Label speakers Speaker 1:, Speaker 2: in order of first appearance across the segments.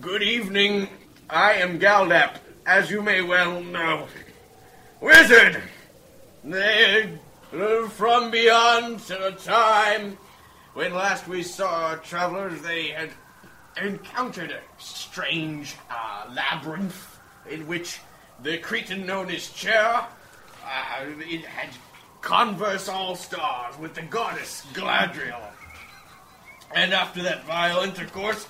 Speaker 1: Good evening. I am Galdap, as you may well know. Wizard! They uh, from beyond to the time when last we saw our travelers, they had encountered a strange uh, labyrinth in which the cretin known as Chair uh, it had converse all stars with the goddess Gladriel. And after that vile intercourse,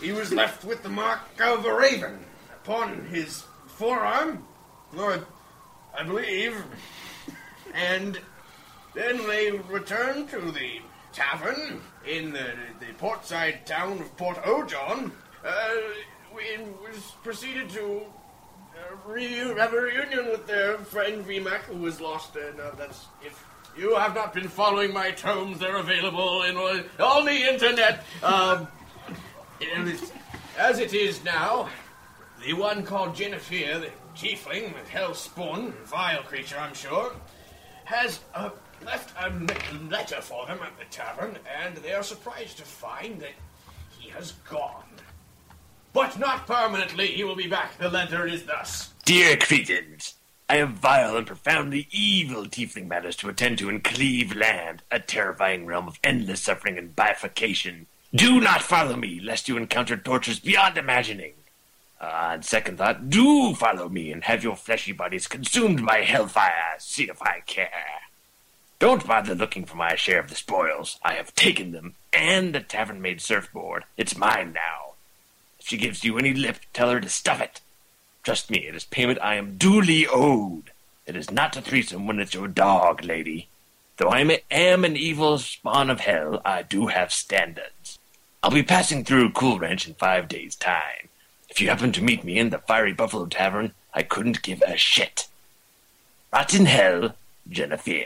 Speaker 1: he was left with the mark of a raven upon his forearm, or I believe, and then they returned to the tavern in the, the portside town of Port Ojon, uh, and was proceeded to uh, reu- have a reunion with their friend VMAC, who was lost. And uh, that's if you have not been following my tomes, they're available in, on on the internet. Um, and it's- as it is now, the one called Jennifer, the tiefling with hellspawn, vile creature, I'm sure, has uh, left a m- letter for them at the tavern, and they are surprised to find that he has gone. But not permanently, he will be back. The letter is thus.
Speaker 2: Dear Cretans, I have vile and profoundly evil tiefling matters to attend to in Cleve Land, a terrifying realm of endless suffering and bifurcation. Do not follow me, lest you encounter tortures beyond imagining. Uh, on second thought, do follow me and have your fleshy bodies consumed by hellfire. See if I care. Don't bother looking for my share of the spoils. I have taken them and the tavern maid surfboard. It's mine now. If she gives you any lip, tell her to stuff it. Trust me, it is payment I am duly owed. It is not a threesome when it's your dog, lady. Though I am- am an evil spawn of hell, I do have standards. I'll be passing through Cool Ranch in five days' time. If you happen to meet me in the Fiery Buffalo Tavern, I couldn't give a shit. Rotten hell, Jennifer.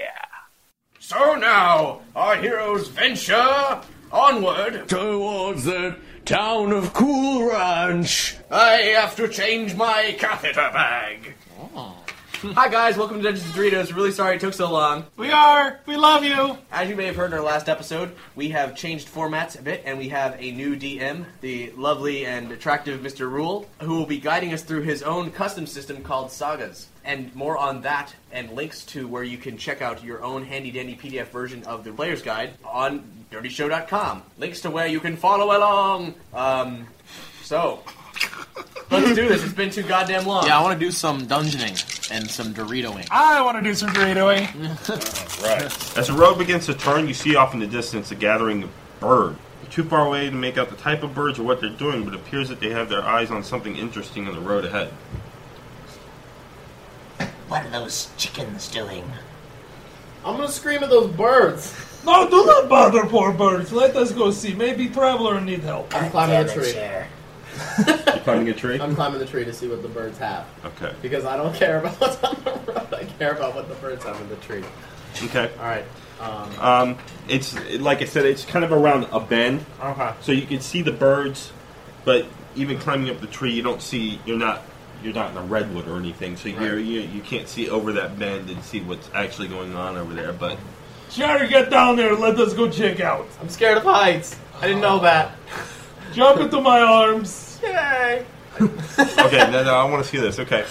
Speaker 1: So now, our heroes venture onward towards the town of Cool Ranch. I have to change my catheter bag.
Speaker 3: Hi guys, welcome to Dungeons and Doritos. Really sorry it took so long.
Speaker 1: We are. We love you.
Speaker 3: As you may have heard in our last episode, we have changed formats a bit and we have a new DM, the lovely and attractive Mr. Rule, who will be guiding us through his own custom system called Sagas. And more on that and links to where you can check out your own handy dandy PDF version of the player's guide on dirtyshow.com. Links to where you can follow along. Um, so, let's do this. It's been too goddamn long.
Speaker 4: Yeah, I want to do some dungeoning and some Doritoing.
Speaker 5: I want to do some Doritoing.
Speaker 6: Right. As the road begins to turn, you see off in the distance a gathering of bird. Too far away to make out the type of birds or what they're doing, but it appears that they have their eyes on something interesting on the road ahead.
Speaker 7: What are those chickens doing?
Speaker 8: I'm gonna scream at those birds.
Speaker 5: No, do not bother poor birds. Let us go see. Maybe traveler need help.
Speaker 8: I'm climbing the
Speaker 7: Damn it,
Speaker 8: tree.
Speaker 7: Cher.
Speaker 6: You climbing a tree?
Speaker 8: I'm climbing the tree to see what the birds have.
Speaker 6: Okay.
Speaker 8: Because I don't care about what's on the road. I care about what the birds have in the tree.
Speaker 6: Okay.
Speaker 8: All right. Um,
Speaker 6: Um, it's like I said, it's kind of around a bend,
Speaker 8: okay.
Speaker 6: so you can see the birds, but even climbing up the tree, you don't see. You're not. You're not in a redwood or anything, so you're, you you can't see over that bend and see what's actually going on over there. But
Speaker 5: Sure, get down there. Let us go check out.
Speaker 8: I'm scared of heights. I didn't know that.
Speaker 5: Jump into my arms.
Speaker 8: Yay!
Speaker 6: okay, no, no, I want to see this. Okay,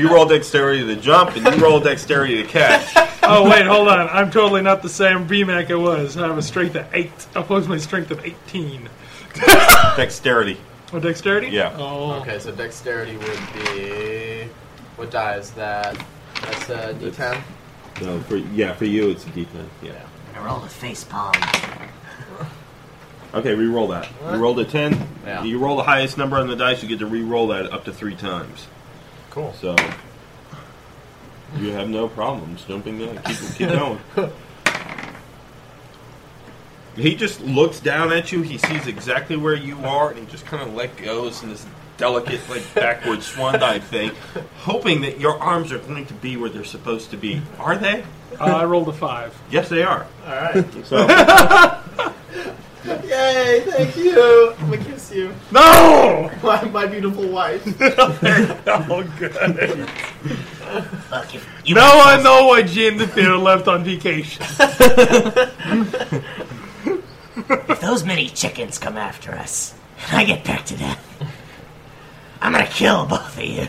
Speaker 6: you roll dexterity to jump, and you roll dexterity to catch.
Speaker 5: Oh wait, hold on. I'm totally not the same BMAC I was. I have a strength of eight. I was my strength of eighteen.
Speaker 6: Dexterity.
Speaker 5: Or dexterity?
Speaker 6: Yeah.
Speaker 5: Oh.
Speaker 8: Okay, so dexterity would be. What die is that? That's uh, a d10.
Speaker 6: No, for yeah, for you it's a D10. Yeah.
Speaker 7: I rolled a face palm.
Speaker 6: Okay, re-roll that. You rolled a ten.
Speaker 8: Yeah.
Speaker 6: You roll the highest number on the dice. You get to re-roll that up to three times.
Speaker 8: Cool.
Speaker 6: So you have no problems jumping in. Keep, keep going. He just looks down at you. He sees exactly where you are, and he just kind of let goes in this delicate, like backward swan dive thing, hoping that your arms are going to be where they're supposed to be. Are they?
Speaker 5: Uh, I rolled a five.
Speaker 6: Yes, they are.
Speaker 5: All right.
Speaker 6: So,
Speaker 8: Yay! Thank you. I'm gonna kiss you.
Speaker 5: No!
Speaker 8: My, my beautiful wife.
Speaker 5: oh, good.
Speaker 7: You
Speaker 5: now I know why Jane the Fair left on vacation.
Speaker 7: If those many chickens come after us, and I get back to them, I'm gonna kill both of you.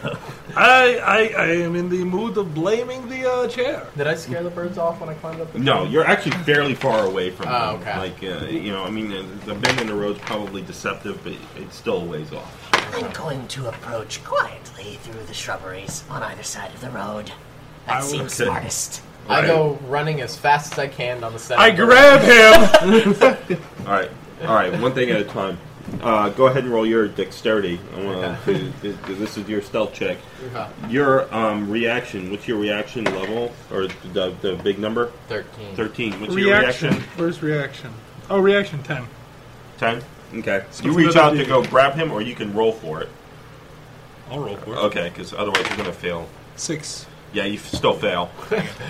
Speaker 5: I, I, I am in the mood of blaming the uh, chair.
Speaker 8: Did I scare the birds off when I climbed up? The
Speaker 6: no, you're actually fairly far away from.
Speaker 8: Oh,
Speaker 6: them.
Speaker 8: okay.
Speaker 6: Like uh, you know, I mean, the, the bend in the road's probably deceptive, but it's still a ways off.
Speaker 7: I'm going to approach quietly through the shrubberies on either side of the road. That seems
Speaker 6: okay.
Speaker 7: smartest.
Speaker 8: I go running as fast as I can on the side.
Speaker 5: I
Speaker 8: of the
Speaker 5: grab him.
Speaker 6: All right, all right. One thing at a time. Uh, go ahead and roll your dexterity. I want to. This is your stealth check.
Speaker 8: Uh-huh.
Speaker 6: Your um, reaction. What's your reaction level or the, the big number?
Speaker 8: Thirteen.
Speaker 6: Thirteen. What's
Speaker 5: reaction.
Speaker 6: your reaction?
Speaker 5: Where's reaction? Oh, reaction 10.
Speaker 6: Ten. Okay.
Speaker 5: So
Speaker 6: you
Speaker 5: it's
Speaker 6: reach
Speaker 5: another
Speaker 6: out to
Speaker 5: digit.
Speaker 6: go grab him, or you can roll for it.
Speaker 5: I'll roll for
Speaker 6: Okay, because otherwise you're gonna fail.
Speaker 5: Six.
Speaker 6: Yeah, you still fail.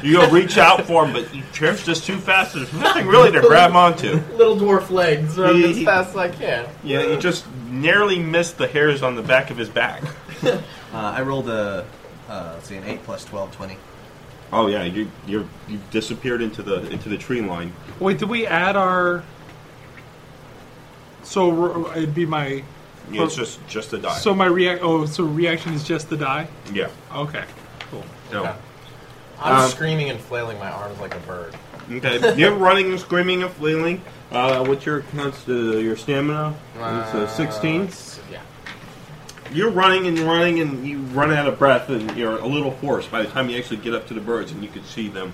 Speaker 6: You go reach out for him, but the chair's just too fast. There's nothing really to grab onto.
Speaker 8: Little dwarf legs. Run
Speaker 6: He-
Speaker 8: as fast as I can.
Speaker 6: Yeah, you just narrowly missed the hairs on the back of his back.
Speaker 9: Uh, I rolled a, uh, let's see, an 8 plus 12, 20.
Speaker 6: Oh yeah, you you're, you disappeared into the into the tree line.
Speaker 5: Wait, did we add our. So ro- it'd be my.
Speaker 6: Yeah, it's just just a die.
Speaker 5: So my react. Oh, so reaction is just the die?
Speaker 6: yeah,
Speaker 5: Okay. Cool.
Speaker 6: no.
Speaker 8: I'm
Speaker 6: Um,
Speaker 8: screaming and flailing my arms like a bird.
Speaker 6: Okay, you're running and screaming and flailing. Uh, what's your const- uh, your stamina? It's uh, sixteen.
Speaker 8: S- Yeah.
Speaker 6: You're running and running, and you run out of breath, and you're a little hoarse by the time you actually get up to the birds, and you can see them.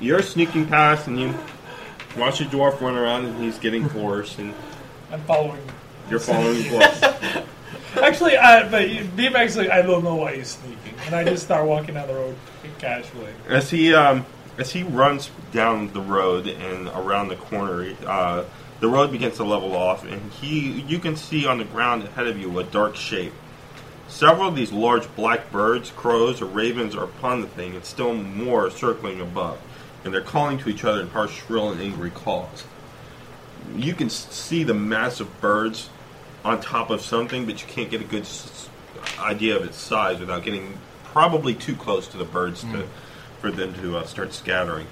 Speaker 6: You're sneaking past, and you watch the dwarf run around, and he's getting hoarse, and
Speaker 5: I'm following.
Speaker 6: you're following the dwarf.
Speaker 5: Actually, I, but being actually, I don't know why he's sneaking, and I just start walking down the road casually.
Speaker 6: As he um, as he runs down the road and around the corner, uh, the road begins to level off, and he you can see on the ground ahead of you a dark shape. Several of these large black birds, crows, or ravens are upon the thing, and still more are circling above, and they're calling to each other in harsh, shrill, and angry calls. You can s- see the mass of birds on top of something, but you can't get a good s- idea of its size without getting probably too close to the birds to,
Speaker 8: Hmm.
Speaker 6: for them to uh, start scattering.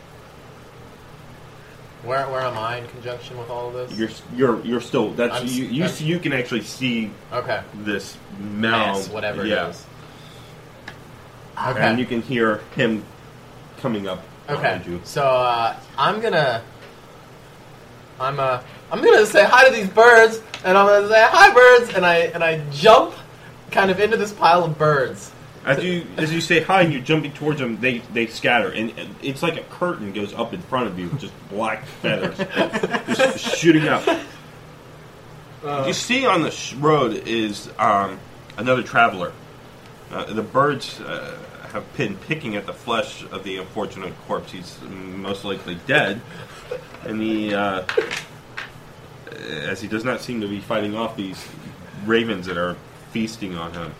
Speaker 8: Where where am I in conjunction with all of this?
Speaker 6: You're s- you're you're still that's
Speaker 8: I'm s-
Speaker 6: you you,
Speaker 8: I'm-
Speaker 6: see- you can actually see
Speaker 8: okay.
Speaker 6: this mound,
Speaker 8: Mass, whatever
Speaker 6: yeah,
Speaker 8: it is. Okay.
Speaker 6: and you can hear him coming up
Speaker 8: Okay.
Speaker 6: behind you.
Speaker 8: So uh, I'm gonna, I'm uh, I'm gonna say hi to these birds, and I'm gonna say hi birds, and I and I jump, kind of into this pile of birds.
Speaker 6: As you as you say hi and you're jumping towards them, they they scatter and and it's like a curtain goes up in front of you, just black feathers just shooting up. you see on the sh- road is um, another traveler. Uh, the birds uh, have been picking at the flesh of the unfortunate corpse. He's most likely dead, and he uh, as he does not seem to be fighting off these ravens that are feasting on him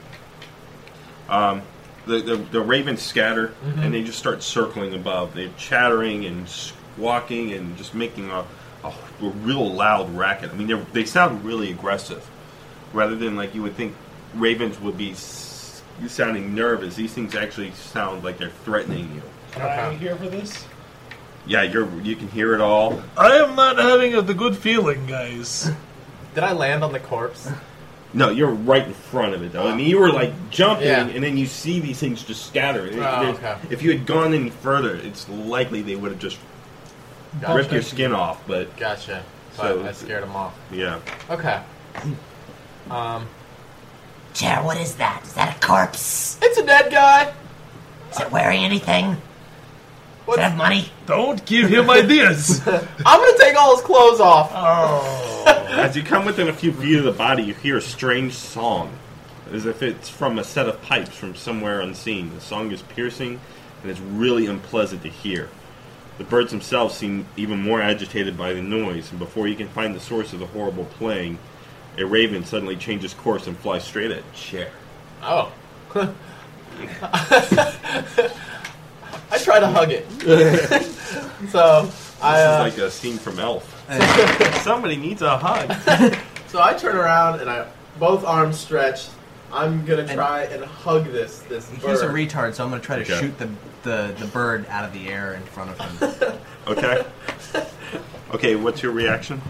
Speaker 6: um, the, the, the ravens scatter and they just start circling above. They're chattering and squawking and just making a, a, a real loud racket. I mean, they're, they sound really aggressive rather than like you would think ravens would be s- sounding nervous. These things actually sound like they're threatening you.
Speaker 5: Am I here for this?
Speaker 6: Yeah, you're you can hear it all.
Speaker 5: I am not having a, the good feeling, guys.
Speaker 8: Did I land on the corpse?
Speaker 6: No, you're right in front of it though. I mean, you were like jumping,
Speaker 8: Yeah.
Speaker 6: and then you see these things just scatter. It-
Speaker 8: Oh,
Speaker 6: it-
Speaker 8: okay.
Speaker 6: If you had gone any further, it's likely they would have just ripped your skin off. But
Speaker 8: Gotcha. So,
Speaker 6: So-
Speaker 8: I, I scared them off.
Speaker 6: yeah.
Speaker 8: Okay. Um,
Speaker 7: Chair, what is that? Is that a corpse?
Speaker 8: it's a dead guy.
Speaker 7: Is it wearing anything? Does it have money?
Speaker 5: Don't give him ideas.
Speaker 8: I'm gonna take all his clothes off.
Speaker 6: As you come within a few feet of the body, you hear a strange song, as if it's from a set of pipes from somewhere unseen. The song is piercing, and it's really unpleasant to hear. The birds themselves seem even more agitated by the noise, and before you can find the source of the horrible playing, a raven suddenly changes course and flies straight at Chair.
Speaker 8: Oh. I try to hug it. so I.
Speaker 6: this
Speaker 8: uh,
Speaker 6: is like a scene from Elf. Somebody needs a hug.
Speaker 8: so I turn around and I both arms stretched. I'm gonna try and, hug this this bird.
Speaker 9: He's a retard, so I'm going to try to
Speaker 8: Okay.
Speaker 9: shoot the, the, the bird out of the air in front of him.
Speaker 6: Okay. Okay, what's your reaction?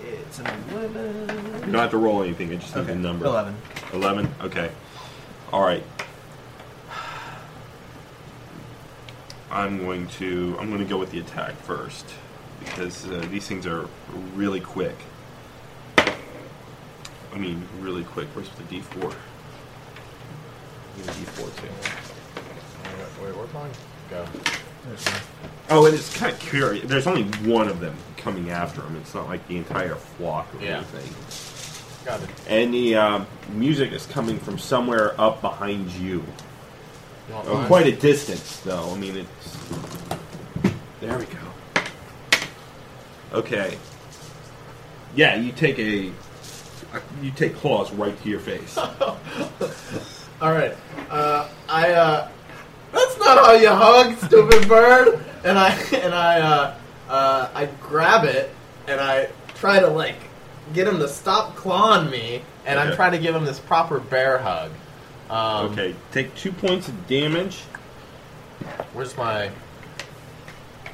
Speaker 9: It's an 11.
Speaker 6: You don't have to roll anything. I just need the number.
Speaker 9: Eleven.
Speaker 6: Eleven. Okay. All right. I'm going to I'm going to go with the attack first because uh, these things are really quick. I mean, really quick. Where's the D4? Need a D4 too.
Speaker 8: Wait, where's mine? Go.
Speaker 6: Oh, and it's kind of curious. There's only one of them coming after him. It's not like the entire flock or
Speaker 8: Yeah.
Speaker 6: anything.
Speaker 8: Got it.
Speaker 6: And the um, music is coming from somewhere up behind you.
Speaker 8: You want
Speaker 6: Oh,
Speaker 8: mine?
Speaker 6: quite a distance, though. I mean, it's. There we go. Okay. Yeah, you take a. You take claws right to your face.
Speaker 8: Um, All right. Uh, I. Uh, that's not how you hug, stupid bird. And I and I uh, uh, I grab it and I try to like get him to stop clawing me, and I'm
Speaker 6: Okay.
Speaker 8: trying to give him this proper bear hug. Um,
Speaker 6: okay, take two points of damage.
Speaker 8: Where's my?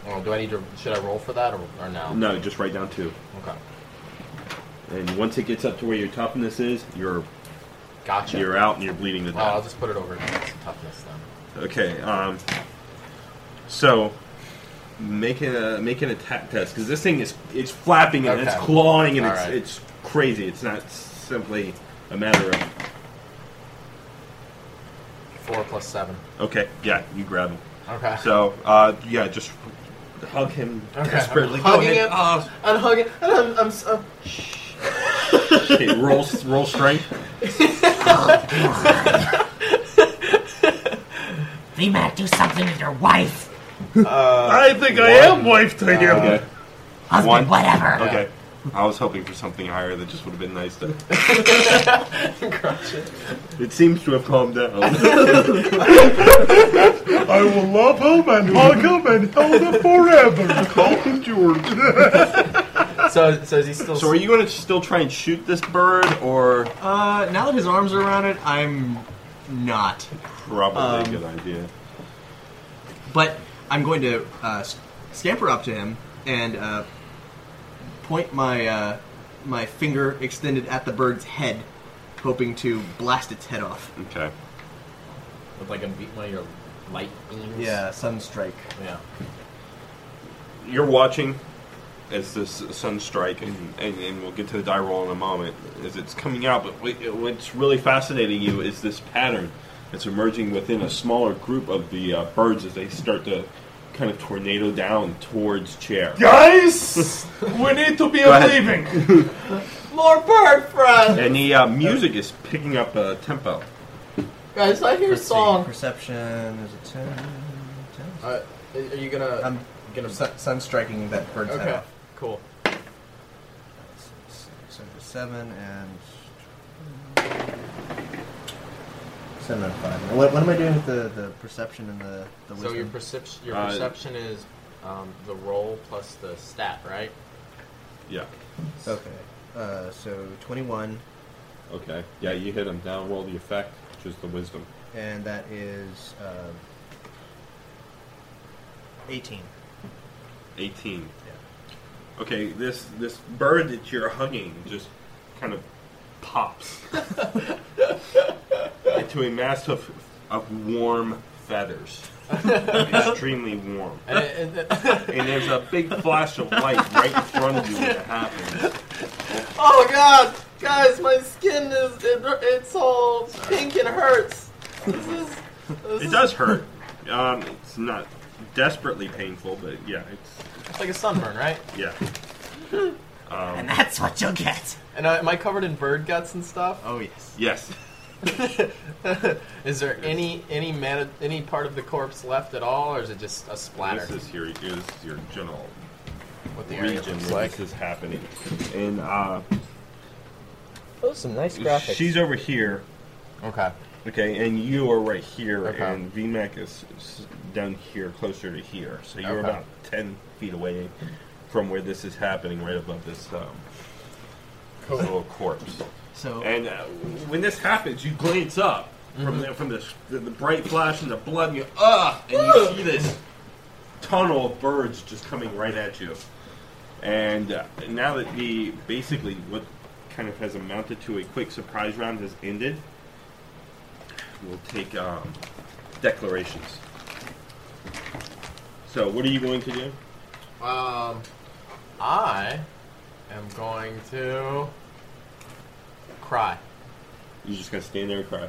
Speaker 8: Oh, do I need to? Should I roll for that or, or no?
Speaker 6: No, just write down two.
Speaker 8: Okay.
Speaker 6: And once it gets up to where your toughness is, you're
Speaker 8: Gotcha.
Speaker 6: You're out and you're bleeding to
Speaker 8: Oh,
Speaker 6: death.
Speaker 8: I'll just put it over against toughness then.
Speaker 6: Okay. Um, so make a make an attack test because this thing is it's flapping and it's
Speaker 8: Okay.
Speaker 6: clawing and it's
Speaker 8: Alright.
Speaker 6: it's crazy. It's not simply a matter of
Speaker 8: Four plus seven.
Speaker 6: okay, yeah, you grab him.
Speaker 8: Okay.
Speaker 6: So uh, yeah, just hug him
Speaker 8: Okay.
Speaker 6: desperately.
Speaker 8: I'm
Speaker 6: Go
Speaker 8: hugging
Speaker 6: ahead. Uh,
Speaker 8: it. I'm hugging. And I'm. I'm so,
Speaker 6: Okay, roll roll strength.
Speaker 7: Oh, They might do something to your wife.
Speaker 8: Uh,
Speaker 6: I think I am wife to you. Uh, Okay.
Speaker 7: Husband, whatever.
Speaker 6: Okay. I was hoping for something higher. That just would have been nice to. It seems to have calmed down.
Speaker 5: I will love him and hug him and hold him forever.
Speaker 6: Colton George.
Speaker 8: so, so is he still?
Speaker 6: So are you going to still try and shoot this bird, or
Speaker 9: Uh, now that his arms are around it, I'm not.
Speaker 6: probably
Speaker 9: Um,
Speaker 6: a good idea?
Speaker 9: But I'm going to uh, s- scamper up to him and uh, point my uh, my finger extended at the bird's head, hoping to blast its head off.
Speaker 6: Okay.
Speaker 8: With like a beat my your light beams.
Speaker 9: Yeah, sunstrike.
Speaker 8: Yeah.
Speaker 6: You're watching as this sun strike, and, and, and we'll get to the die roll in a moment as it's coming out. But wh- what's really fascinating you is this pattern that's emerging within a smaller group of the uh, birds as they start to kind of tornado down towards chair.
Speaker 5: Guys, we need to be
Speaker 6: Go ahead.
Speaker 5: leaving.
Speaker 8: More bird friends.
Speaker 6: And the uh, music is picking up uh, tempo.
Speaker 8: Guys, I hear a song.
Speaker 9: Perception. There's a ten.
Speaker 8: Uh, are you gonna?
Speaker 9: I'm
Speaker 8: gonna
Speaker 9: sun, sun striking that bird's head
Speaker 8: okay.
Speaker 9: off.
Speaker 8: Cool.
Speaker 9: So for seven and seven and five. And What, what am I doing with the, the perception and the the
Speaker 8: So
Speaker 9: wisdom?
Speaker 8: your perception, your
Speaker 6: Uh,
Speaker 8: perception is um, the roll plus the stat, right?
Speaker 6: Yeah.
Speaker 9: okay. Uh, so twenty one,
Speaker 6: Okay. Yeah, you hit him. Now roll the effect, which is the wisdom.
Speaker 9: and that is uh, eighteen.
Speaker 6: 18. Okay, this this bird that you're hugging just kind of pops into a mass of, of warm feathers. Extremely warm.
Speaker 8: And it- it-
Speaker 6: And there's a big flash of light right in front of you when it happens.
Speaker 8: oh God, guys, my skin is it, it's all pink and hurts. This is. This
Speaker 6: It
Speaker 8: is-
Speaker 6: does hurt. Um, it's not desperately painful, but yeah, it's
Speaker 8: It's like a sunburn, right?
Speaker 6: yeah. Um,
Speaker 7: That's what you'll get.
Speaker 10: uh,
Speaker 8: And I, am I covered in bird guts and stuff?
Speaker 9: Oh yes.
Speaker 6: yes.
Speaker 10: Is there any any man, any part of the corpse left at all, or is it just a splatter?
Speaker 6: This is your this is your general
Speaker 10: what the area
Speaker 6: region
Speaker 10: looks
Speaker 6: where
Speaker 10: like.
Speaker 6: this is happening. And uh,
Speaker 10: Those are some nice graphics.
Speaker 6: she's over here.
Speaker 10: Okay.
Speaker 6: Okay, and you are right here,
Speaker 10: Okay.
Speaker 6: and VMAC is s- down here, closer to here. So you're
Speaker 10: Okay.
Speaker 6: about ten feet away from where this is happening, right above this um,
Speaker 10: Cool.
Speaker 6: little corpse.
Speaker 9: So
Speaker 6: and uh, when this happens, you glance up
Speaker 10: Mm-hmm.
Speaker 6: from the, from the, the, the bright flash and the blood, and you ah, and you see this tunnel of birds just coming right at you. And uh, now that the basically what kind of has amounted to a quick surprise round has ended, we'll take um, declarations. So, what are you going to do?
Speaker 10: Um, I am going to cry.
Speaker 6: You're just going to stand there and cry.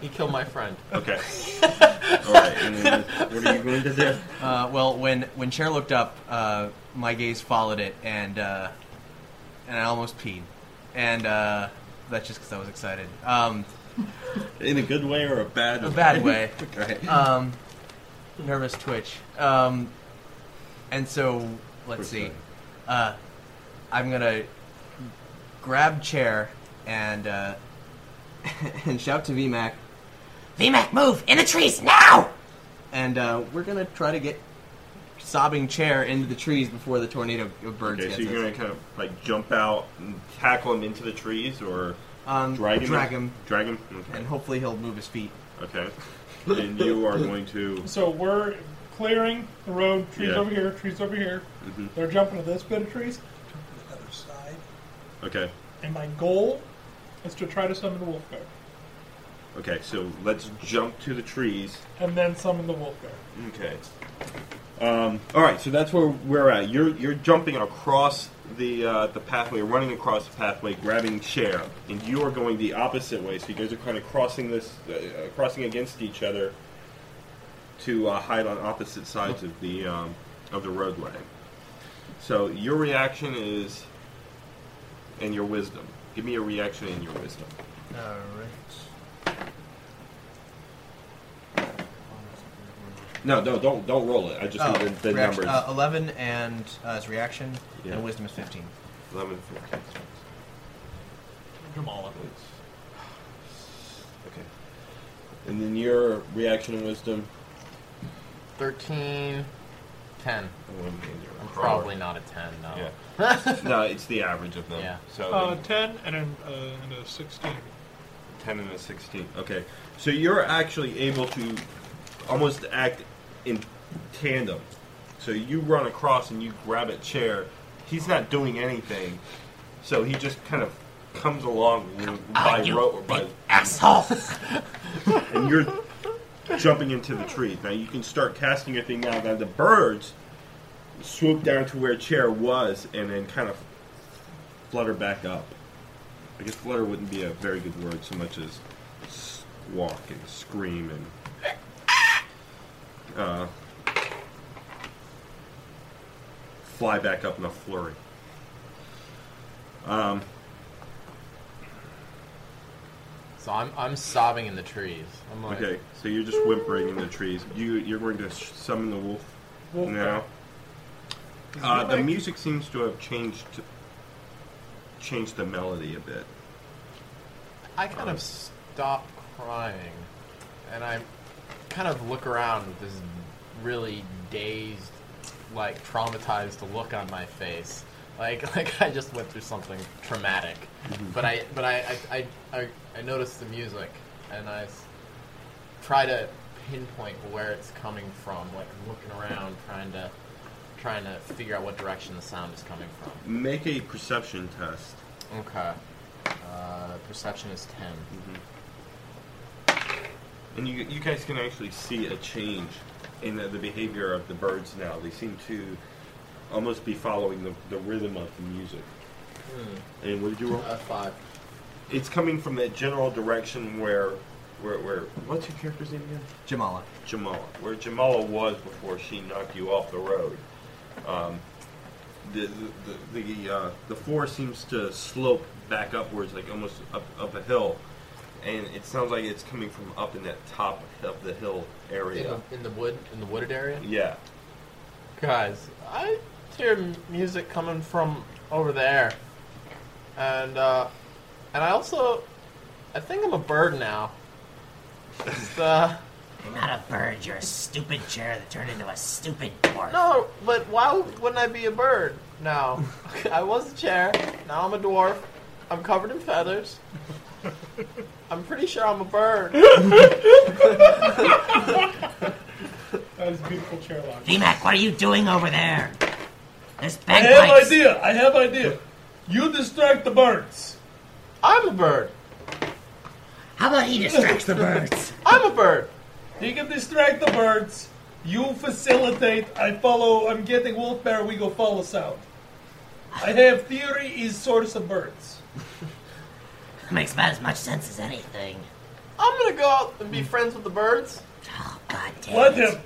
Speaker 10: he killed my friend.
Speaker 6: Okay. All right. And then what are you going to do?
Speaker 9: Uh, well, when when Cher looked up, uh, my gaze followed it, and uh, and I almost peed, and uh, that's just because I was excited. Um,
Speaker 6: In a good way or a bad
Speaker 9: a
Speaker 6: way?
Speaker 9: bad way.
Speaker 6: Okay.
Speaker 9: Um, nervous twitch. Um, and so let's see. Uh, I'm gonna grab Chair and uh, and shout to VMAC.
Speaker 8: VMAC, move! In the trees, now!
Speaker 9: And uh, we're gonna try to get sobbing Chair into the trees before the tornado of birds
Speaker 6: Okay,
Speaker 9: gets
Speaker 6: so you're gonna
Speaker 9: us.
Speaker 6: kind of like jump out and tackle him into the trees, or
Speaker 9: Um,
Speaker 6: drag him,
Speaker 9: drag him.
Speaker 6: drag him, okay.
Speaker 9: and hopefully he'll move his feet.
Speaker 6: Okay, and you are going to.
Speaker 5: So we're clearing the road. Trees
Speaker 6: Yeah.
Speaker 5: over here. Trees over here.
Speaker 6: Mhm.
Speaker 5: They're jumping to this bit of trees. Jump to the other side.
Speaker 6: Okay,
Speaker 5: And my goal is to try to summon the wolf bear,
Speaker 6: okay. So let's jump to the trees.
Speaker 5: and then summon the wolf bear.
Speaker 6: Okay. Um, all right, so that's where we're at. You're you're jumping across the uh, the pathway, running across the pathway, grabbing chair, and you are going the opposite way. So you guys are kind of crossing this, uh, crossing against each other to uh, hide on opposite sides of the um, of the roadway. So your reaction is, and your wisdom. Give me a reaction and your wisdom.
Speaker 9: All right.
Speaker 6: No, no, don't don't roll it. I just need the, the numbers.
Speaker 9: Uh, Eleven and uh, his reaction
Speaker 6: Yeah.
Speaker 9: and wisdom is fifteen.
Speaker 6: Eleven. Okay.
Speaker 5: Jamala.
Speaker 6: Okay. And then your reaction and wisdom.
Speaker 10: 13, 10. I'm probably not a 10, no.
Speaker 6: Yeah. no, it's the average of them. Yeah. So
Speaker 5: Uh,
Speaker 6: then
Speaker 5: ten and an, uh, and a sixteen.
Speaker 6: ten and a sixteen. Okay. So you're actually able to almost act in tandem. So you run across and you grab a chair. He's not doing anything. So he just kind of comes along
Speaker 10: Ah,
Speaker 6: by
Speaker 8: on, you
Speaker 6: rope or by
Speaker 8: Asshole!
Speaker 6: and you're jumping into the trees. Now you can start casting your thing now. Now the birds swoop down to where chair was and then kind of flutter back up. I guess flutter wouldn't be a very good word so much as s- walk and scream and. Uh, fly back up in a flurry. Um,
Speaker 10: So I'm, I'm sobbing in the trees. I'm like,
Speaker 6: Okay, so you're just whimpering in the trees. You you're going to sh- summon the wolf
Speaker 10: Wolf
Speaker 6: now. Uh, the music seems to have changed changed the melody a bit.
Speaker 10: I kind of stop crying, and I kind of look around with this really dazed, like traumatized look on my face, like like I just went through something traumatic.
Speaker 6: Mm-hmm.
Speaker 11: Mhm.
Speaker 10: But I but I I, I, I I notice the music, and I s- try to pinpoint where it's coming from. Like I'm looking around, trying to trying to figure out what direction the sound is coming from.
Speaker 6: Make a perception test.
Speaker 10: Okay. Uh, perception is 10
Speaker 6: Mm-hmm. And you, you guys can actually see a change in the, the behavior of the birds now. They seem to almost be following the, the rhythm of the music. And what did you roll?
Speaker 10: Hmm. Uh, five.
Speaker 6: It's coming from that general direction where, where, where what's your character's name again?
Speaker 9: Jamala.
Speaker 6: Jamala. Where Jamala was before she knocked you off the road. Um, the the the, the, uh, the forest seems to slope back upwards, like almost up, up a hill, and it sounds like it's coming from up in that top of the hill area.
Speaker 8: In the, in the wood, in the wooded area.
Speaker 6: Yeah.
Speaker 8: Guys, I hear m- music coming from over there, and uh, and I also, I think I'm a bird now. Just, uh,
Speaker 7: You're not a bird, you're a stupid chair that turned into a stupid dwarf.
Speaker 8: no, but why wouldn't I be a bird now? I was a chair. Now I'm a dwarf. I'm covered in feathers. I'm pretty sure I'm a bird.
Speaker 5: That was a beautiful chair lock.
Speaker 7: VMAC, what are you doing over there? There's
Speaker 5: I have
Speaker 7: bagpipes.
Speaker 5: idea. I have idea. You distract the birds.
Speaker 8: I'm a bird.
Speaker 7: How about he distracts the birds?
Speaker 8: I'm a bird.
Speaker 5: He can distract the birds. You facilitate. I follow. I'm getting wolf bear. We go follow sound. I have theory is source of birds.
Speaker 7: That makes about as much sense as anything.
Speaker 8: I'm gonna go out and be friends with the birds.
Speaker 7: Oh, God damn
Speaker 5: Let
Speaker 7: it.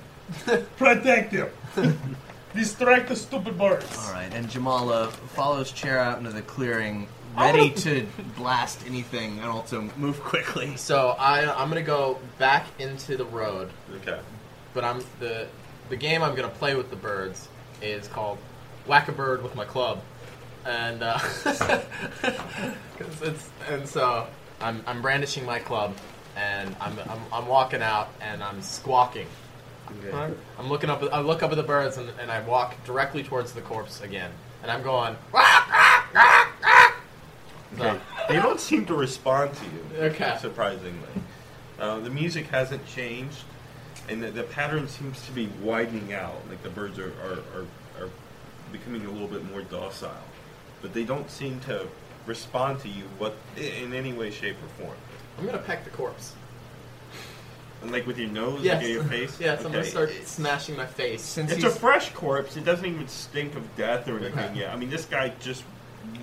Speaker 5: him protect him. distract the stupid birds.
Speaker 9: All right, and Jamala follows Chair out into the clearing,
Speaker 8: Oh.
Speaker 9: ready to blast anything, and also move quickly.
Speaker 8: So I I'm gonna go back into the road,
Speaker 6: Okay.
Speaker 8: but I'm the the game I'm gonna play with the birds is called Whack a Bird with my club, and uh, 'cause it's and so I'm I'm brandishing my club and I'm I'm, I'm walking out and I'm squawking.
Speaker 6: Okay.
Speaker 8: I'm looking up. I look up at the birds and, and I walk directly towards the corpse again, and I'm going.
Speaker 6: Okay. They don't seem to respond to you.
Speaker 8: Okay.
Speaker 6: Surprisingly, uh, the music hasn't changed, and the, the pattern seems to be widening out. Like the birds are, are, are, are becoming a little bit more docile, but they don't seem to respond to you what in any way, shape, or form.
Speaker 8: I'm gonna peck the corpse.
Speaker 6: And like with your nose,
Speaker 8: Yes.
Speaker 6: like in your face.
Speaker 8: Yes, I'm gonna
Speaker 6: Okay.
Speaker 8: start smashing my face. Since
Speaker 6: It's a fresh corpse. It doesn't even stink of death or anything yet. I mean, this guy just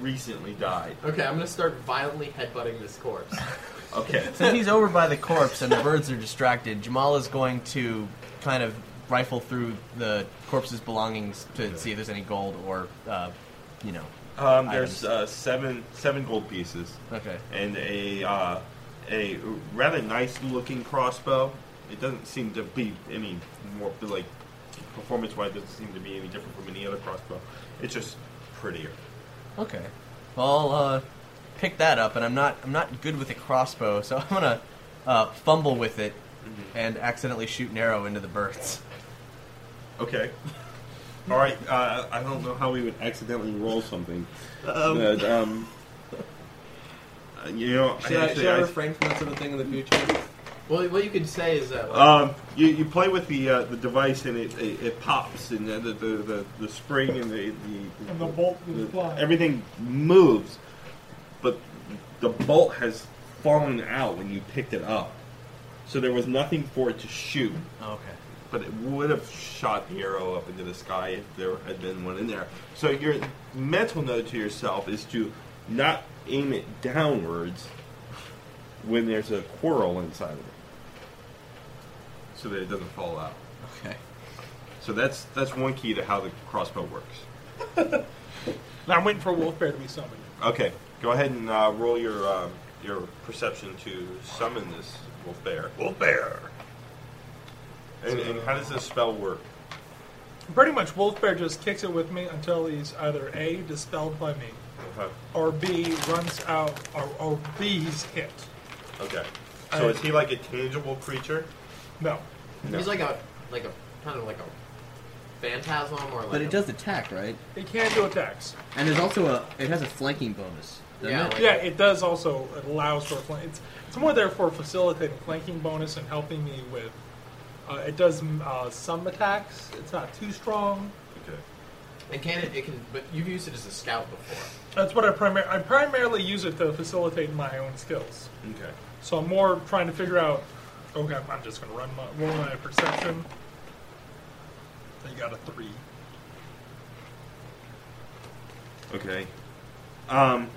Speaker 6: recently died.
Speaker 8: Okay, I'm gonna start violently headbutting this corpse.
Speaker 6: Okay.
Speaker 9: Since he's over by the corpse and the birds are distracted, Jamal is going to kind of rifle through the corpse's belongings to see if there's any gold or, uh, you know.
Speaker 6: Um, there's
Speaker 9: items.
Speaker 6: uh, seven seven gold pieces.
Speaker 9: Okay.
Speaker 6: And a uh, a rather nice looking crossbow. It doesn't seem to be any more like performance wise. Doesn't seem to be any different from any other crossbow. It's just prettier.
Speaker 9: Okay. Well, I'll uh, pick that up, and I'm not I'm not good with a crossbow, so I'm gonna uh, fumble with it
Speaker 8: Mm-hmm.
Speaker 9: and accidentally shoot an arrow into the birds.
Speaker 6: Okay. All right. Uh, I don't know how we would accidentally roll something.
Speaker 9: Um.
Speaker 6: But, um, uh, you know,
Speaker 9: Should I- should I refrain from that sort of thing in the future?
Speaker 8: Well, what you could say is that.
Speaker 6: Um, you, you play with the uh, the device and it, it, it pops and the the, the, the the spring and the the,
Speaker 5: And the bolt will fly.
Speaker 6: everything moves, but the bolt has fallen out when you picked it up, so there was nothing for it to shoot.
Speaker 9: Okay.
Speaker 6: But it would have shot the arrow up into the sky if there had been one in there. So your mental note to yourself is to not aim it downwards when there's a quarrel inside of it, so that it doesn't fall out.
Speaker 9: Okay.
Speaker 6: So that's that's one key to how the crossbow works.
Speaker 5: Now I'm waiting for a wolf bear to be summoned.
Speaker 6: Okay, go ahead and uh, roll your um, your perception to summon this wolf bear. Wolf bear. And, and how does this spell work?
Speaker 5: Pretty much, wolf bear just kicks it with me until he's either a dispelled by me,
Speaker 6: Okay.
Speaker 5: or b runs out, or, or b he's hit.
Speaker 6: Okay.
Speaker 5: Uh,
Speaker 6: So is he like a tangible creature?
Speaker 5: No.
Speaker 6: No.
Speaker 8: He's like a like a kind of like a phantasm or like.
Speaker 9: But
Speaker 8: a-
Speaker 9: it does attack, right?
Speaker 5: He can do attacks.
Speaker 9: And there's also a it has a flanking bonus. doesn't
Speaker 8: Yeah,
Speaker 9: it?
Speaker 5: Yeah, it does also it allows for flank. It's, it's more there for facilitating flanking bonus and helping me with. Uh, it does mm, uh, some attacks. It's not too strong.
Speaker 6: Okay.
Speaker 8: And can it? It can. But you've used it as a scout before.
Speaker 5: That's what I primarily I primarily use it to facilitate my own skills.
Speaker 6: Okay.
Speaker 5: So I'm more trying to figure out. Okay, I'm- I'm just going to run my roll my perception. I got a three.
Speaker 6: Okay. Um,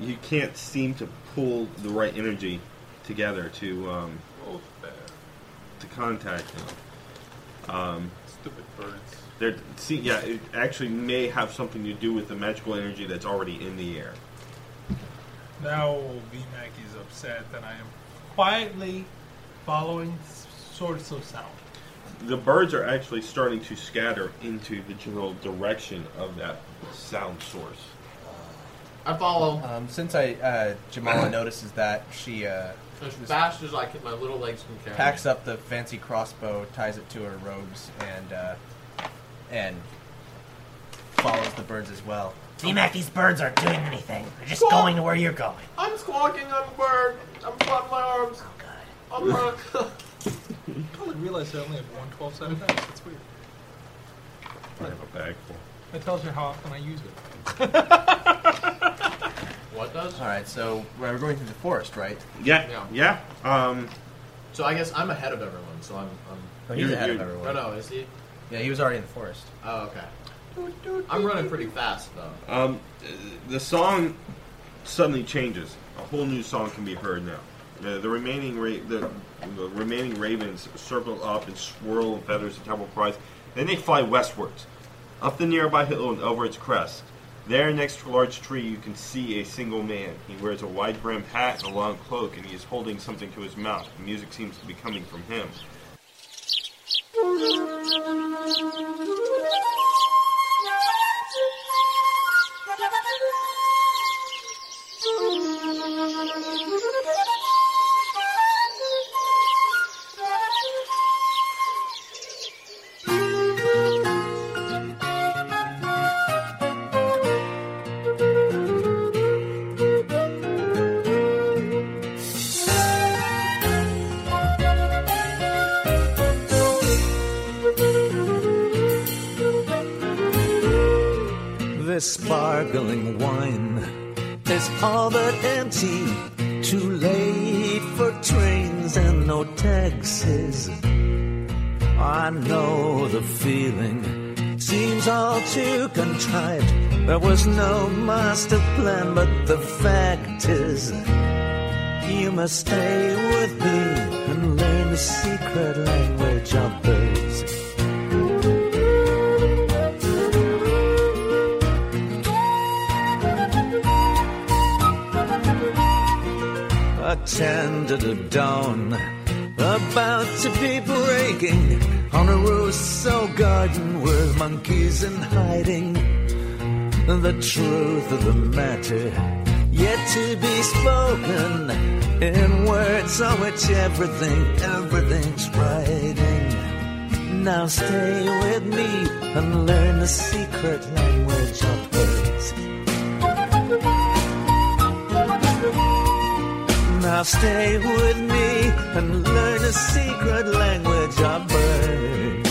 Speaker 6: you can't seem to pull the right energy together to um, to contact them. Um,
Speaker 5: Stupid birds.
Speaker 6: They're, see, yeah, it actually may have something to do with the magical energy that's already in the air.
Speaker 5: Now V-Mac is upset that I am quietly following s- source of sound.
Speaker 6: The birds are actually starting to scatter into the general direction of that sound source.
Speaker 8: I follow
Speaker 9: Um, since I uh, Jamala notices that, she uh,
Speaker 8: as fast as I can. My little legs can carry.
Speaker 9: packs up the fancy crossbow, ties it to her robes, and uh, and follows the birds as well.
Speaker 7: See, Mac, these birds aren't doing anything. They're just going to where you're going.
Speaker 8: I'm squawking. I'm a bird. I'm flapping my arms. Oh god. I'm a
Speaker 5: I only realized I only have one 12 sided dice. That's weird.
Speaker 6: I have a bag full.
Speaker 5: That tells you how often I use it.
Speaker 8: what does?
Speaker 9: All right, so we're going through the forest, right?
Speaker 6: Yeah, yeah. Um,
Speaker 8: so I guess I'm ahead of everyone. So I'm. I'm
Speaker 9: Oh, he's ahead of everyone.
Speaker 8: No, no, is he?
Speaker 9: Yeah, he was already in the forest.
Speaker 8: Oh, okay. I'm running pretty fast though.
Speaker 6: Um, the song suddenly changes. A whole new song can be heard now. The, the remaining ra- the, the remaining ravens circle up and swirl in feathers and temple prize. Then they fly westwards, up the nearby hill and over its crest. There, next to a large tree, you can see a single man. He wears a wide brimmed hat and a long cloak, and he is holding something to his mouth. The music seems to be coming from him.
Speaker 12: This sparkling wine is all but empty. Too late for trains and no taxis. I know the feeling seems all too contrived. There was no master plan, but the fact is, you must stay with me and learn the secret language of birds. attended at dawn. About to be breaking on a Rousseau garden with monkeys in hiding. The truth of the matter yet to be spoken in words on which everything, everything's writing. Now stay with me and learn the secret language of birds. Now stay with me and learn a secret language of birds.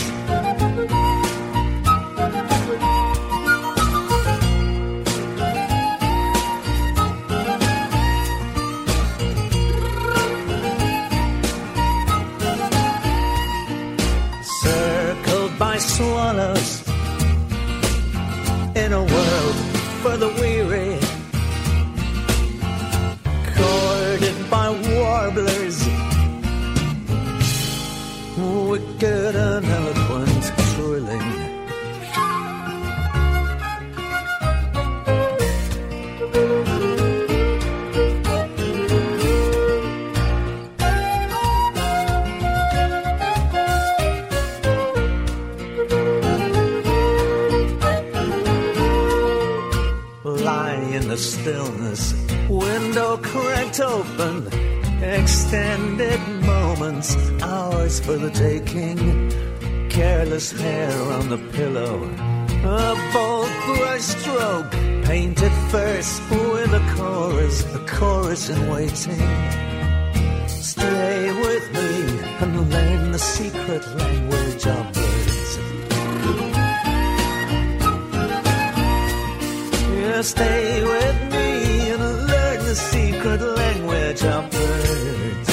Speaker 12: Circled by swallows in a world for the weary courted by warblers. Wicked and eloquent, twirling. Lie in the stillness, window cracked open, extended moments, hours for the taking. Careless hair on the pillow, a bold brush stroke, painted first with a chorus, a chorus in waiting. Stay with me and learn the secret language of birds. Yeah, stay with me and learn the secret language of birds.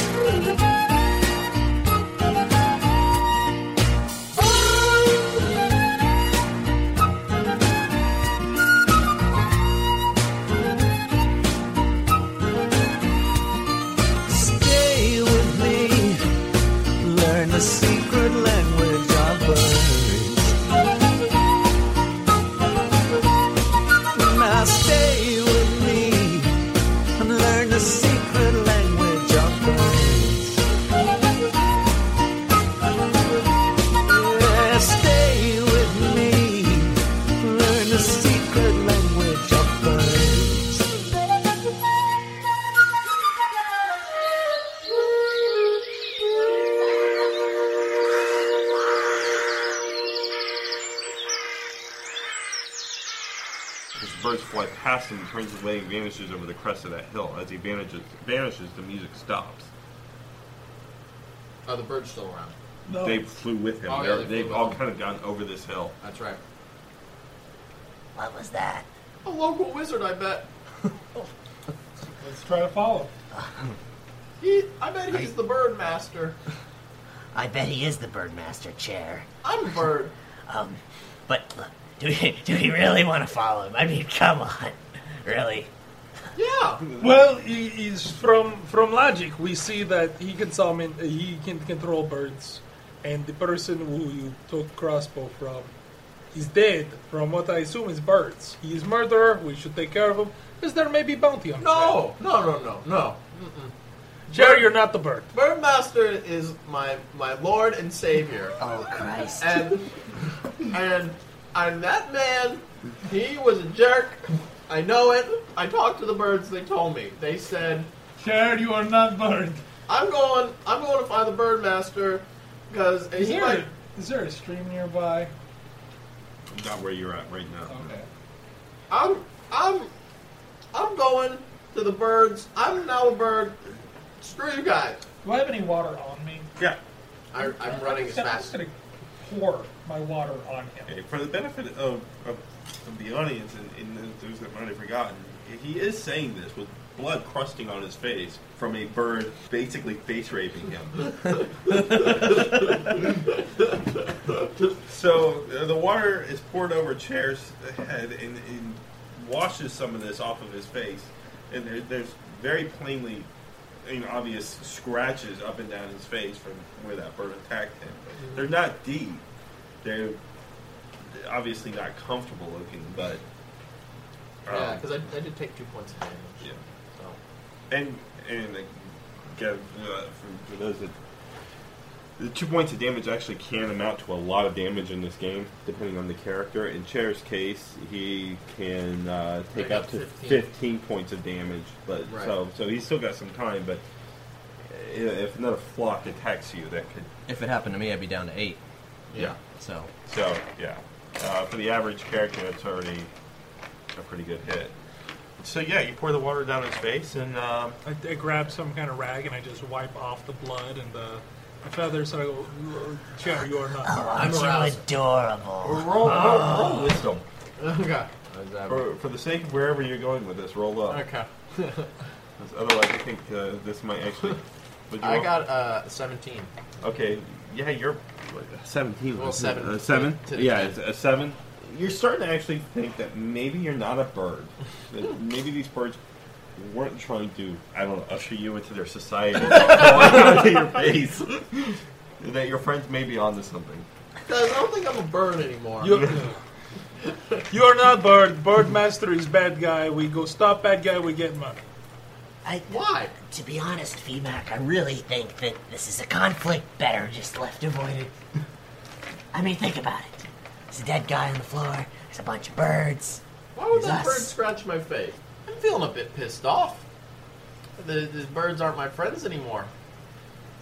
Speaker 12: Stay with me, learn the secret language of birds. Now stay secret language of birds.
Speaker 6: His birds fly past him, turns his leg, and vanishes over the crest of that hill. As he vanishes, vanishes, the music stops.
Speaker 8: Are Oh, the birds still around?
Speaker 6: They flew with him.
Speaker 8: Oh, yeah,
Speaker 6: They're-
Speaker 8: they flew
Speaker 6: they've
Speaker 8: with
Speaker 6: all
Speaker 8: him.
Speaker 6: kind of gone over this hill.
Speaker 8: That's right.
Speaker 7: What was that?
Speaker 8: A local wizard, I bet.
Speaker 5: Let's try to follow.
Speaker 8: He, I bet he's the bird master.
Speaker 7: I bet he is the Birdmaster chair.
Speaker 8: I'm bird.
Speaker 7: Um, but look, do we, do we really want to follow him? I mean, come on. Really?
Speaker 8: Yeah.
Speaker 5: Well, he, he's from from logic. We see that he can summon, he can control birds, and the person who you took crossbow from is dead. From what I assume is birds. He is murderer. We should take care of him because there may be bounty on.
Speaker 8: No, no, no, no, no.
Speaker 5: Jerry, you're not the bird.
Speaker 8: Birdmaster is my my lord and savior.
Speaker 7: Oh Christ!
Speaker 8: And and I'm that man. He was a jerk. I know it. I talked to the birds. They told me. They said,
Speaker 13: "Jared, you are not bird."
Speaker 8: I'm going. I'm going to find the birdmaster because
Speaker 5: Is
Speaker 8: he's
Speaker 5: there,
Speaker 8: my.
Speaker 5: is there a stream nearby?
Speaker 6: Not where you're at right now. Okay.
Speaker 8: I'm I'm I'm going to the birds. I'm now a bird. Screw you guys.
Speaker 5: Do I have any water on me?
Speaker 6: Yeah.
Speaker 8: I, I'm running as
Speaker 5: I'm
Speaker 8: fast.
Speaker 5: just gonna pour my water on him.
Speaker 6: Okay, for the benefit of, of, of the audience and, and those that might have forgotten, he is saying this with blood crusting on his face from a bird basically face raping him. so uh, the water is poured over Chair's head and, and washes some of this off of his face, and there, there's very plainly. You know, obvious scratches up and down his face from where that bird attacked him. They're not deep. They're obviously not comfortable looking, but um,
Speaker 8: Yeah, because I, I did take two points of damage.
Speaker 6: Yeah.
Speaker 8: So.
Speaker 6: and and again, uh, for, for those that the two points of damage actually can amount to a lot of damage in this game, depending on the character. In Chair's case, he can uh, take
Speaker 8: Right,
Speaker 6: up to
Speaker 8: 15.
Speaker 6: 15. points of damage, but
Speaker 8: Right.
Speaker 6: so so he's still got some time. But i- if another flock attacks you, that could
Speaker 4: If it happened to me, I'd be down to eight.
Speaker 6: Yeah.
Speaker 4: So.
Speaker 6: So yeah, uh, for the average character, that's already a pretty good hit. So yeah, you pour the water down his face, and um,
Speaker 5: I, uh, I grab some kind of rag and I just wipe off the blood and the, the feathers. And I go, Chair, you are not. Ah.
Speaker 7: I'm so Oh, adorable.
Speaker 6: roll, roll, roll wisdom.
Speaker 8: Ah. Okay.
Speaker 6: For, for the sake of wherever you're going with this, roll up.
Speaker 8: Okay.
Speaker 6: 'Cause Otherwise, I think uh, this might actually. Would you
Speaker 8: I
Speaker 6: roll?
Speaker 8: got uh, 17.
Speaker 6: Okay. Yeah, you're seventeen.
Speaker 8: Well,
Speaker 6: wasn't it? Uh,
Speaker 8: seven.
Speaker 6: seven.
Speaker 8: To the
Speaker 6: yeah,
Speaker 8: ten.
Speaker 6: it's a seven. You're starting to actually think that maybe you're not a bird. that maybe these birds weren't trying to, I don't know, usher you into their society, fall into your face. that your friends may be onto something.
Speaker 8: Guys, I don't think I'm a bird anymore.
Speaker 5: You, you are not bird. Birdmaster is bad guy. We go stop bad guy. We get money.
Speaker 7: I,
Speaker 8: Why?
Speaker 7: To be honest, Feedback, I really think that this is a conflict better just left avoided. I mean, think about it. There's a dead guy on the floor. There's a bunch of birds.
Speaker 8: Why would
Speaker 7: There's
Speaker 8: that
Speaker 7: us.
Speaker 8: bird scratch my face? I'm feeling a bit pissed off. The, the birds aren't my friends anymore.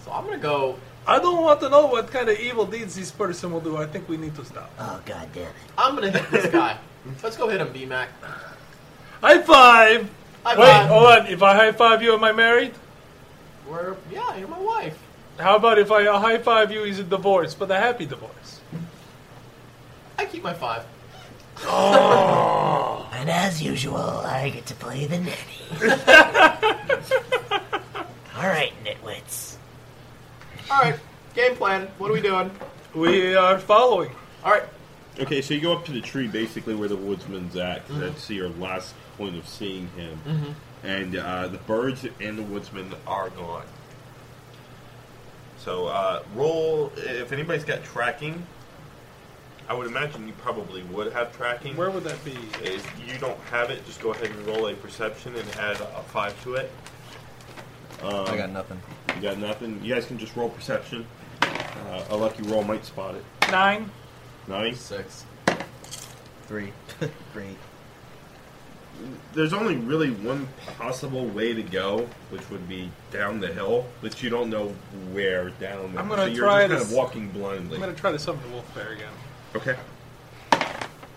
Speaker 8: So I'm gonna go.
Speaker 5: I don't want to know what kind of evil deeds this person will do. I think we need to stop.
Speaker 7: Oh god damn it!
Speaker 8: I'm gonna hit this guy. Let's go hit him, BMAC.
Speaker 5: High five.
Speaker 8: High
Speaker 5: Wait,
Speaker 8: five.
Speaker 5: hold on. If I high five you, am I married?
Speaker 8: We're yeah, you're my wife.
Speaker 5: How about if I high five you? Is a divorce, but a happy divorce.
Speaker 8: I keep my five. Oh!
Speaker 7: And as usual, I get to play the nanny. All right, nitwits.
Speaker 8: All right, game plan. What are we doing?
Speaker 5: We are following.
Speaker 8: All right.
Speaker 6: Okay, so you go up to the tree, basically where the woodsman's at. 'cause
Speaker 8: Mm-hmm.
Speaker 6: That's your last point of seeing him.
Speaker 8: Mhm.
Speaker 6: And uh, the birds and the woodsman are gone. So uh, roll. If anybody's got tracking, I would imagine you probably would have tracking.
Speaker 5: Where would that be?
Speaker 6: If you don't have it, just go ahead and roll a perception and add a five to it. Um,
Speaker 4: I got nothing.
Speaker 6: You got nothing. You guys can just roll perception. Uh, a lucky roll might spot it.
Speaker 5: Nine.
Speaker 6: Nine.
Speaker 8: Six.
Speaker 9: Three. Great.
Speaker 6: There's only really one possible way to go, which would be down the hill, but you don't know where down. the
Speaker 5: I'm
Speaker 6: hill.
Speaker 5: gonna
Speaker 6: so you're
Speaker 5: try
Speaker 6: just kind
Speaker 5: this-
Speaker 6: of walking blindly.
Speaker 5: I'm gonna try to summon the wolf bear again.
Speaker 6: Okay.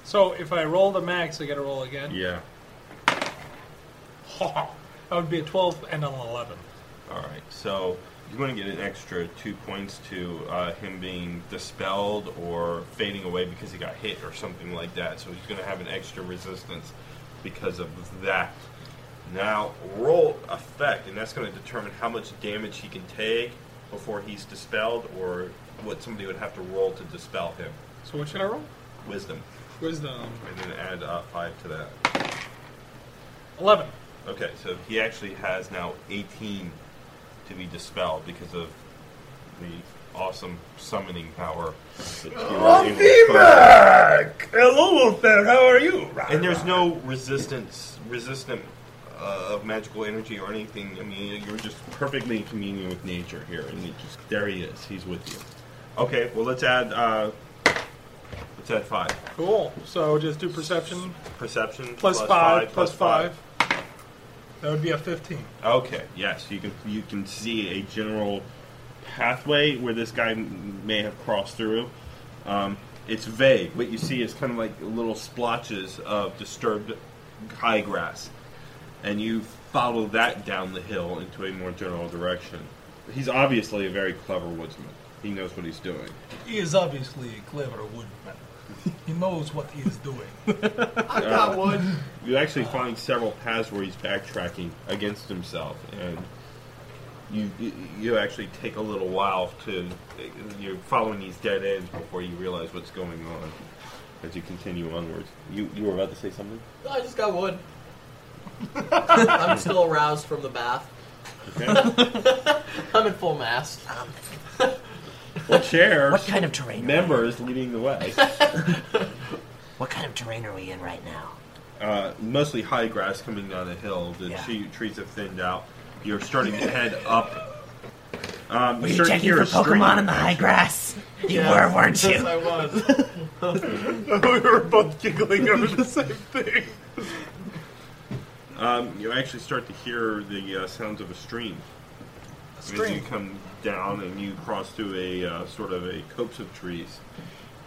Speaker 5: So if I roll the max, I gotta roll again.
Speaker 6: Yeah.
Speaker 5: that would be a 12 and an 11.
Speaker 6: All right. So you're going to get an extra two points to uh, him being dispelled or fading away because he got hit or something like that. So he's going to have an extra resistance because of that. Now roll effect, and that's going to determine how much damage he can take before he's dispelled, or what somebody would have to roll to dispel him.
Speaker 5: So what should I roll?
Speaker 6: Wisdom,
Speaker 5: Wisdom.
Speaker 6: and then add uh, five to that.
Speaker 5: 11.
Speaker 6: Okay, so he actually has now 18 to be dispelled because of the awesome summoning power. That you were
Speaker 13: Oh,
Speaker 6: able to
Speaker 13: D-Mac!
Speaker 6: put.
Speaker 13: Hello, Wolf Bear, how are you?
Speaker 6: And there's no resistance, resistant uh, of magical energy or anything. I mean, you're just perfectly in communion with nature here, and it just there he is. He's with you. Okay, well let's add uh, let's add five
Speaker 5: Cool. So just do perception.
Speaker 6: perception
Speaker 5: Plus
Speaker 6: plus
Speaker 5: five,
Speaker 6: five,
Speaker 5: plus
Speaker 6: plus five.
Speaker 5: That would be a 15.
Speaker 6: Okay. Yes, you can you can see a general pathway where this guy m- may have crossed through. Um, it's vague. What you see is kind of like little splotches of disturbed high grass, and you follow that down the hill into a more general direction. He's obviously a very clever woodsman. He knows what he's doing.
Speaker 5: He is obviously a clever woodman. he knows what he is doing.
Speaker 6: I
Speaker 5: got wood.
Speaker 6: Uh, You actually find several paths where he's backtracking against himself, and you you- you actually take a little while to you're following these dead ends before you realize what's going on as you continue onwards. You you were about to say something.
Speaker 8: I just got wood. I'm still aroused from the bath. I'm in full mast.
Speaker 6: Well, chairs.
Speaker 8: What kind of terrain?
Speaker 6: Members leading the way.
Speaker 7: What kind of terrain are we in right now?
Speaker 6: uh, mostly high grass coming down the hill. The
Speaker 7: Yeah.
Speaker 6: tree, trees have thinned out. You're starting to head up. Um,
Speaker 7: Were
Speaker 6: you
Speaker 7: you
Speaker 6: start to
Speaker 7: checking
Speaker 6: hear
Speaker 7: for
Speaker 6: a scream.
Speaker 7: Pokemon in the high grass? You were, weren't you?
Speaker 8: Yes, I was.
Speaker 6: we were both giggling over the same thing. Um, you actually start to hear the uh, sounds of a stream. As you
Speaker 5: stream.
Speaker 6: come down and you cross through a uh, sort of a copse of trees.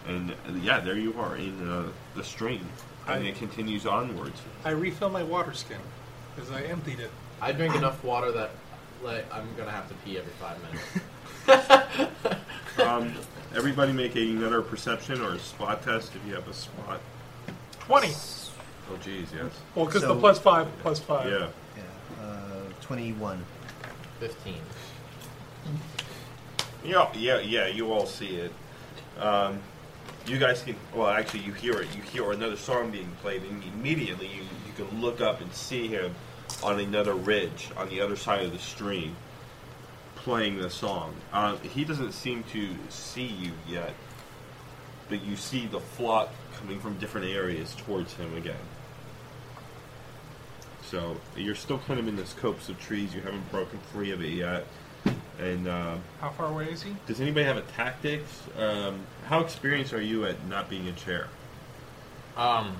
Speaker 6: And uh, yeah, there you are in uh, the stream. And
Speaker 5: I-
Speaker 6: it continues onwards.
Speaker 5: I refill my water skin because I emptied it.
Speaker 8: I drink enough water that like I'm gonna have to pee every five minutes.
Speaker 6: Um, everybody make another perception or a spot test if you have a spot.
Speaker 5: 20.
Speaker 6: Oh, geez, yes.
Speaker 5: Well, because
Speaker 9: So-
Speaker 5: the plus five, plus five.
Speaker 6: Yeah.
Speaker 9: Uh, 21.
Speaker 8: 15.
Speaker 6: Yeah, yeah, yeah. You all see it. Um, you guys can. Well, actually, you hear it. You hear another song being played, and immediately you, you can look up and see him on another ridge on the other side of the stream, playing the song. Uh, he doesn't seem to see you yet, but you see the flock coming from different areas towards him again. So you're still kind of in this copse of trees. You haven't broken free of it yet, and. Uh,
Speaker 5: How far away is he?
Speaker 6: does anybody have a tactics? Um, how experienced are you at not being a chair?
Speaker 8: Um,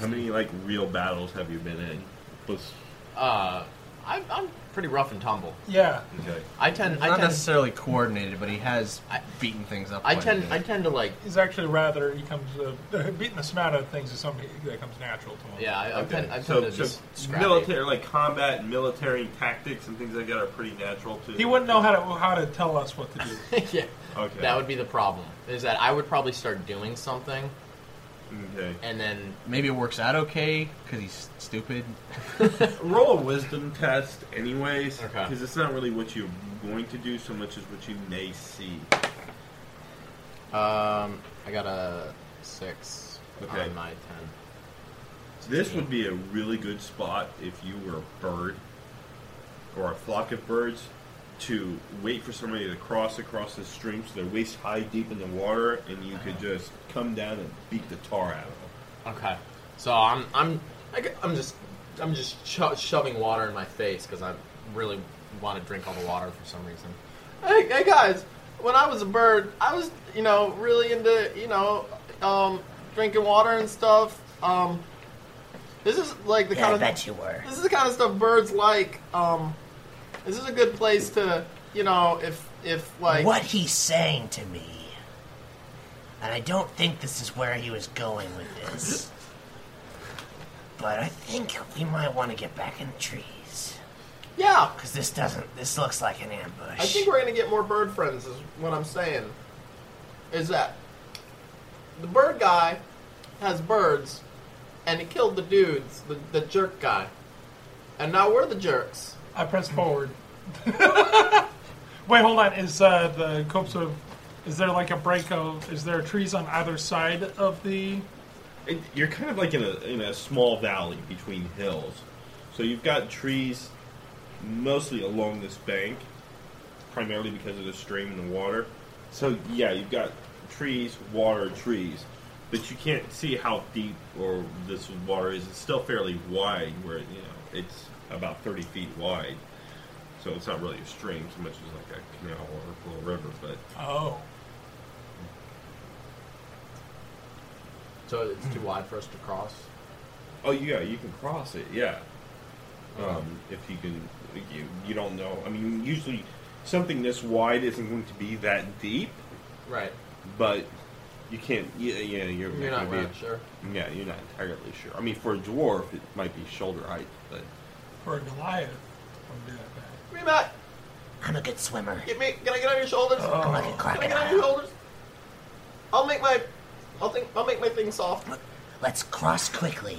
Speaker 6: how many like real battles have you been in? Plus,
Speaker 8: Uh, I'm, I'm pretty rough and tumble.
Speaker 5: Yeah.
Speaker 6: okay.
Speaker 8: I tend.
Speaker 9: Not
Speaker 8: I tend.
Speaker 9: necessarily coordinated, but he has beaten things up.
Speaker 8: I
Speaker 9: quite a
Speaker 8: tend.
Speaker 9: bit.
Speaker 8: I tend to like.
Speaker 5: He's actually rather, he comes, uh, beating the smack out of things is something that comes natural to him.
Speaker 8: Yeah, I, I
Speaker 6: Okay.
Speaker 8: tend. I tend
Speaker 6: so,
Speaker 8: to
Speaker 6: so
Speaker 8: just scrappy.
Speaker 6: military, like combat, and military tactics, and things like that are pretty natural to.
Speaker 5: He wouldn't know how to, how to tell us what to do.
Speaker 8: yeah.
Speaker 6: Okay.
Speaker 8: That would be the problem. Is that I would probably start doing something,
Speaker 6: Okay.
Speaker 8: and then
Speaker 9: Maybe it works out okay because he's stupid.
Speaker 6: Roll a wisdom test, anyways,
Speaker 8: Okay.
Speaker 6: because it's not really what you're going to do so much as what you may see.
Speaker 8: um, I got a six
Speaker 6: Okay.
Speaker 8: on my ten.
Speaker 6: This would be a really good spot if you were a bird or a flock of birds to wait for somebody to cross across the stream so they're waist high deep in the water and you could just come down and beat the tar out of them.
Speaker 8: Uh-huh. Okay. So I'm. I'm. I g- I'm just. I'm just cho- shoving water in my face because I really want to drink all the water for some reason. Hey, hey guys, when I was a bird, I was, you know, really into, you know, um, drinking water and stuff. Um, this is like the
Speaker 7: Yeah,
Speaker 8: kind
Speaker 7: I
Speaker 8: of
Speaker 7: bet you were.
Speaker 8: This is the kind of stuff birds like. Um, this is a good place to, you know, if if like
Speaker 7: what he's saying to me, and I don't think this is where he was going with this, but I think we might want to get back in the trees.
Speaker 8: Yeah,
Speaker 7: because this doesn't. This looks like an ambush.
Speaker 8: I think we're gonna get more bird friends. Is what I'm saying. Is that the bird guy has birds, and he killed the dudes, the, the jerk guy, and now we're the jerks.
Speaker 5: I press forward. Wait, hold on. Is uh, the copse of? Is there like a break of? Is there trees on either side of the?
Speaker 6: It, you're kind of like in a in a small valley between hills, so you've got trees mostly along this bank, primarily because of the stream and the water. So yeah, you've got trees, water, trees, but you can't see how deep or this water is. It's still fairly wide, where you know it's about thirty feet wide. So it's not really a stream so much as like a canal or a little river, but
Speaker 5: Oh.
Speaker 8: So it's too wide for us to cross.
Speaker 6: Oh yeah, you can cross it. Yeah, um, if you can, you you don't know. I mean, usually something this wide isn't going to be that deep,
Speaker 8: Right.
Speaker 6: but you can't. Yeah, yeah you're,
Speaker 8: You're not-
Speaker 6: gonna
Speaker 8: we're
Speaker 6: be-
Speaker 8: not sure.
Speaker 6: Yeah, you're not entirely sure. I mean, for a dwarf, it might be shoulder height, but
Speaker 5: For a Goliath.
Speaker 8: Me back.
Speaker 7: I'm a good swimmer.
Speaker 8: Get me. Can I get on your shoulders?
Speaker 7: I'm like a
Speaker 8: Can I get
Speaker 7: crocodile.
Speaker 8: on your shoulders? I'll make my. I'll think. I'll make my thing soft.
Speaker 7: Let's cross quickly,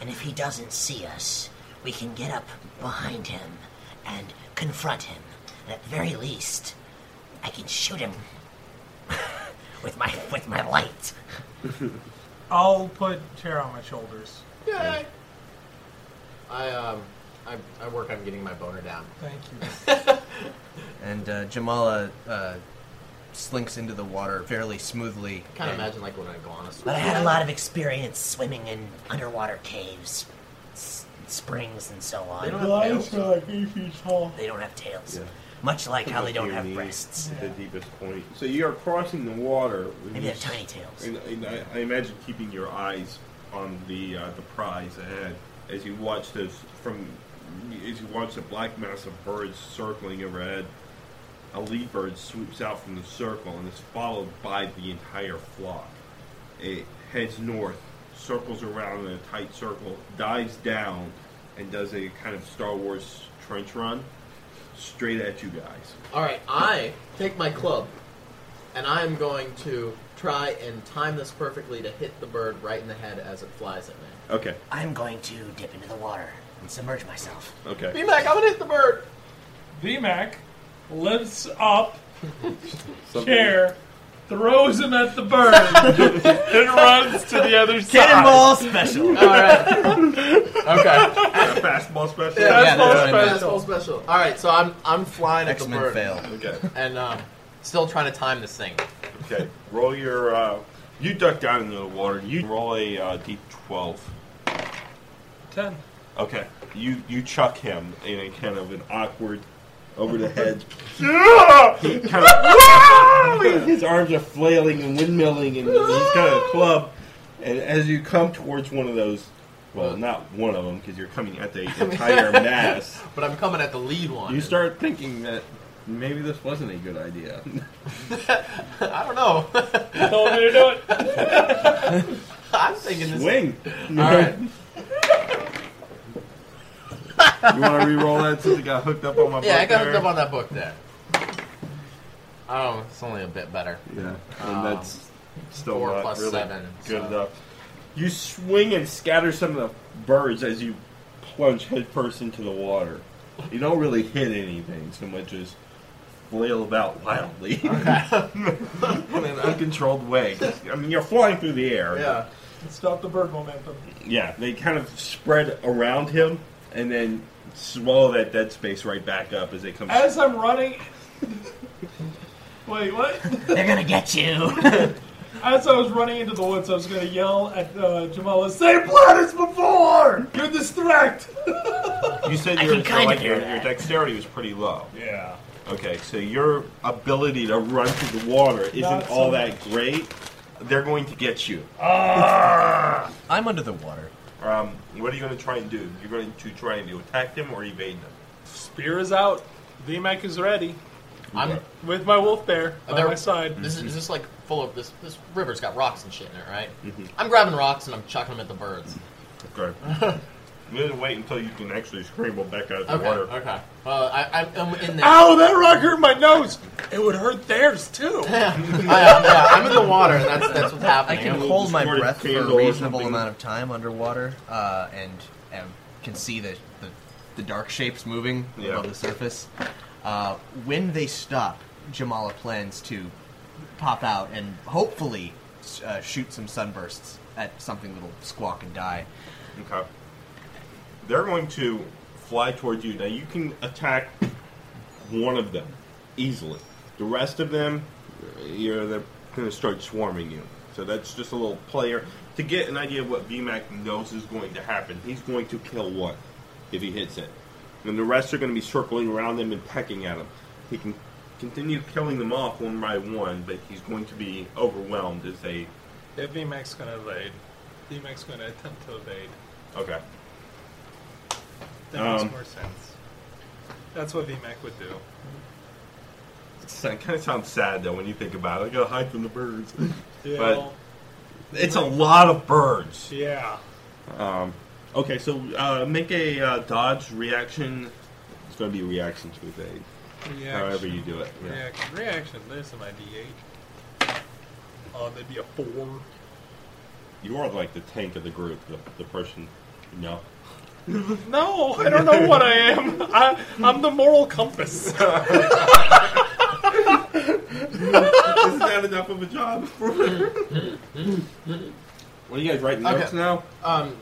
Speaker 7: and if he doesn't see us, we can get up behind him and confront him. And at the very least, I can shoot him with my with my light.
Speaker 5: I'll put chair on my shoulders.
Speaker 8: Yay! I um. I, I work on getting my boner down.
Speaker 5: Thank you.
Speaker 9: And uh, Jamala uh, slinks into the water fairly smoothly.
Speaker 8: Kind of
Speaker 9: and-
Speaker 8: imagine like when I go on a swim.
Speaker 7: But I had a lot of experience swimming in underwater caves, s- springs, and so on.
Speaker 8: They don't have Lions tails.
Speaker 5: are like eight feet tall.
Speaker 7: They don't have tails. Much like how they don't have breasts.
Speaker 6: At the deepest point. So you are crossing the water. with
Speaker 7: Maybe they have
Speaker 6: your-
Speaker 7: tiny tails.
Speaker 6: And, and I, I imagine keeping your eyes on the uh, the prize ahead as you watch those from as you watch the black mass of birds circling overhead. A lead bird swoops out from the circle and is followed by the entire flock. It heads north, circles around in a tight circle, dives down, and does a kind of Star Wars trench run straight at you guys.
Speaker 8: All right, I take my club, and I am going to try and time this perfectly to hit the bird right in the head as it flies at me.
Speaker 6: Okay.
Speaker 7: I'm going to dip into the water and submerge myself.
Speaker 6: Okay.
Speaker 8: B-Mac, I'm gonna hit the bird.
Speaker 5: VMAC lifts up
Speaker 6: Something-
Speaker 5: chair, throws him at the bird, and runs to the other side.
Speaker 9: Cannonball special.
Speaker 8: All right. okay.
Speaker 6: Fastball special.
Speaker 8: Yeah,
Speaker 5: Fastball
Speaker 8: yeah,
Speaker 5: special.
Speaker 8: fastball special. All right, so I'm I'm flying at
Speaker 9: X-Men
Speaker 8: the bird.
Speaker 9: fail.
Speaker 6: Okay.
Speaker 8: And um, still trying to time this thing.
Speaker 6: Okay, roll your. Uh, you duck down into the water. You roll a uh, d12.
Speaker 5: Ten.
Speaker 6: Okay, you you chuck him in a kind of an awkward, over the head. he kind of, his arms are flailing and windmilling, and he's got a club. And as you come towards one of those, well, not one of them because you're coming at the entire mass.
Speaker 8: But I'm coming at the lead one.
Speaker 6: You start thinking that maybe this wasn't a good idea.
Speaker 8: I don't know.
Speaker 5: Told me to do it.
Speaker 8: I'm thinking this.
Speaker 6: Swing.
Speaker 8: All right.
Speaker 6: You want to re-roll that since it got hooked up on my
Speaker 8: Yeah, I
Speaker 6: book
Speaker 8: got
Speaker 6: there?
Speaker 8: hooked up on that book there. Oh, it's only a bit better.
Speaker 6: Yeah, and
Speaker 8: Um,
Speaker 6: that's still
Speaker 8: four
Speaker 6: not
Speaker 8: plus
Speaker 6: really
Speaker 8: seven,
Speaker 6: good
Speaker 8: so-
Speaker 6: enough. You swing and scatter some of the birds as you plunge headfirst into the water. You don't really hit anything so much as flail about wildly in an uncontrolled way. I mean, you're flying through the air.
Speaker 5: Stop the bird momentum.
Speaker 6: Yeah, they kind of spread around him and then swallow that dead space right back up as they come.
Speaker 5: As I'm running. Wait, what?
Speaker 7: They're gonna get you.
Speaker 5: As I was running into the woods, I was gonna yell at uh, Jamala, "Same plan as before! You're distract!"
Speaker 6: You said
Speaker 5: I
Speaker 6: your,
Speaker 5: can kinda
Speaker 6: like,
Speaker 5: do
Speaker 6: your,
Speaker 5: that.
Speaker 6: your dexterity was pretty low.
Speaker 5: Yeah.
Speaker 6: Okay, so your ability to run through the water isn't
Speaker 5: Not so
Speaker 6: all that great. They're going to get you.
Speaker 5: Ah!
Speaker 9: I'm under the water.
Speaker 6: Um, what are you going to try and do? You're going to try and do attack them or evade them.
Speaker 5: Spear is out. VMAC is ready.
Speaker 6: I'm-
Speaker 5: with my wolf bear
Speaker 6: Are
Speaker 5: by
Speaker 6: there-
Speaker 5: my side.
Speaker 10: This is, is this like full of this. This river's got rocks and shit in it, right? I'm grabbing rocks and I'm chucking them at the birds.
Speaker 6: Okay. I'm going to wait until you can actually scramble back out of the
Speaker 10: Okay,
Speaker 6: water.
Speaker 10: okay. Well, I, I, I'm in there.
Speaker 5: Ow, that rock hurt my nose. It would hurt theirs too.
Speaker 10: yeah, I'm in the water, and that's- that's what's happening.
Speaker 9: I can
Speaker 10: I'm
Speaker 9: hold my
Speaker 10: snorting
Speaker 9: breath for
Speaker 10: candle
Speaker 9: a
Speaker 10: or
Speaker 9: reasonable
Speaker 10: something.
Speaker 9: amount of time underwater, uh, and, and can see the, the, the dark shapes moving
Speaker 6: Yeah.
Speaker 9: above the surface. Uh, when they stop, Jamala plans to pop out and hopefully uh, shoot some sunbursts at something that'll squawk and die.
Speaker 6: Okay. They're going to fly towards you. Now you can attack one of them easily. The rest of them, you're they're going to start swarming you. So that's just a little player to get an idea of what VMAC knows is going to happen. He's going to kill one if he hits it, and the rest are going to be circling around him and pecking at him. He can continue killing them off one by one, but he's going to be overwhelmed as they.
Speaker 5: Yeah, VMAC's gonna evade. VMAC's gonna attempt to evade.
Speaker 6: Okay.
Speaker 5: That
Speaker 6: Um,
Speaker 5: makes more sense. That's what VMAC would do.
Speaker 6: It kind of sounds sad though when you think about it. I gotta hide from the birds,
Speaker 5: Yeah,
Speaker 6: but
Speaker 5: well,
Speaker 6: it's a lot of birds.
Speaker 5: Yeah.
Speaker 6: Um, okay, so uh, make a uh, dodge reaction. It's gonna be a reaction to evade, however you do it. Yeah.
Speaker 5: Reaction. Reaction. There's my D8. Oh, that'd be a four.
Speaker 6: You are like the tank of the group, the, the person. No,
Speaker 5: No, I don't know what I am. I, I'm the moral compass.
Speaker 6: it's not enough of a job.
Speaker 5: Mm-hmm.
Speaker 6: What are you guys writing
Speaker 10: Okay.
Speaker 6: notes now?
Speaker 10: Um,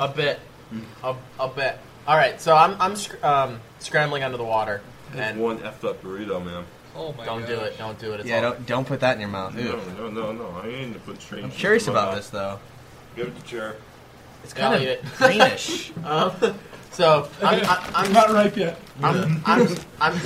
Speaker 10: a bit, a, a bit. All right, so I'm I'm sc- um, scrambling under the water.
Speaker 6: And one effed up burrito, man.
Speaker 5: Oh my
Speaker 10: Don't do it! Don't do it! It's
Speaker 9: yeah,
Speaker 10: all-
Speaker 9: don't don't put that in your mouth. Ew.
Speaker 6: No, no, no, no. I ain't to put strange.
Speaker 9: I'm
Speaker 6: shit
Speaker 9: curious
Speaker 6: in my
Speaker 9: about
Speaker 6: mouth.
Speaker 9: this though.
Speaker 6: Give it to chair.
Speaker 9: It's
Speaker 10: Yeah,
Speaker 9: kind
Speaker 10: I'll eat it.
Speaker 9: of greenish.
Speaker 10: Um, so I'm, I, I'm
Speaker 5: Uh-huh. not ripe yet.
Speaker 10: I'm I'm, I'm,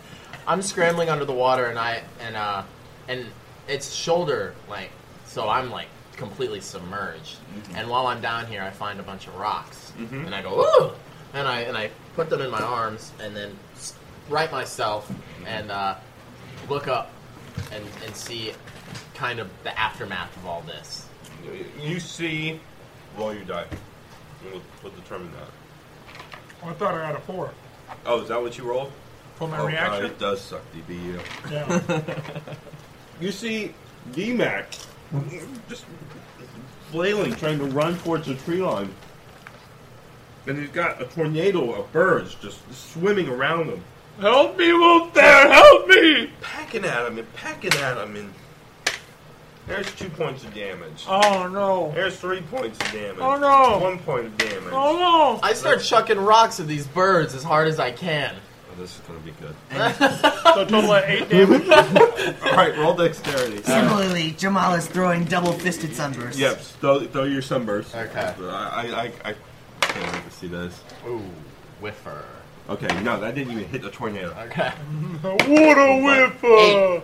Speaker 10: I'm scrambling under the water, and I and uh and it's shoulder length, so I'm like completely submerged. And while I'm down here, I find a bunch of rocks, and I go ooh, and I and I put them in my arms, and then s- right myself and uh, look up and and see kind of the aftermath of all this.
Speaker 6: You see, roll your die. And We'll, we'll determine that.
Speaker 5: I thought I got a four.
Speaker 6: Oh, is that what you rolled?
Speaker 5: For my
Speaker 6: Oh, God,
Speaker 5: reaction?
Speaker 6: it does suck, DBU.
Speaker 5: Yeah.
Speaker 6: you see DMAC just flailing, trying to run towards the tree line. And he's got a tornado of birds just swimming around him.
Speaker 5: Help me, Wolf Bear! Help me!
Speaker 6: Packing at him and packing at him and... There's two points of damage.
Speaker 5: Oh no!
Speaker 6: There's three points of damage.
Speaker 10: Oh, no.
Speaker 6: One point of damage.
Speaker 5: Oh no!
Speaker 10: I start chucking rocks at these birds as hard as I can.
Speaker 6: Oh, this is gonna be good.
Speaker 5: so total of eight damage.
Speaker 6: All right, roll dexterity.
Speaker 7: Similarly, Jamal is throwing double fisted sunbursts.
Speaker 6: Yep, throw, throw your sunburst.
Speaker 10: Okay.
Speaker 6: I, I, I, I can't wait to see this.
Speaker 10: Ooh, whiffer.
Speaker 6: Okay, no, that didn't even hit the tornado.
Speaker 10: Okay.
Speaker 5: what a whiffer!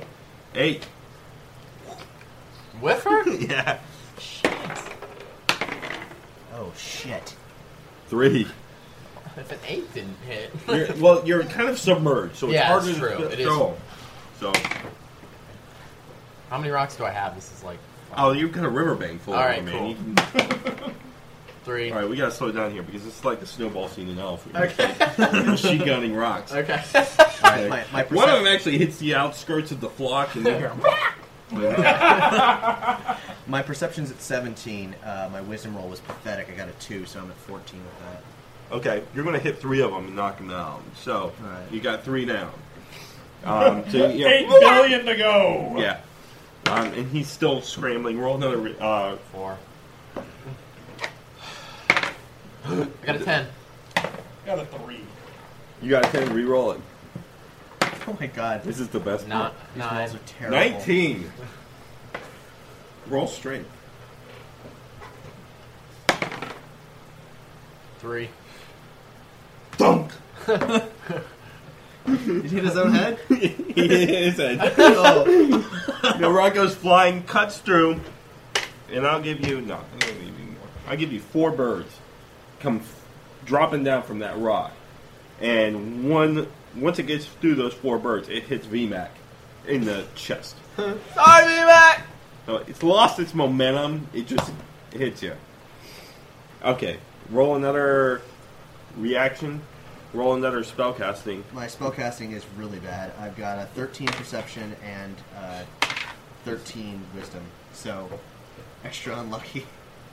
Speaker 6: Eight.
Speaker 10: Whiffer?
Speaker 6: yeah.
Speaker 7: Oh shit.
Speaker 6: Three.
Speaker 10: If an eight didn't hit.
Speaker 6: You're, well, you're kind of submerged, so it's
Speaker 10: Yeah,
Speaker 6: harder
Speaker 10: it's
Speaker 6: to
Speaker 10: true.
Speaker 6: th-
Speaker 10: It is.
Speaker 6: throw. So,
Speaker 10: How many rocks do I have? This is like
Speaker 6: oh, you've got a riverbank full
Speaker 10: All
Speaker 6: of
Speaker 10: right,
Speaker 6: them,
Speaker 10: cool.
Speaker 6: man. You can-
Speaker 10: three.
Speaker 6: All right, we gotta slow down here because it's like the snowball scene in Elf.
Speaker 10: Okay.
Speaker 6: she gunning rocks.
Speaker 10: Okay.
Speaker 6: Okay.
Speaker 9: my- my
Speaker 6: One of them actually hits the outskirts of the flock, and you hear.
Speaker 9: My perception's at 17. Uh, my wisdom roll was pathetic. I got a 2, so I'm at 14 with that.
Speaker 6: Okay, you're gonna hit three of them and knock them out. So you got three down. Um, so, you know,
Speaker 5: Eight billion to go.
Speaker 6: Yeah. Um, and he's still scrambling. Roll another. re- Uh,
Speaker 10: Four. I got a ten.
Speaker 5: Got a three.
Speaker 6: You got a 10, reroll it.
Speaker 9: Oh my god.
Speaker 6: This is the best
Speaker 10: Not
Speaker 6: one.
Speaker 10: These nine. rolls are
Speaker 9: terrible.
Speaker 6: 19. roll straight.
Speaker 10: Three.
Speaker 6: Dunk!
Speaker 9: Did he hit his own head? Oh.
Speaker 6: he hit his head. now Rocco's flying, cuts through, and I'll give you no, I'll give you more. I'll give you four birds come f- dropping down from that rock, and one once it gets through those four birds, it hits VMAC in the chest.
Speaker 8: Sorry, VMAC!
Speaker 6: So it's lost its momentum. It just hits you. Okay, roll another reaction. Roll another spell casting.
Speaker 9: My spellcasting is really bad. I've got a 13 perception and uh, 13 wisdom, so extra unlucky.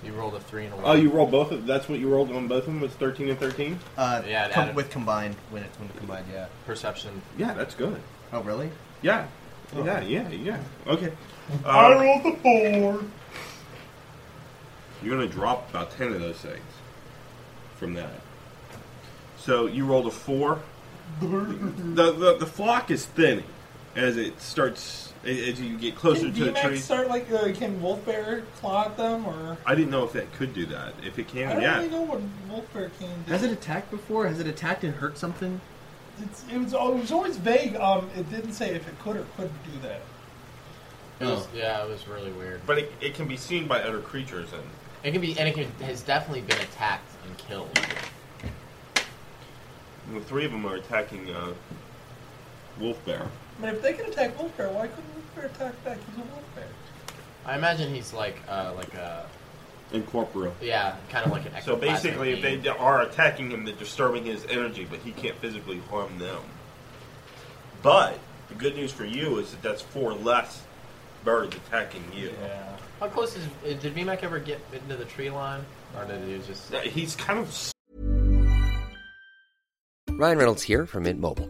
Speaker 10: You rolled a three and a
Speaker 6: Oh, you roll both. Of, that's what you rolled on both of them was thirteen and thirteen.
Speaker 9: Uh,
Speaker 10: Yeah, it
Speaker 9: com-
Speaker 10: added-
Speaker 9: with combined when it's when it's combined, yeah.
Speaker 10: Perception.
Speaker 6: Yeah, that's good.
Speaker 9: Oh, really?
Speaker 6: Yeah,
Speaker 9: Oh.
Speaker 6: yeah, yeah, yeah. Okay.
Speaker 13: I
Speaker 6: Uh,
Speaker 13: rolled the four.
Speaker 6: you're gonna drop about ten of those things from that. So you rolled a four. The the, the flock is thinning as it starts as you get closer
Speaker 5: Can
Speaker 6: to the
Speaker 5: VMAX
Speaker 6: tree.
Speaker 5: start like uh, can Wolfbear claw at them or?
Speaker 6: I didn't know if that could do that. If it
Speaker 5: I
Speaker 6: can,
Speaker 5: don't
Speaker 6: yeah.
Speaker 5: really know what Wolfbear can do.
Speaker 9: Has it attacked before? Has it attacked and hurt something?
Speaker 5: It's, it was oh, it was always vague. Um, it didn't say if it could or couldn't do that.
Speaker 6: Oh.
Speaker 10: It was, yeah, it was really weird.
Speaker 6: But it, it can be seen by other creatures, and
Speaker 10: It can be, and it can, has definitely been attacked and killed.
Speaker 6: the three of them are attacking uh, Wolf Bear.
Speaker 5: I mean, if they can attack Wolfbear, why couldn't Wolfbear attack back? He's a Wolfbear.
Speaker 10: I imagine he's like, uh, like a,
Speaker 6: Incorporeal.
Speaker 10: yeah, kind of like an.
Speaker 6: So
Speaker 10: ectoplasmic
Speaker 6: basically, if
Speaker 10: being.
Speaker 6: they d- are attacking him, they're disturbing his energy, but he can't physically harm them. But the good news for you is that that's four less birds attacking you.
Speaker 5: Yeah.
Speaker 10: How close is? uh, Did VMAC ever get into the tree line, or did he just?
Speaker 6: He's kind of
Speaker 14: Ryan Reynolds here from Mint Mobile.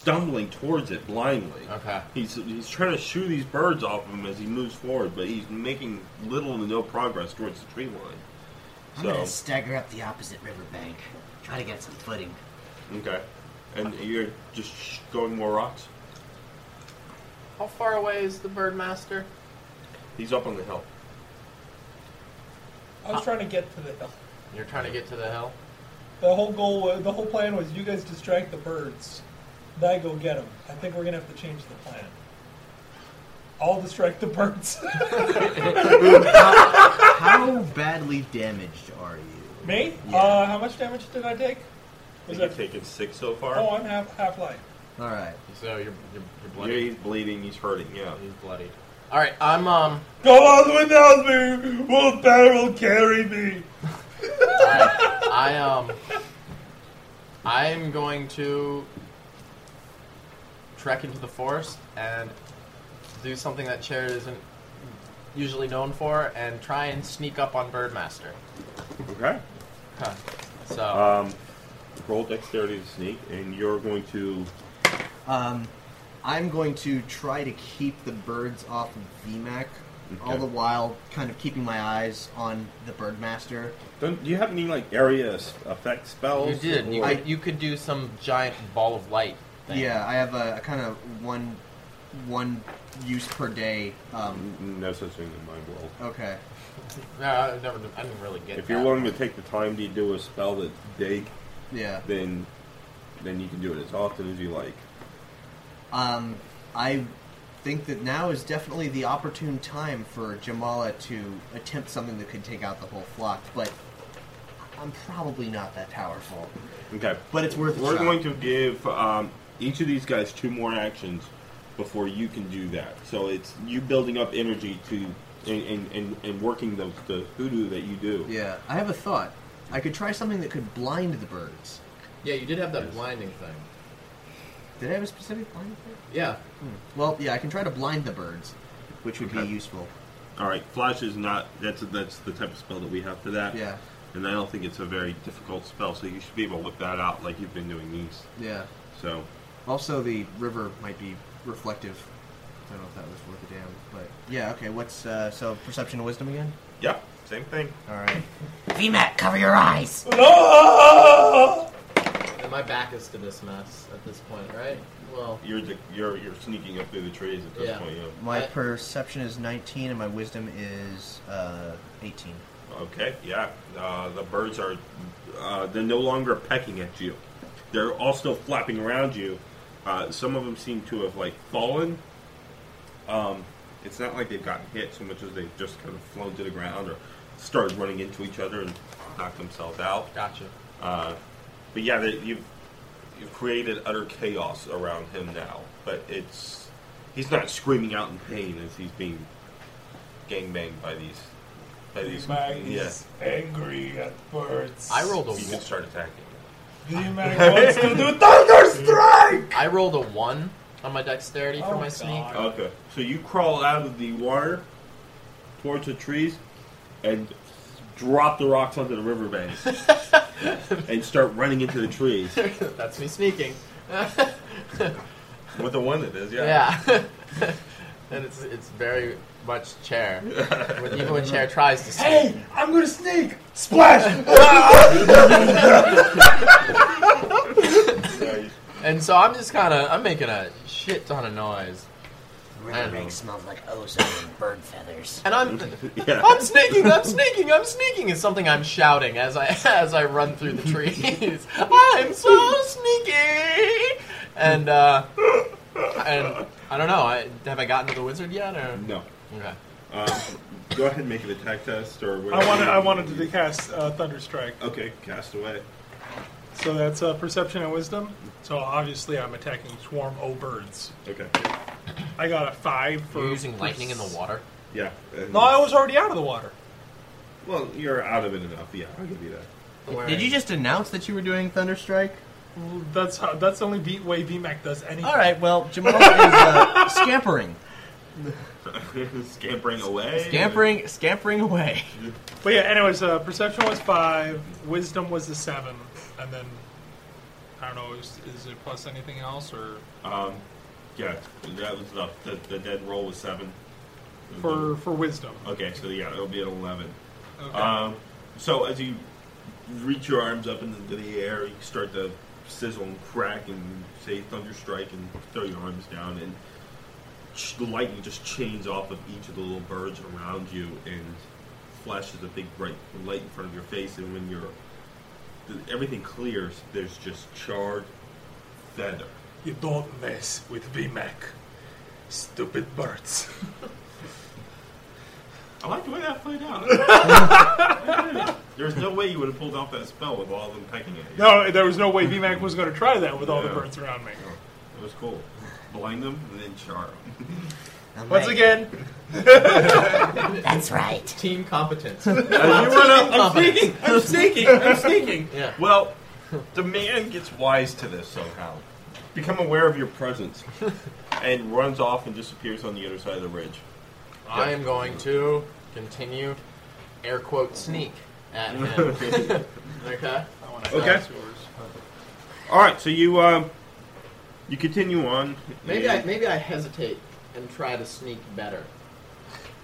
Speaker 6: stumbling towards it blindly.
Speaker 10: Okay.
Speaker 6: He's he's trying to shoo these birds off of him as he moves forward, but he's making little to no progress towards the tree line.
Speaker 7: I'm
Speaker 6: So
Speaker 7: gonna stagger up the opposite riverbank, try to get some footing.
Speaker 6: okay, and you're just sh- throwing more rocks.
Speaker 10: How far away is the birdmaster?
Speaker 6: He's up on the hill.
Speaker 5: I was trying to get to the hill.
Speaker 10: You're trying to get to the hill.
Speaker 5: The whole goal, wa- the whole plan was you guys distract the birds, then I go get them. I think we're gonna have to change the plan. I'll distract the birds.
Speaker 9: How badly damaged are you?
Speaker 5: Me? Uh, how much damage did I take?
Speaker 6: I think you've taken six so far.
Speaker 5: Oh, I'm half half life.
Speaker 9: All right.
Speaker 10: So you're you're, you're
Speaker 6: Yeah, he's bleeding. He's hurting. Yeah,
Speaker 10: he's bloodied. All right, I'm um.
Speaker 13: Go on without me. Wolfbear will carry me.
Speaker 10: I um I'm going to trek into the forest and do something that Chair isn't usually known for and try and sneak up on Birdmaster.
Speaker 6: Okay.
Speaker 10: Huh. So
Speaker 6: Um, roll dexterity to sneak, and you're going to.
Speaker 9: Um, I'm going to try to keep the birds off of VMAC, all
Speaker 6: Okay.
Speaker 9: the while kind of keeping my eyes on the Birdmaster.
Speaker 6: Don't do you have any like area s- effect
Speaker 10: you
Speaker 6: spells?
Speaker 10: did. You
Speaker 6: or-
Speaker 10: could, you could do some giant ball of light thing.
Speaker 9: Yeah, I have a, a kind of one one use per day. Um,
Speaker 6: no such thing in my world.
Speaker 9: okay.
Speaker 10: No, I never I didn't really get
Speaker 6: If you're
Speaker 10: that.
Speaker 6: willing to take the time to do a spell that's big,
Speaker 9: Yeah.
Speaker 6: then then you can do it as often as you like.
Speaker 7: Uh,
Speaker 9: Um, I think that now is definitely the opportune time for Jamala to attempt something that could take out the whole flock, but
Speaker 3: I'm probably not that powerful.
Speaker 6: Okay.
Speaker 3: But it's worth a
Speaker 6: We're
Speaker 3: shot.
Speaker 6: going to give um, each of these guys two more actions before you can do that. So it's you building up energy to and, and, and, and working the, the hoodoo that you do.
Speaker 9: Yeah, I have a thought. I could try something that could blind the birds.
Speaker 10: Yeah, you did have that blinding thing.
Speaker 9: Did I have a specific blind thing?
Speaker 10: Yeah.
Speaker 9: Hmm. Well, yeah, I can try to blind the birds, which would be useful.
Speaker 6: All right, flash is not that's that's the type of spell that we have for that.
Speaker 9: Yeah.
Speaker 6: And I don't think it's a very difficult spell, so you should be able to whip that out like you've been doing these.
Speaker 9: Yeah.
Speaker 6: So
Speaker 9: Also, the river might be reflective. I don't know if that was worth a damn, but yeah. Okay, what's uh, so perception and wisdom again?
Speaker 6: Yep, same thing.
Speaker 9: All right.
Speaker 7: VMAT, cover your eyes.
Speaker 10: And my back is to this mess at this point, right? Well,
Speaker 6: you're the, you're you're sneaking up through the trees at this
Speaker 10: Yeah.
Speaker 6: point. Yeah.
Speaker 9: My perception is 19 and my wisdom is uh, 18.
Speaker 6: Okay, yeah. Uh, the birds are, uh, they're no longer pecking at you. They're all still flapping around you. Uh, some of them seem to have, like, fallen. Um, it's not like they've gotten hit so much as they've just kind of flown to the ground or started running into each other and knocked themselves out.
Speaker 10: Gotcha.
Speaker 6: Uh, but yeah, they, you've, you've created utter chaos around him now. But it's, he's not screaming out in pain as he's being gangbanged by these. By these,
Speaker 13: Gangbanged.
Speaker 6: yeah.
Speaker 13: Angry at birds.
Speaker 10: I rolled a
Speaker 6: You
Speaker 10: one.
Speaker 6: can start attacking.
Speaker 13: D-Mac wants to do Thunder Strike!
Speaker 10: I rolled a one on my dexterity for my sneak.
Speaker 6: Okay, so you crawl out of the water towards the trees and drop the rocks onto the riverbank and start running into the trees.
Speaker 10: That's me sneaking.
Speaker 6: With the one it is, yeah.
Speaker 10: Yeah. and it's it's very much chair. When- even when chair tries to sneak.
Speaker 13: Hey, I'm gonna sneak! Splash!
Speaker 10: and so I'm just kind of I'm making a shit ton of noise.
Speaker 7: Riverbank smells like ozone and bird feathers.
Speaker 10: And I'm
Speaker 7: Yeah.
Speaker 10: I'm sneaking, I'm sneaking, I'm sneaking is something I'm shouting as I as I run through the trees. I'm so sneaky. And uh and I don't know, I, have I gotten to the wizard yet or
Speaker 6: No.
Speaker 10: Okay.
Speaker 6: Um, go ahead and make an attack test or whatever.
Speaker 5: I wanted I wanted to cast uh, Thunder Strike.
Speaker 6: Okay, cast away.
Speaker 5: So that's uh, perception and wisdom. So obviously I'm attacking swarm o birds.
Speaker 6: Okay.
Speaker 5: I got a five for
Speaker 10: You're using lightning in the water?
Speaker 6: Yeah. and-
Speaker 5: No, I was already out of the water.
Speaker 6: Well, you're out of it enough. Yeah, I'll give you that.
Speaker 5: Did you
Speaker 9: just announce that you were doing Thunderstrike?
Speaker 5: That's how. That's the only B- way VMAC does anything.
Speaker 9: All right, well, Jamal is uh, scampering.
Speaker 6: Scampering away.
Speaker 9: Scampering, scampering away.
Speaker 5: But yeah, anyways, uh, perception was five, wisdom was the seven, and then I don't know, is, is it plus anything else or
Speaker 6: Um, yeah, that was enough. The, the dead roll was seven.
Speaker 13: Mm-hmm.
Speaker 5: for for wisdom?
Speaker 6: Okay, so yeah, it'll be at 11.
Speaker 5: Okay.
Speaker 6: Um, so as you reach your arms up into the air, you start to sizzle and crack and say thunder strike and throw your arms down, and ch- the lightning just chains off of each of the little birds around you and flashes a big bright light in front of your face. And when you're th- everything clears, there's just charred feather.
Speaker 13: You don't mess with VMAC. Stupid birds.
Speaker 6: I like the way that played out. There's no way you would have pulled off that spell with all of them pecking at you.
Speaker 5: No, there was no way VMAC was going to try that with all the birds around me.
Speaker 6: It was cool. Blind them and then char them.
Speaker 10: Once again.
Speaker 7: That's right.
Speaker 10: Team competence.
Speaker 6: As you run up, I'm sneaking, I'm sneaking, I'm sneaking.
Speaker 10: Yeah.
Speaker 6: Well, the man gets wise to this somehow. Become aware of your presence. and runs off and disappears on the other side of the ridge.
Speaker 10: I am going to continue air quote sneak at him. okay.
Speaker 6: Okay. Alright, so you um, you continue on.
Speaker 10: Maybe I
Speaker 6: and-
Speaker 10: maybe I hesitate and try to sneak better.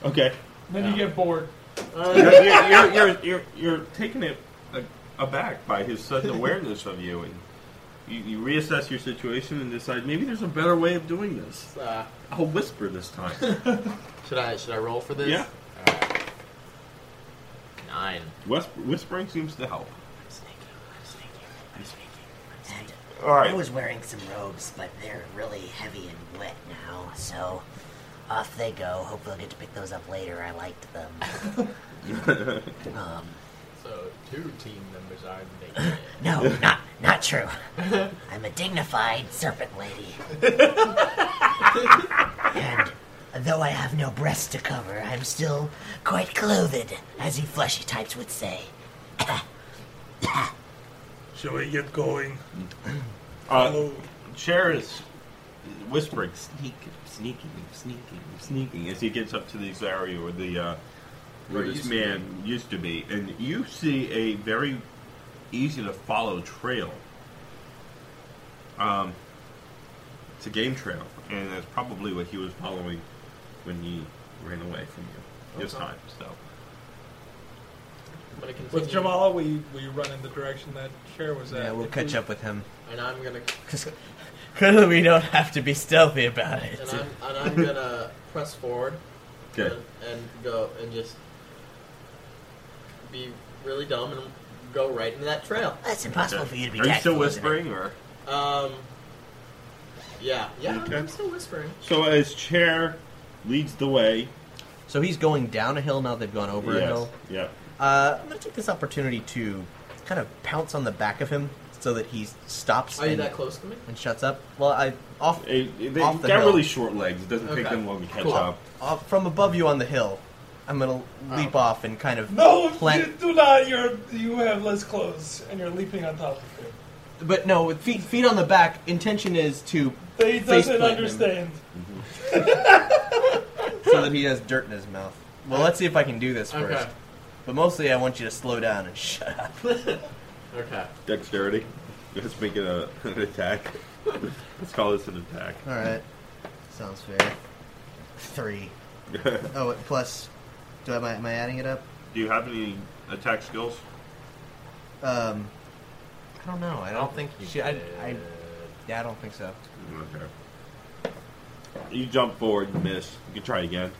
Speaker 6: Okay.
Speaker 5: Then you get bored.
Speaker 10: Uh,
Speaker 6: you're, you're, you're, you're, you're taken it a- aback by his sudden awareness of you, and you, you reassess your situation and decide maybe there's a better way of doing this.
Speaker 10: Uh,
Speaker 6: I'll whisper this time.
Speaker 10: should I should I roll for this?
Speaker 6: Yeah.
Speaker 10: Alright. Nine.
Speaker 6: Whisp- whispering seems to help.
Speaker 7: And
Speaker 6: All right.
Speaker 7: I was wearing some robes, but they're really heavy and wet now, so off they go. Hopefully, I'll get to pick those up later. I liked them.
Speaker 6: All
Speaker 7: Um,
Speaker 10: So
Speaker 13: two team members are in daycare.
Speaker 7: No, not not true. I'm a dignified serpent lady. and though I have no breasts to cover, I'm still quite clothed, as you fleshy types would say.
Speaker 13: Shall we get going?
Speaker 6: Uh, Chair is whispering, sneak, sneaking, sneaking, sneaking, as he gets up to this area where the uh, where
Speaker 13: Where it
Speaker 6: this
Speaker 13: used to
Speaker 6: man used to be, and you see a very easy to follow trail. Um, it's a game trail, and that's probably what he was following when he ran away from you this
Speaker 5: Okay.
Speaker 6: time. So.
Speaker 10: But it
Speaker 5: With
Speaker 10: continues.
Speaker 5: Jamala, we, we run in the direction that chair was at.
Speaker 9: Yeah, we'll
Speaker 5: If
Speaker 9: catch
Speaker 5: we-
Speaker 9: up with him.
Speaker 10: And I'm gonna.
Speaker 9: Clearly, we don't have to be stealthy about it.
Speaker 10: And I'm, and I'm gonna press forward.
Speaker 9: Okay.
Speaker 10: And, and go and just be really dumb and go right into that trail.
Speaker 7: That's
Speaker 6: impossible Okay. for you to be Are you still tactful, isn't it? whispering, or-
Speaker 10: Um. Yeah. Yeah. I'm-
Speaker 6: Okay.
Speaker 10: I'm still whispering.
Speaker 6: So as chair leads the way,
Speaker 9: so he's going down a hill now. They've gone over a
Speaker 6: Yes,
Speaker 9: hill.
Speaker 6: yeah.
Speaker 9: Uh, I'm gonna take this opportunity to kind of pounce on the back of him so that he stops.
Speaker 10: Are you
Speaker 9: and-
Speaker 10: that close to me?
Speaker 9: And shuts up. Well, I off.
Speaker 6: they
Speaker 9: off the
Speaker 6: got
Speaker 9: hill.
Speaker 6: really short legs. It doesn't take them long to catch
Speaker 9: Cool.
Speaker 6: up.
Speaker 9: Off- from above you on the hill, I'm gonna
Speaker 10: Oh.
Speaker 9: leap off and kind of
Speaker 5: No,
Speaker 9: plant
Speaker 5: you do not. You're you have less clothes, and you're leaping on top of him.
Speaker 9: But no, with feet feet on the back, intention is to
Speaker 5: He
Speaker 9: face
Speaker 5: doesn't
Speaker 9: plant him
Speaker 5: understand.
Speaker 9: so that he has dirt in his mouth. Well, let's see if I can do this
Speaker 10: Okay.
Speaker 9: first. But mostly, I want you to slow down and shut up.
Speaker 10: Okay.
Speaker 6: Dexterity. Let's make it a, an attack. Let's call this an attack.
Speaker 9: All right, sounds fair. Three. oh, wait, plus, do I, am I am I adding it up?
Speaker 6: Do you have any attack skills?
Speaker 9: Um, I don't know. I don't, think
Speaker 10: you
Speaker 9: Should, I,
Speaker 10: did.
Speaker 9: I, yeah, I don't think so.
Speaker 6: Okay. You jump forward and miss. You can try again.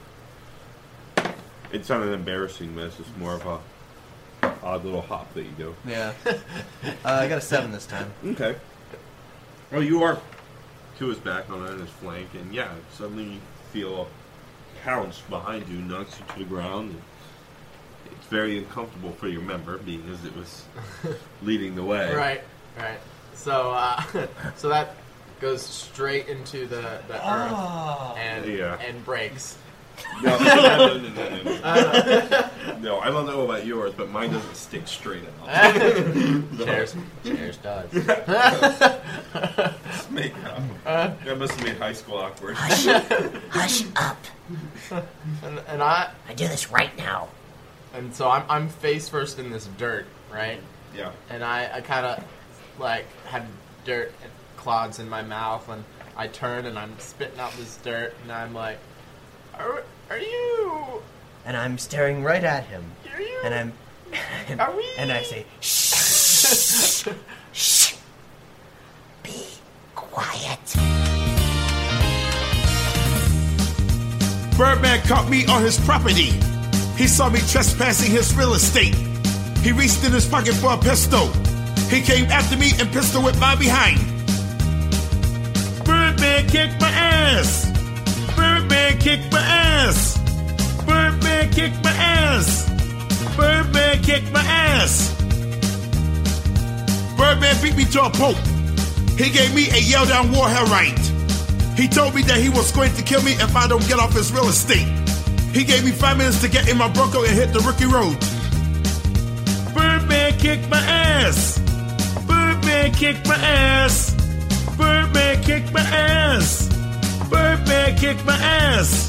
Speaker 6: It's not an embarrassing miss. It's more of a odd little hop that you do.
Speaker 9: Yeah. uh, I got a seven this time.
Speaker 6: Okay. Well, Oh, you are to his back on his flank, and yeah, suddenly you feel a pounce behind you, knocks you to the ground. And it's very uncomfortable for your member, being as it was leading the way.
Speaker 10: Right. Right. So uh, so that goes straight into the, the
Speaker 6: Oh.
Speaker 5: Ah.
Speaker 10: earth and
Speaker 6: Yeah.
Speaker 10: and breaks.
Speaker 6: No, no, no, no, no, no.
Speaker 10: Uh.
Speaker 6: No, I don't know about yours, but mine doesn't stick straight out. No.
Speaker 10: Chairs- chairs does.
Speaker 6: Make up.
Speaker 10: Uh.
Speaker 6: that must have made high school awkward.
Speaker 10: Hush up. And, and I. I do this right now. And so I'm, I'm face first in this dirt, right?
Speaker 6: Yeah.
Speaker 10: And I, I kind of like had dirt and clods in my mouth, and I turn and I'm spitting out this dirt, and I'm like, are, are you?
Speaker 9: And I'm staring right at him. And I'm. And, and I say,
Speaker 10: Shh.
Speaker 7: Shh. Be quiet.
Speaker 15: Birdman caught me on his property. He saw me trespassing his real estate. He reached in his pocket for a pistol. He came after me and pistol whipped my behind. Birdman kicked my ass. Birdman kicked my ass. Birdman kicked my ass. Birdman kicked my ass. Birdman beat me to a pulp. He gave me a yell down war herite. He told me that he was going to kill me if I don't get off his real estate. He gave me five minutes to get in my Bronco and hit the rookie road. Birdman kicked my ass. Birdman kicked my ass. Birdman kicked my ass. Birdman kicked my ass.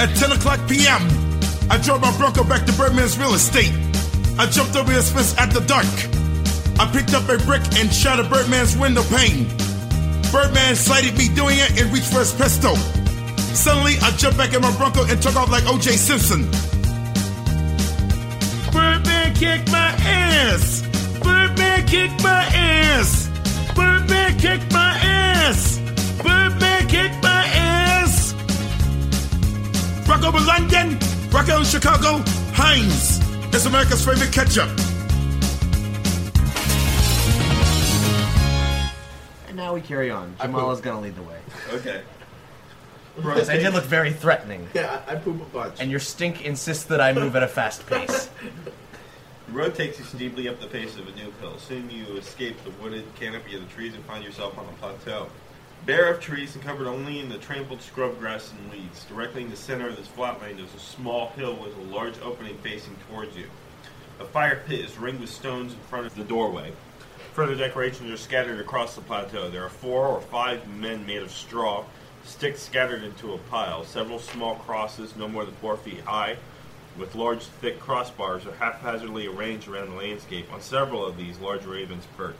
Speaker 15: At 10 o'clock p.m., I drove my Bronco back to Birdman's real estate. I jumped over his fence at the dark. I picked up a brick and shattered Birdman's window pane. Birdman sighted me doing it and reached for his pistol. Suddenly, I jumped back in my Bronco and took off like O.J. Simpson. Birdman kicked my ass. Birdman kicked my ass. Birdman kicked my ass. Birdman kicked my ass. Rock over London. Rock over Chicago. Heinz is America's favorite ketchup.
Speaker 9: And now we carry on. Jamal is gonna lead the way.
Speaker 6: Okay.
Speaker 9: Because I did look very threatening.
Speaker 8: Yeah, I, I poop a bunch.
Speaker 9: And your stink insists that I move at a fast pace.
Speaker 6: The road takes you steeply up the face of a new hill. Soon you escape the wooded canopy of the trees and find yourself on a plateau. Bare of trees and covered only in the trampled scrub grass and weeds. Directly in the center of this flatland is a small hill with a large opening facing towards you. A fire pit is ringed with stones in front of the doorway. Further decorations are scattered across the plateau. There are four or five men made of straw, sticks scattered into a pile. Several small crosses, no more than four feet high, with large, thick crossbars, are haphazardly arranged around the landscape. On several of these, large ravens perch.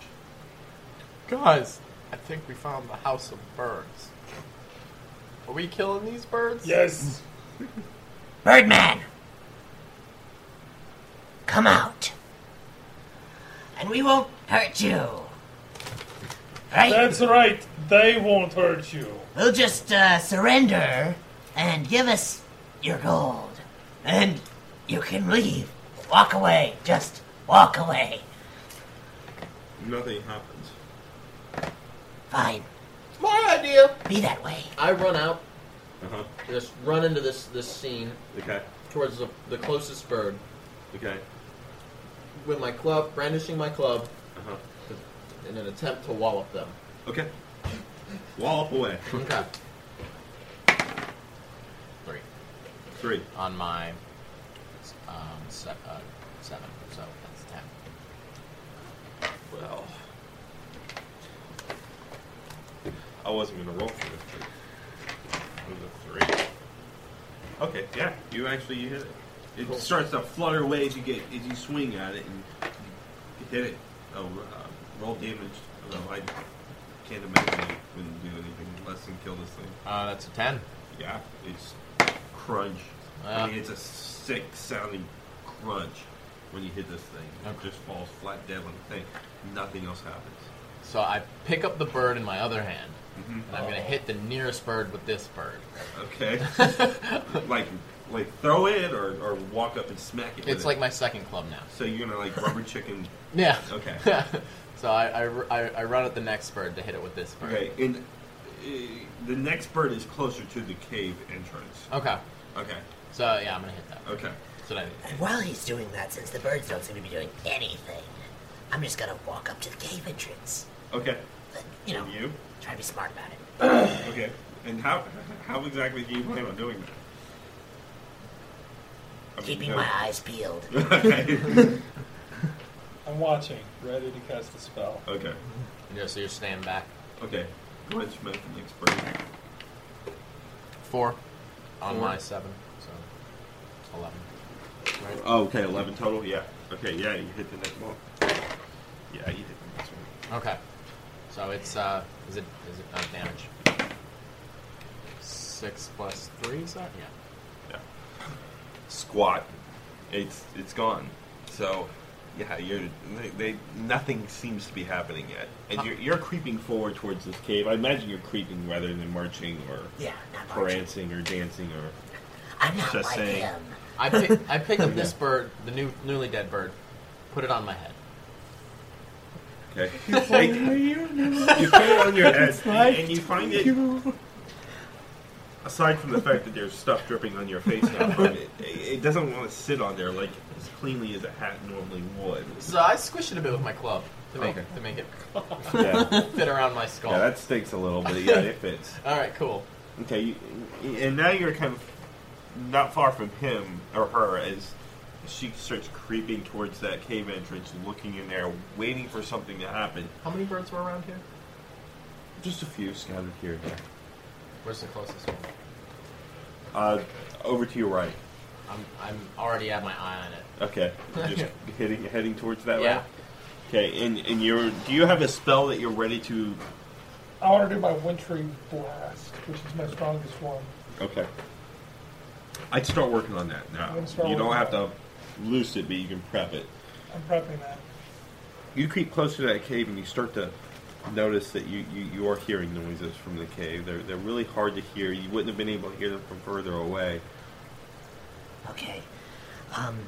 Speaker 10: Guys, I think we found the house of birds. Are we killing these birds?
Speaker 13: Yes.
Speaker 7: Birdman! Come out. And we won't hurt you. Right?
Speaker 13: That's right. They won't hurt you.
Speaker 7: We'll just uh, surrender and give us your gold. And you can leave. Walk away. Just walk away.
Speaker 6: Nothing happens.
Speaker 7: Fine.
Speaker 10: My idea.
Speaker 7: Be that way.
Speaker 10: I run out.
Speaker 6: Uh-huh.
Speaker 10: Just run into this this scene.
Speaker 6: Okay.
Speaker 10: Towards the, the closest bird.
Speaker 6: Okay.
Speaker 10: With my club, brandishing my club.
Speaker 6: Uh-huh.
Speaker 10: In an attempt to wallop them.
Speaker 6: Okay. Wallop away.
Speaker 10: Okay. Three.
Speaker 6: Three.
Speaker 10: On my um, se- uh, seven, so that's ten.
Speaker 6: Well, I wasn't gonna roll for this. but It was a three. Okay, yeah, you actually you hit it. It
Speaker 13: Cool.
Speaker 6: starts to flutter away as you get as you swing at it and you hit it. Oh, uh, roll damage. Although I can't imagine it wouldn't do anything less than kill this thing.
Speaker 10: Uh, that's a ten.
Speaker 6: Yeah, it's crunch. I mean, it's a sick sounding crunch when you hit this thing. It just falls flat dead on the thing. Nothing else happens.
Speaker 10: So I pick up the bird in my other hand,
Speaker 6: Mhm.
Speaker 10: and I'm gonna hit the nearest bird with this bird.
Speaker 6: Okay. like, like throw it or, or walk up and smack it. with
Speaker 10: It's
Speaker 6: it.
Speaker 10: like my second club now.
Speaker 6: So you're gonna like rubber chicken.
Speaker 10: Yeah.
Speaker 6: Okay.
Speaker 10: so I, I, I, I run at the next bird to hit it with this bird.
Speaker 6: Okay. And uh, the next bird is closer to the cave entrance.
Speaker 10: Okay.
Speaker 6: Okay.
Speaker 10: Oh. So yeah, I'm gonna hit that.
Speaker 6: Okay.
Speaker 10: So I,
Speaker 7: And while he's doing that, since the birds don't seem to be doing anything, I'm just gonna walk up to the cave entrance.
Speaker 6: Okay.
Speaker 7: You know,
Speaker 6: And you?
Speaker 7: try to be smart about it.
Speaker 6: okay. And how how exactly do you plan on doing that? I mean,
Speaker 7: Keeping
Speaker 6: no-
Speaker 7: my eyes peeled.
Speaker 6: Okay.
Speaker 5: I'm watching, ready to cast a spell.
Speaker 6: okay.
Speaker 10: Yeah, so you're staying back.
Speaker 6: Okay. Go ahead, Schmidt, the next bird.
Speaker 10: Four. On
Speaker 6: Four.
Speaker 10: my seven. So eleven. Right.
Speaker 6: Oh, okay, 11 total? Yeah. Okay, yeah, you hit the next one. Yeah, you hit the next one.
Speaker 10: Okay. So it's uh, is it is it not damage? Six plus three is that? Yeah.
Speaker 6: Squat. It's it's gone. So, yeah, you're they, they nothing seems to be happening yet. And
Speaker 7: Uh-huh.
Speaker 6: you're, you're creeping forward towards this cave. I imagine you're creeping rather than marching or
Speaker 7: Yeah, not
Speaker 6: prancing or dancing or
Speaker 7: I'm not
Speaker 6: just
Speaker 7: like
Speaker 6: saying.
Speaker 7: him.
Speaker 10: I pick I pick up this bird, the new newly dead bird, put it on my head.
Speaker 6: Okay. Like, you put it on your head and, and you find it aside from the fact that there's stuff dripping on your face now from it, it, it doesn't want to sit on there like as cleanly as a hat normally would.
Speaker 10: So I squish it a bit with my club to make
Speaker 6: Okay.
Speaker 10: to make it
Speaker 6: Yeah.
Speaker 10: fit around my skull.
Speaker 6: Yeah, that stinks a little, but yeah, it fits.
Speaker 10: All right, cool.
Speaker 6: Okay, you, and now you're kind of not far from him or her as she starts creeping towards that cave entrance, looking in there, waiting for something to happen.
Speaker 10: How many birds were around here?
Speaker 6: Just a few scattered here and there.
Speaker 10: Where's the closest one?
Speaker 6: Uh, over to your right.
Speaker 10: I'm I'm already have my eye on it.
Speaker 6: Okay, just heading heading towards that
Speaker 10: Yeah.
Speaker 6: way. Okay, and and you're do you have a spell that you're ready to?
Speaker 5: I want to do my wintering blast, which is my strongest one.
Speaker 6: Okay. I'd start working on that now.
Speaker 5: I'd start
Speaker 6: You don't
Speaker 5: working
Speaker 6: have to loose it, but you can prep it.
Speaker 5: I'm prepping that.
Speaker 6: You creep closer to that cave, and you start to notice that you, you, you are hearing noises from the cave. They're they're really hard to hear. You wouldn't have been able to hear them from further away.
Speaker 7: Okay. Um,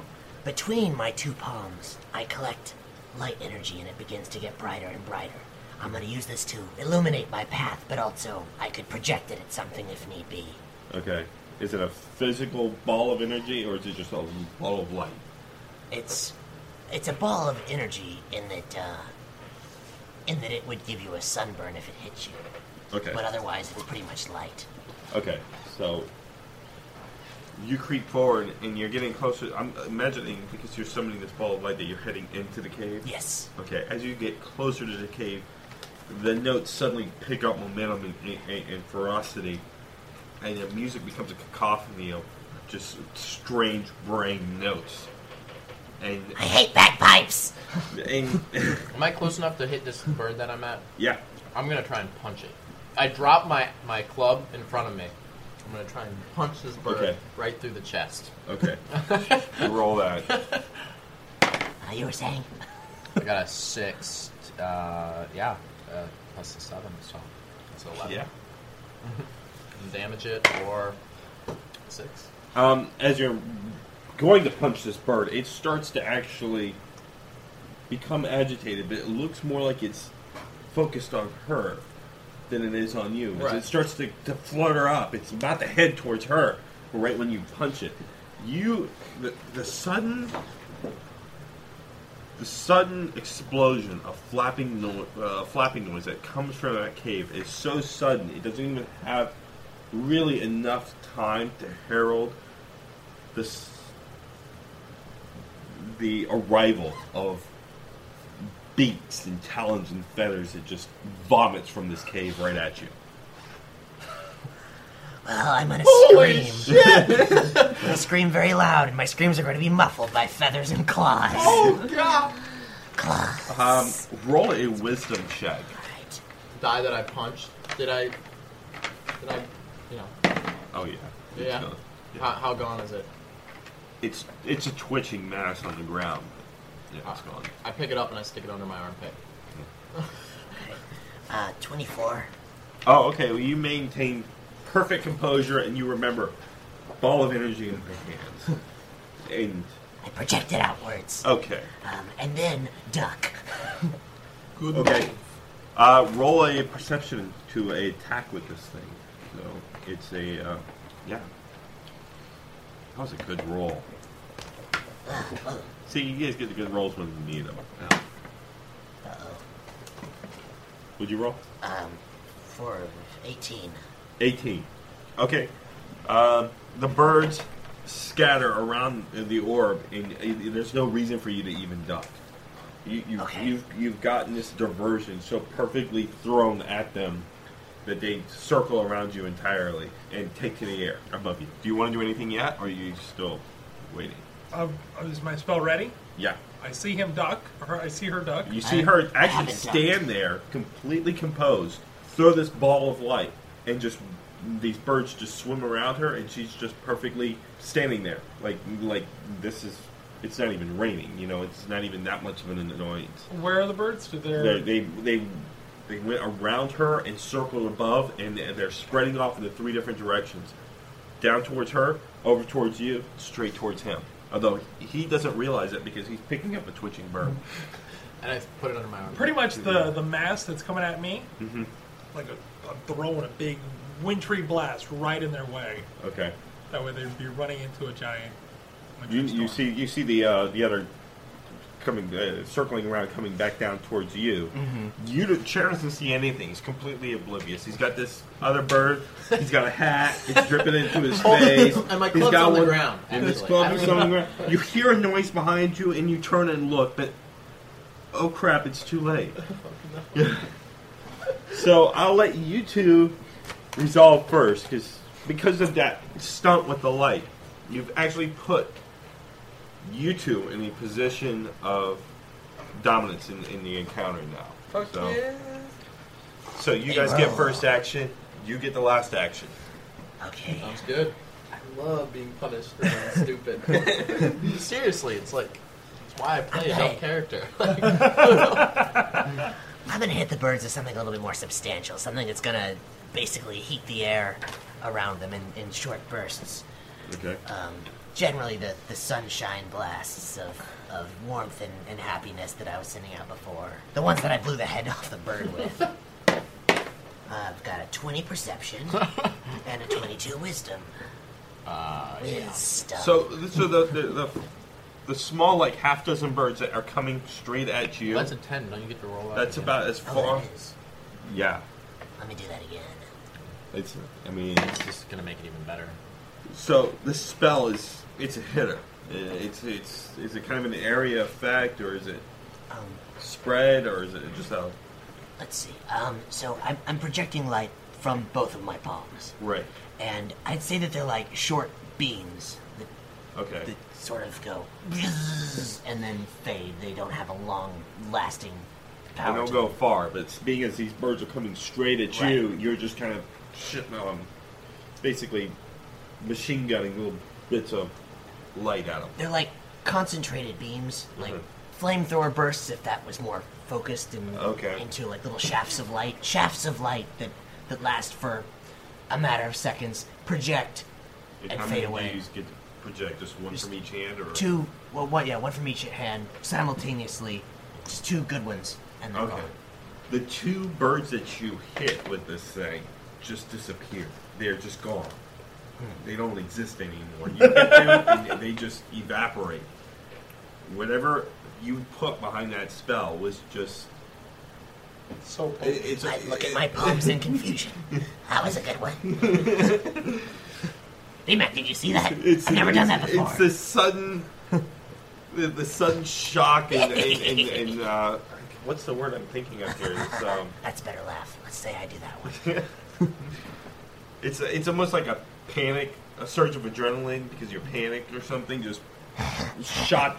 Speaker 7: between my two palms, I collect light energy and it begins to get brighter and brighter. I'm gonna use this to illuminate my path, but also I could project it at something if need be.
Speaker 6: Okay. Is it a physical ball of energy, or is it just a ball of light?
Speaker 7: It's it's a ball of energy in that uh, in that it would give you a sunburn if it hit you.
Speaker 6: Okay.
Speaker 7: But otherwise, it's pretty much light.
Speaker 6: Okay, so you creep forward and you're getting closer. I'm imagining because you're summoning this ball of light that you're heading into the cave.
Speaker 7: Yes.
Speaker 6: Okay, as you get closer to the cave, the notes suddenly pick up momentum and, and, and ferocity, and the music becomes a cacophony of just strange brain notes. And I
Speaker 7: hate bagpipes.
Speaker 6: And
Speaker 10: Am I close enough to hit this bird that I'm at?
Speaker 6: yeah,
Speaker 10: I'm gonna try and punch it. I drop my, my club in front of me. I'm gonna try and punch this bird
Speaker 6: Okay.
Speaker 10: right through the chest.
Speaker 6: okay. Roll that.
Speaker 7: you were saying?
Speaker 10: I got a six. Uh, yeah, uh, plus a seven, so that's an eleven.
Speaker 6: Yeah.
Speaker 10: Damage it or six.
Speaker 6: Um, as you're going to punch this bird, it starts to actually become agitated, but it looks more like it's focused on her than it is on you. As
Speaker 13: Right.
Speaker 6: It starts to, to flutter up. It's about to head towards her right when you punch it. You, the, the sudden, the sudden explosion of flapping, no, uh, flapping noise that comes from that cave is so sudden. It doesn't even have really enough time to herald this the arrival of beaks and talons and feathers that just vomits from this cave right at you.
Speaker 7: Well, I'm gonna Holy scream. shit! I'm gonna scream very loud, and my screams are gonna be muffled by feathers and claws.
Speaker 8: Oh, God.
Speaker 6: Um, roll a wisdom check.
Speaker 10: Die that I punched. Did I? Did I? You know?
Speaker 6: Oh yeah. It's
Speaker 10: Yeah.
Speaker 6: gone.
Speaker 10: How, how gone is it?
Speaker 6: It's it's a twitching mass on the ground. Yeah, it's gone.
Speaker 10: I pick it up and I stick it under my armpit.
Speaker 7: Uh, 24.
Speaker 6: Oh, okay. Well, you maintain perfect composure, and you remember ball of energy in your hands. And
Speaker 7: I project it outwards.
Speaker 6: Okay.
Speaker 7: Um, and then duck.
Speaker 6: Good. Okay. Uh, roll a perception to attack with this thing. So it's a uh, yeah. That was a good roll. See, you guys get the good rolls when you need them. Would you roll?
Speaker 7: Um, for 18.
Speaker 6: 18. Okay. Um, the birds scatter around the orb, and, uh, there's no reason for you to even duck. You, you, You've, you've gotten this diversion so perfectly thrown at them that they circle around you entirely and take to the air above you. Do you want to do anything yet, or are you still waiting?
Speaker 5: Um, is my spell ready?
Speaker 6: Yeah.
Speaker 5: I see him duck, or I see her duck.
Speaker 6: You see her actually stand there, completely composed, throw this ball of light, and just these birds just swim around her, and she's just perfectly standing there, like like this is. It's not even raining, you know. It's not even that much of an annoyance.
Speaker 5: Where are the birds? They're,
Speaker 6: They they they, they went around her and circled above, and they're spreading off in the three different directions, down towards her, over towards you, straight towards him. Although he doesn't realize it because he's picking up a twitching bird.
Speaker 10: And I put it under my armpit.
Speaker 5: pretty much the the mass that's coming at me.
Speaker 6: hmm
Speaker 5: Like a, I'm throwing a big wintry blast right in their way.
Speaker 6: Okay.
Speaker 5: That way they'd be running into a giant.
Speaker 6: You, you see you see the uh, the other coming uh, circling around coming back down towards you.
Speaker 13: Mhm.
Speaker 6: You do Chair doesn't see anything. He's completely oblivious. He's got this other bird. He's got a hat. It's dripping into his
Speaker 10: Oh,
Speaker 6: face.
Speaker 10: and my
Speaker 6: He's
Speaker 10: club's
Speaker 6: got
Speaker 10: on the
Speaker 6: one-
Speaker 10: ground,
Speaker 6: And his
Speaker 10: actually.
Speaker 6: club is on the ground. You hear a noise behind you, and you turn and look, but oh crap, it's too late.
Speaker 10: Oh,
Speaker 6: so I'll let you two resolve first, because because of that stunt with the light, you've actually put you two in a position of dominance in, in the encounter now. so, so you guys get first action. You get the last action.
Speaker 7: Okay.
Speaker 8: Um,
Speaker 10: Sounds good.
Speaker 8: I love being punished for being stupid.
Speaker 10: Seriously, it's like it's why I play a dumb character.
Speaker 7: I'm gonna hit the birds with something a little bit more substantial, something that's gonna basically heat the air around them in, in short bursts.
Speaker 6: Okay.
Speaker 7: Um, generally, the, the sunshine blasts of, of warmth and, and happiness that I was sending out before. The ones that I blew the head off the bird with. I've got a 20 perception and a 22 wisdom.
Speaker 10: Uh,
Speaker 7: Wisdom.
Speaker 6: So, so the, the the the small like half dozen birds that are coming straight at you.
Speaker 10: That's a ten. Don't you get to roll? out
Speaker 6: That's
Speaker 10: again?
Speaker 6: about as far. yeah,
Speaker 7: Let me do that again.
Speaker 6: it's. I mean, it's
Speaker 10: just gonna make it even better.
Speaker 6: So the spell is it's a hitter. Uh, It's it's is it kind of an area effect or is it spread or is it just a
Speaker 7: Let's see. Um, so I'm, I'm projecting light from both of my palms.
Speaker 6: right?
Speaker 7: And I'd say that they're like short beams that
Speaker 6: Okay.
Speaker 7: that sort of go bzzz and then fade. They don't have a long lasting
Speaker 6: I
Speaker 7: power.
Speaker 6: don't
Speaker 7: to
Speaker 6: go far, but it's being as these birds are coming straight at you, you're just kind of shitting on them, basically machine gunning little bits of light at them.
Speaker 7: They're like concentrated beams, like flamethrower bursts if that was more focused and
Speaker 6: Mm-hmm. Okay.
Speaker 7: into like little shafts of light. Shafts of light that, that last for a matter of seconds, project and
Speaker 6: How
Speaker 7: fade
Speaker 6: many
Speaker 7: away.
Speaker 6: do you get to project? Just one from each hand, or
Speaker 7: Two, well, one, yeah, one from each hand simultaneously. Just two good ones, and they're
Speaker 6: Okay.
Speaker 7: gone.
Speaker 6: The two birds that you hit with this thing just disappear. They're just gone.
Speaker 7: Hmm.
Speaker 6: They don't exist anymore. You hit them and they just evaporate. Whatever you put behind that spell was just.
Speaker 5: So
Speaker 7: I look at my palms in confusion. That was a good one. Mac, did you see that? I've never done that before.
Speaker 6: It's the sudden, the, the sudden shock and and, and, and uh, what's the word I'm thinking of here? It's, um,
Speaker 7: That's a better laugh. Let's say I do that one.
Speaker 6: it's it's almost like a panic, a surge of adrenaline because you're panicked or something. Just shot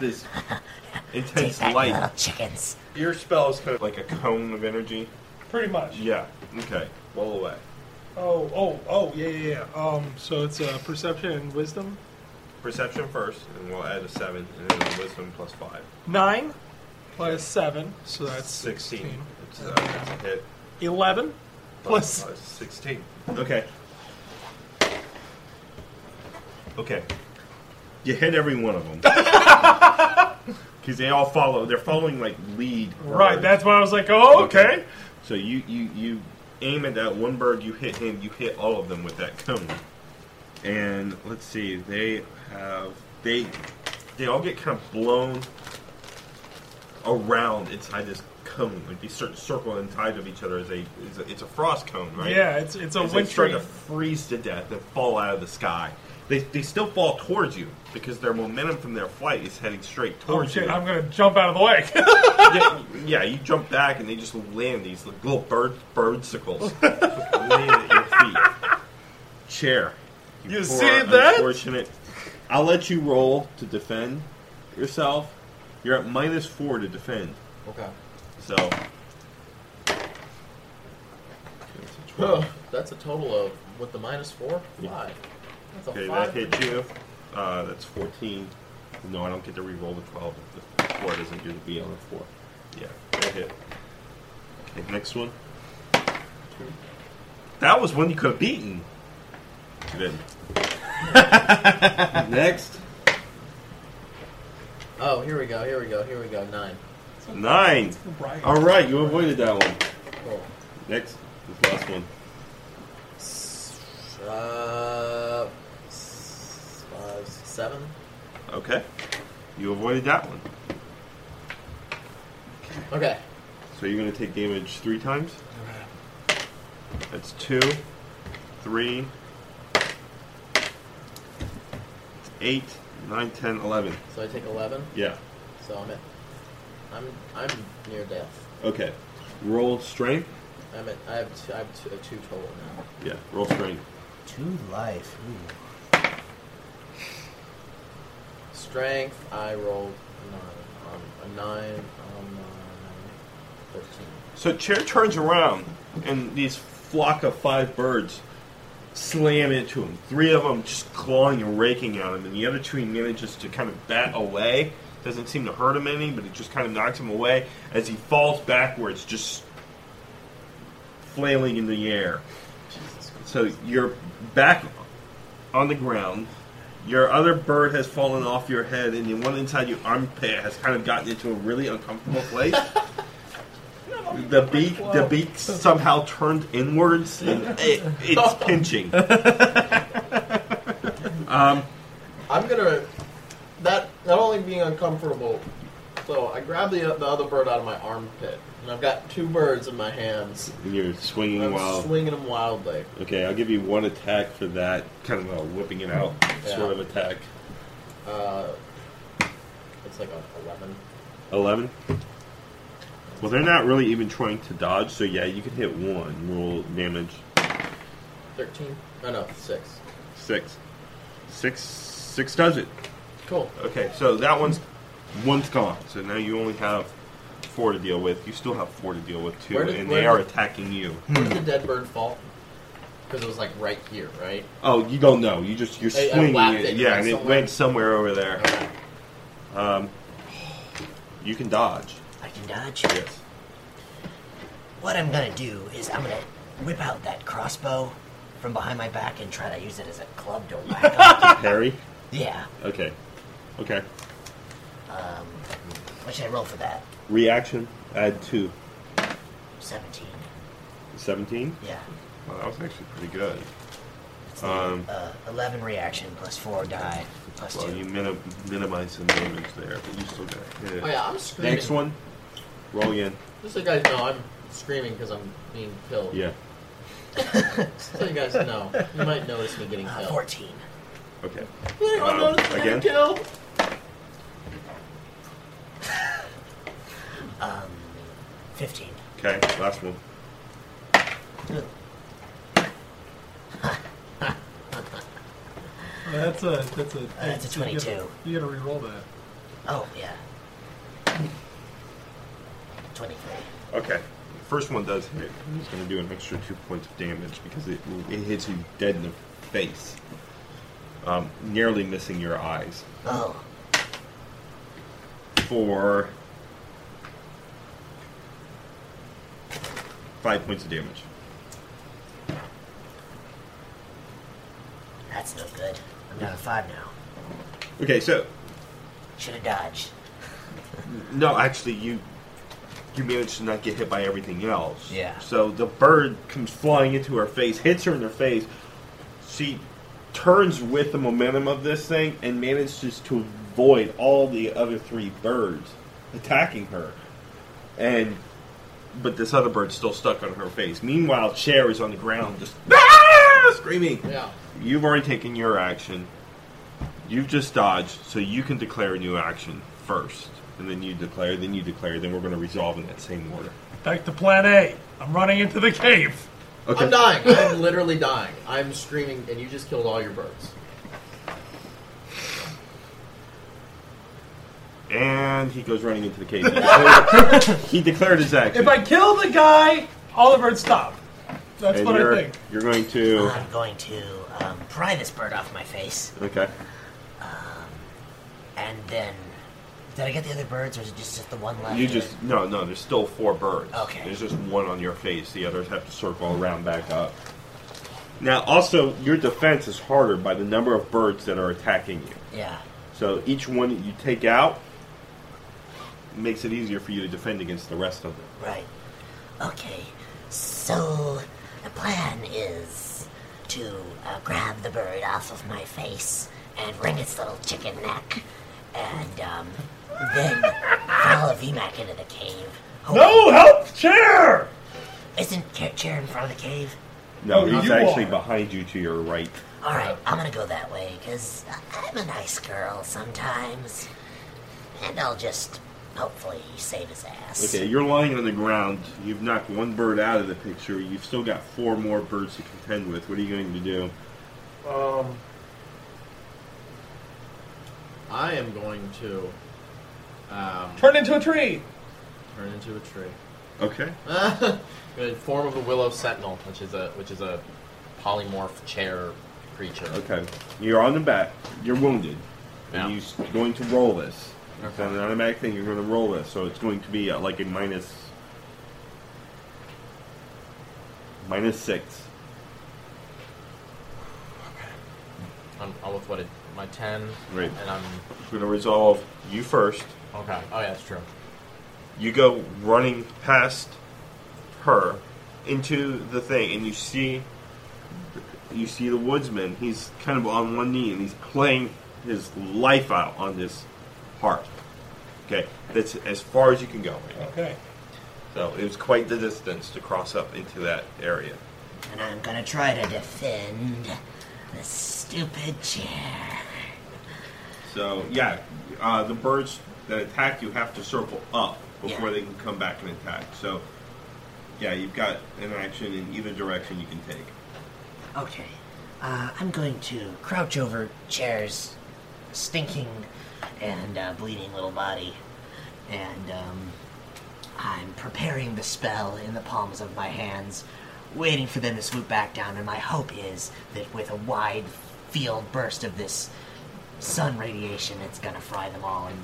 Speaker 6: this intense
Speaker 7: that,
Speaker 6: light.
Speaker 7: little Chickens.
Speaker 6: Your spell is kind of like a cone of energy.
Speaker 5: Pretty much.
Speaker 6: Yeah. Okay. Roll away.
Speaker 5: Oh, oh, oh, yeah, yeah, yeah. Um, so it's uh, perception and wisdom.
Speaker 6: Perception first, and we'll add a seven, and then wisdom plus five.
Speaker 5: Nine plus seven, so that's
Speaker 6: Sixteen.
Speaker 5: sixteen.
Speaker 6: It's, uh, it's a hit.
Speaker 5: Eleven plus
Speaker 6: Plus sixteen. Okay. Okay. You hit every one of them. Because they all follow. They're following like lead.
Speaker 5: Right,
Speaker 6: birds.
Speaker 5: that's why I was like, oh, okay.
Speaker 6: So you you you aim at that one bird. You hit him. You hit all of them with that cone. And let's see. They have they they all get kind of blown around inside this cone. Like they start to circle inside of each other as they. It's a, it's a frost cone, right?
Speaker 5: Yeah, it's- it's a
Speaker 6: As they
Speaker 5: wintry-
Speaker 6: start to freeze to death and fall out of the sky. They, they still fall towards you because their momentum from their flight is heading straight
Speaker 5: Oh
Speaker 6: towards
Speaker 5: shit,
Speaker 6: you
Speaker 5: I'm gonna jump out of the way.
Speaker 6: yeah, yeah, you jump back and they just land these little bird birdicles land at your feet. Chair.
Speaker 5: You
Speaker 6: poor
Speaker 5: see that?
Speaker 6: Unfortunate. I'll let you roll to defend yourself. You're at minus four to defend.
Speaker 10: Okay.
Speaker 6: So
Speaker 10: Oh, that's a total of with the minus four, five. That's a
Speaker 6: okay, that
Speaker 10: five.
Speaker 6: hit you. Uh, that's fourteen. No, I don't get to re-roll the twelve. The four doesn't get to be on the four. Yeah, that hit. Okay, next one. That was one you could have beaten. You didn't. Next.
Speaker 10: Oh, here we go. Here we go. Here we go. Nine.
Speaker 6: Nine.
Speaker 10: Right.
Speaker 6: All right, you avoided that one.
Speaker 10: Cool.
Speaker 6: Next, this last one.
Speaker 10: Uh, s- five, seven.
Speaker 6: Okay, you avoided that one.
Speaker 10: Okay.
Speaker 6: So you're going to take damage three times. That's two, three, eight, nine, ten, eleven.
Speaker 10: So I take eleven.
Speaker 6: Yeah.
Speaker 10: So I'm at. I'm I'm near death.
Speaker 6: Okay. Roll strength.
Speaker 10: I'm at. I have. Two, I have two, uh, two total now.
Speaker 6: Yeah. Roll strength.
Speaker 10: Two life. Strength. I rolled nine. Um, a nine. Um, uh, thirteen.
Speaker 6: So chair turns around, and these flock of five birds slam into him. Three of them just clawing and raking at him, and the other two he manages to kind of bat away. Doesn't seem to hurt him any, but it just kind of knocks him away as he falls backwards, just flailing in the air. So you're back on the ground. Your other bird has fallen off your head, and the one inside your armpit has kind of gotten into a really uncomfortable place. the beak, the beak somehow turned inwards, and it, it's pinching. Um,
Speaker 8: I'm gonna that not only being uncomfortable. So I grab the the other bird out of my armpit, and I've got two birds in my hands.
Speaker 6: you're swinging
Speaker 8: I'm
Speaker 6: wild.
Speaker 8: swinging them wildly.
Speaker 6: Okay, I'll give you one attack for that kind of a whipping it out
Speaker 8: Yeah.
Speaker 6: sort of attack.
Speaker 8: Uh, it's like a eleven.
Speaker 6: 11. Well, they're not really even trying to dodge, so yeah, you can hit one, roll damage.
Speaker 8: 13? No, no, 6.
Speaker 6: Six. Six, six does it.
Speaker 8: Cool.
Speaker 6: Okay, so that one's one's gone. So now you only have four to deal with. You still have four to deal with too,
Speaker 10: Where did-
Speaker 6: and
Speaker 10: where
Speaker 6: they are
Speaker 10: did-
Speaker 6: attacking you.
Speaker 10: Where did the dead bird fall? Because it was like right here, right?
Speaker 6: Oh, you don't know. You just you're
Speaker 10: I- I
Speaker 6: swinging
Speaker 10: whacked
Speaker 6: it.
Speaker 10: it,
Speaker 6: yeah,
Speaker 10: like,
Speaker 6: and it
Speaker 10: somewhere.
Speaker 6: went somewhere over there. Um, you can dodge.
Speaker 7: I can dodge.
Speaker 6: Yes.
Speaker 7: What I'm gonna do is I'm gonna whip out that crossbow from behind my back and try to use it as a club to whack.
Speaker 6: Parry.
Speaker 7: Yeah.
Speaker 6: Okay. Okay.
Speaker 7: Um, what should I roll for that?
Speaker 6: Reaction. Add two.
Speaker 7: Seventeen.
Speaker 6: Seventeen.
Speaker 7: Yeah.
Speaker 6: Well, that was actually pretty good.
Speaker 7: It's
Speaker 6: Um,
Speaker 7: uh, Eleven reaction plus four die plus
Speaker 6: well,
Speaker 7: two.
Speaker 6: you minim- minimize some damage there, but you still got hit.
Speaker 10: Oh, yeah, I'm screaming.
Speaker 6: Next one. Roll again.
Speaker 10: Just so you guys know, I'm screaming because I'm being killed.
Speaker 6: Yeah.
Speaker 10: Just so you guys know, you might notice me getting killed.
Speaker 7: Fourteen.
Speaker 6: Okay.
Speaker 10: Anyone
Speaker 6: Um,
Speaker 8: Oh,
Speaker 10: notice me
Speaker 6: again?
Speaker 10: getting killed?
Speaker 7: Um, fifteen.
Speaker 6: Okay. Last one.
Speaker 9: That's a that's a
Speaker 7: that's a
Speaker 9: you gotta-
Speaker 7: 22.
Speaker 9: You gotta re-roll that.
Speaker 7: Oh yeah. Twenty-three.
Speaker 6: Okay. The first one does hit. It's going to do an extra two points of damage because it, it hits you dead in the face, um, nearly missing your eyes.
Speaker 7: Oh.
Speaker 6: For five points of damage.
Speaker 7: That's no good. I'm down to five now.
Speaker 6: Okay, so
Speaker 7: Should have dodged.
Speaker 6: No, actually, you you managed to not get hit by everything else.
Speaker 7: Yeah.
Speaker 6: So the bird comes flying into her face, hits her in her face. She turns with the momentum of this thing and manages to avoid all the other three birds attacking her. And but this other bird's still stuck on her face. Meanwhile, Cher is on the ground just "Ah!" screaming.
Speaker 10: Yeah.
Speaker 6: You've already taken your action. You've just dodged, so you can declare a new action first. And then you declare, then you declare, then we're going to resolve in that same order.
Speaker 5: Back to plan A. I'm running into the cave.
Speaker 6: Okay.
Speaker 10: I'm dying. I'm literally dying. I'm screaming, and you just killed all your birds.
Speaker 6: And he goes running into the cave. He declared, he declared his action.
Speaker 5: If I kill the guy, all the birds stop. That's
Speaker 6: And
Speaker 5: what
Speaker 6: you're,
Speaker 5: I think.
Speaker 6: You're going to.
Speaker 7: I'm going to um, pry this bird off my face, um,
Speaker 6: Okay.
Speaker 7: and then did I get the other birds, or is it just, just the one left?
Speaker 6: You
Speaker 7: or-
Speaker 6: just. No, no, there's still four birds.
Speaker 7: Okay.
Speaker 6: There's just one on your face. The others have to circle around back up. Now, also, your defense is harder by the number of birds that are attacking you.
Speaker 7: Yeah.
Speaker 6: So each one that you take out makes it easier for you to defend against the rest of them.
Speaker 7: Right. Okay. So the plan is to uh, grab the bird off of my face and wring its little chicken neck, and um, then follow VMAC into the cave.
Speaker 5: No help, chair.
Speaker 7: Isn't Ca- chair in front of the cave?
Speaker 6: No,
Speaker 7: Oh,
Speaker 6: he's
Speaker 7: you
Speaker 6: actually
Speaker 7: are.
Speaker 6: behind you to your right.
Speaker 7: All right, I'm gonna go that way because I'm a nice girl sometimes, and I'll just hopefully save his ass.
Speaker 6: Okay, you're lying on the ground. You've knocked one bird out of the picture. You've still got four more birds to contend with. What are you going to do?
Speaker 10: Um, I am going to um,
Speaker 5: Turn into a tree.
Speaker 10: turn into a tree.
Speaker 6: Okay.
Speaker 10: the form of a willow sentinel, which is a which is a polymorph chair creature.
Speaker 6: Okay. You're on the back. You're wounded. And you're going to roll this. It's an automatic thing. You're going to roll this. So it's going to be uh, like a minus. Minus six.
Speaker 10: I'm, I'm with what it, my ten.
Speaker 6: Right.
Speaker 10: And I'm
Speaker 6: We're going to resolve you first.
Speaker 10: okay. Oh yeah, that's true.
Speaker 6: You go running past her into the thing, and you see you see the woodsman. He's kind of on one knee, and he's playing his life out on this harp. Okay, that's as far as you can go. Right now.
Speaker 5: Okay.
Speaker 6: So it was quite the distance to cross up into that area.
Speaker 7: And I'm gonna try to defend this stupid chair.
Speaker 6: So yeah, uh, the birds that attack you have to circle up before they can come back and attack. So yeah, you've got an action in either direction you can take.
Speaker 7: Okay. Uh, I'm going to crouch over Chair's stinking and uh, bleeding little body. And um, I'm preparing the spell in the palms of my hands, waiting for them to swoop back down. And my hope is that with a wide field burst of this sun radiation, it's going to fry them all and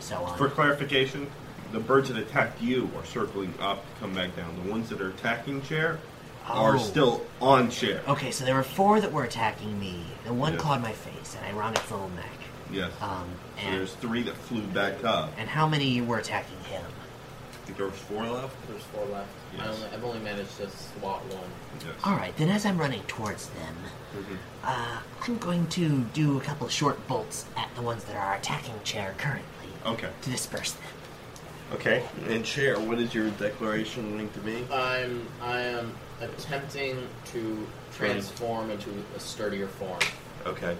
Speaker 7: so on.
Speaker 6: For clarification, the birds that attacked you are circling up to come back down. The ones that are attacking chair are
Speaker 7: Oh.
Speaker 6: still on chair.
Speaker 7: Okay, so there were four that were attacking me. The one clawed my face, and I wrung its little neck.
Speaker 6: Yes.
Speaker 7: Um,
Speaker 6: so there's three that flew back up.
Speaker 7: And how many were attacking him?
Speaker 6: I think there was four left.
Speaker 10: There's four left. I only, I've only managed to swat one.
Speaker 7: All right, then as I'm running towards them,
Speaker 6: Mm-hmm.
Speaker 7: uh, I'm going to do a couple short bolts at the ones that are attacking chair currently
Speaker 6: Okay.
Speaker 7: to disperse them.
Speaker 6: Okay. And chair, what is your declaration link to me?
Speaker 10: I'm I am attempting to transform into a sturdier form.
Speaker 6: Okay.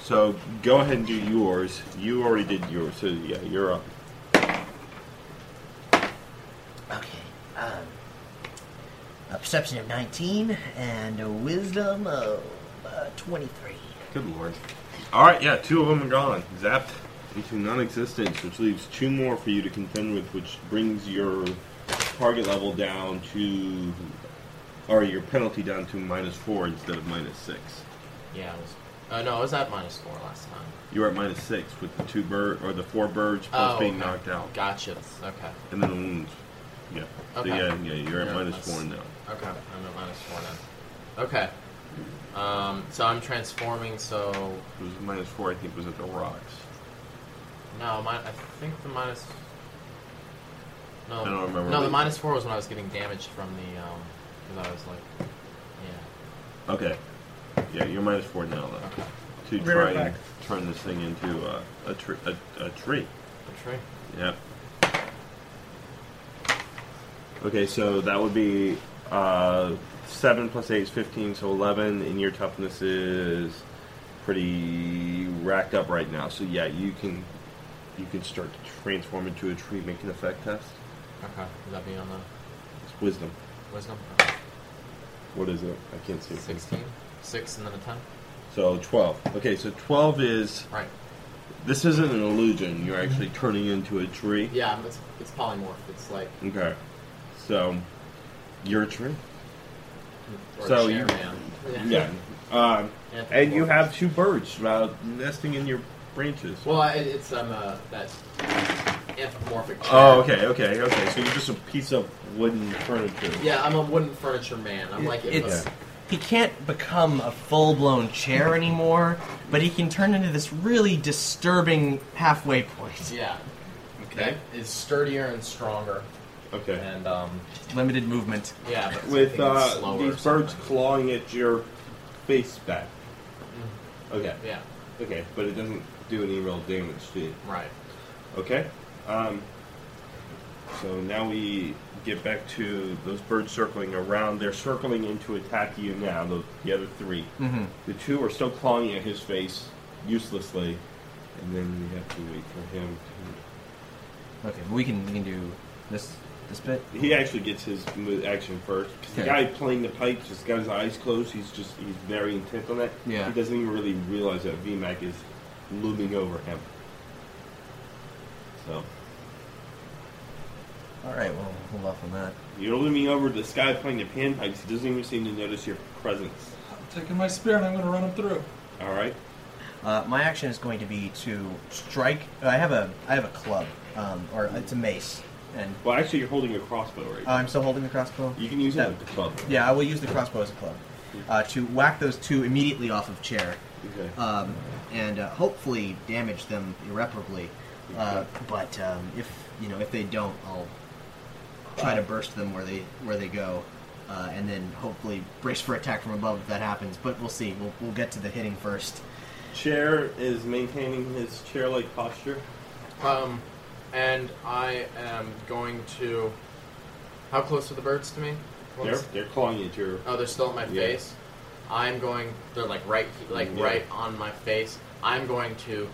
Speaker 6: So go ahead and do yours. You already did yours, so yeah, you're up.
Speaker 7: Um, a perception of 19 and a wisdom of uh, 23.
Speaker 6: Good lord. All right, yeah, two of them are gone, zapped into non-existence, which leaves two more for you to contend with, which brings your target level down to, or your penalty down to minus four instead of minus six.
Speaker 10: Yeah, it was. Uh, no, I was at minus four last time.
Speaker 6: You were at minus six with the two bird or the four birds plus
Speaker 10: Oh,
Speaker 6: being
Speaker 10: okay.
Speaker 6: knocked out,
Speaker 10: Gotcha. Okay.
Speaker 6: and then the wounds. Yeah. So
Speaker 10: Okay.
Speaker 6: yeah, yeah, you're at
Speaker 10: Yeah,
Speaker 6: minus
Speaker 10: that's-
Speaker 6: four now.
Speaker 10: Okay, I'm at minus four now. Okay. Um, so I'm transforming. So
Speaker 6: It was minus four, I think, was at the rocks.
Speaker 10: no, my, I think the minus. No,
Speaker 6: I don't remember.
Speaker 10: No, the minus four was when I was getting damaged from the. Um, because I was like, yeah.
Speaker 6: Okay. Yeah, you're minus four now though. To
Speaker 10: Be
Speaker 6: try
Speaker 10: right
Speaker 6: and
Speaker 10: back.
Speaker 6: turn this thing into uh, a, tr- a, a tree.
Speaker 10: A tree.
Speaker 6: Yep. Okay, so that would be uh, seven plus eight is fifteen, so eleven. And your toughness is pretty racked up right now. So yeah, you can you can start to transform into a tree. Make an effect test.
Speaker 10: Okay, would that be on the
Speaker 6: It's wisdom.
Speaker 10: wisdom?
Speaker 6: What is it? I can't see. it.
Speaker 10: Sixteen, six, and then a ten.
Speaker 6: So twelve. Okay, so twelve is
Speaker 10: right. Mm-hmm.
Speaker 6: This isn't an illusion. You're actually turning into a tree.
Speaker 10: Yeah, it's it's polymorph. It's like
Speaker 6: Okay, so you're a tree.
Speaker 10: Or a
Speaker 6: so
Speaker 10: chair
Speaker 6: you,
Speaker 10: man.
Speaker 6: yeah, Um,
Speaker 10: Yeah.
Speaker 6: and you have two birds uh, nesting in your branches.
Speaker 10: well, I, it's um uh, that anthropomorphic.
Speaker 6: Oh, okay, okay, okay. So you're just a piece of wooden furniture.
Speaker 10: Yeah, I'm a wooden furniture man. I'm like if
Speaker 9: It's-
Speaker 10: a-
Speaker 9: He can't become a full blown chair anymore, but he can turn into this really disturbing halfway point.
Speaker 10: Yeah. Okay. It's sturdier and stronger.
Speaker 6: Okay.
Speaker 10: And um,
Speaker 9: Limited movement.
Speaker 10: Yeah, but I
Speaker 6: With
Speaker 10: think it's
Speaker 6: uh,
Speaker 10: slower or
Speaker 6: these birds clawing at your face back. Okay.
Speaker 10: Yeah.
Speaker 6: Okay, but it doesn't do any real damage to you.
Speaker 10: Right.
Speaker 6: Okay. Um, so now we get back to those birds circling around. They're circling in to attack you now, the, the other 3
Speaker 9: Mhm.
Speaker 6: The two are still clawing at his face uselessly, and then we have to wait for him
Speaker 9: Okay, but we can we can do this this bit.
Speaker 6: to. He actually gets his mo- action first. 'Cause The
Speaker 9: Okay.
Speaker 6: guy playing the pipes has got his eyes closed. He's just he's very intent on that.
Speaker 9: Yeah.
Speaker 6: He doesn't even really realize that VMAC is looming over him. So
Speaker 9: All right, well, hold off on that.
Speaker 6: You're looming over this guy playing the panpipes. He doesn't even seem to notice your presence.
Speaker 5: I'm taking my spear and I'm going to run him through.
Speaker 6: All right.
Speaker 9: Uh, my action is going to be to strike. I have a I have a club, um, or it's a mace, and
Speaker 6: Well, actually, you're holding a crossbow right
Speaker 9: I'm still holding the crossbow.
Speaker 6: You can use it as a club.
Speaker 9: Yeah, I will use the crossbow as a club uh, to whack those two immediately off of chair,
Speaker 6: Okay.
Speaker 9: um, and uh, hopefully damage them irreparably. Uh, but um, if you know if they don't, I'll try to burst them where they where they go, uh, and then hopefully brace for attack from above if that happens. But we'll see. We'll, we'll get to the hitting first.
Speaker 6: Chair is maintaining his chair-like posture.
Speaker 10: Um, and I am going to. How close are the birds to me?
Speaker 6: They're, they're clawing at your.
Speaker 10: Oh, they're still at my
Speaker 6: Yeah.
Speaker 10: face. I'm going. They're like right, he- like
Speaker 6: Yeah.
Speaker 10: right on my face. I'm going to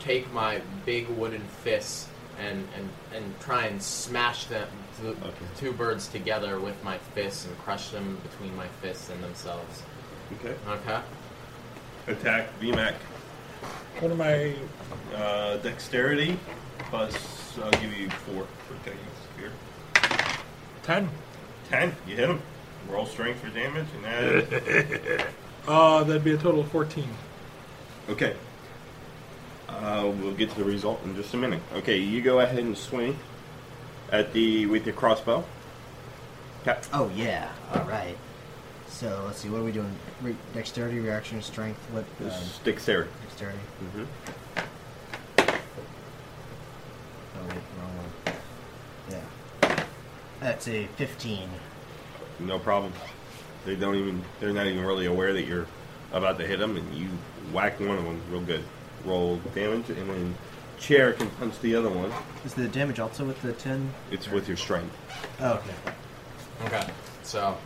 Speaker 10: take my big wooden fists and and and try and smash them, the two birds together with my fists and crush them between my fists and themselves.
Speaker 6: Okay.
Speaker 10: Okay.
Speaker 6: Attack VMAC.
Speaker 5: What am I?
Speaker 6: Uh, dexterity plus. I'll give you four for taking the spear.
Speaker 5: Ten.
Speaker 6: Ten. You hit him. Roll strength for damage, and that is.
Speaker 5: Uh, that'd be a total of 14.
Speaker 6: okay. Uh, we'll get to the result in just a minute. Okay, you go ahead and swing at the with your crossbow. Okay.
Speaker 9: Oh yeah. All right. So let's see. What are we doing? Re- dexterity, reaction, strength. What?
Speaker 6: This
Speaker 9: um,
Speaker 6: is dexterity.
Speaker 9: dexterity.
Speaker 6: Mm-hmm.
Speaker 9: Oh wait, wrong one. Yeah. That's a fifteen.
Speaker 6: No problem. They don't even. They're not even really aware that you're about to hit them, and you whack one of them real good. Roll damage, and then chair can punch the other one.
Speaker 9: Is the damage also with the ten?
Speaker 6: It's with your strength.
Speaker 9: Oh, okay.
Speaker 10: Okay. So,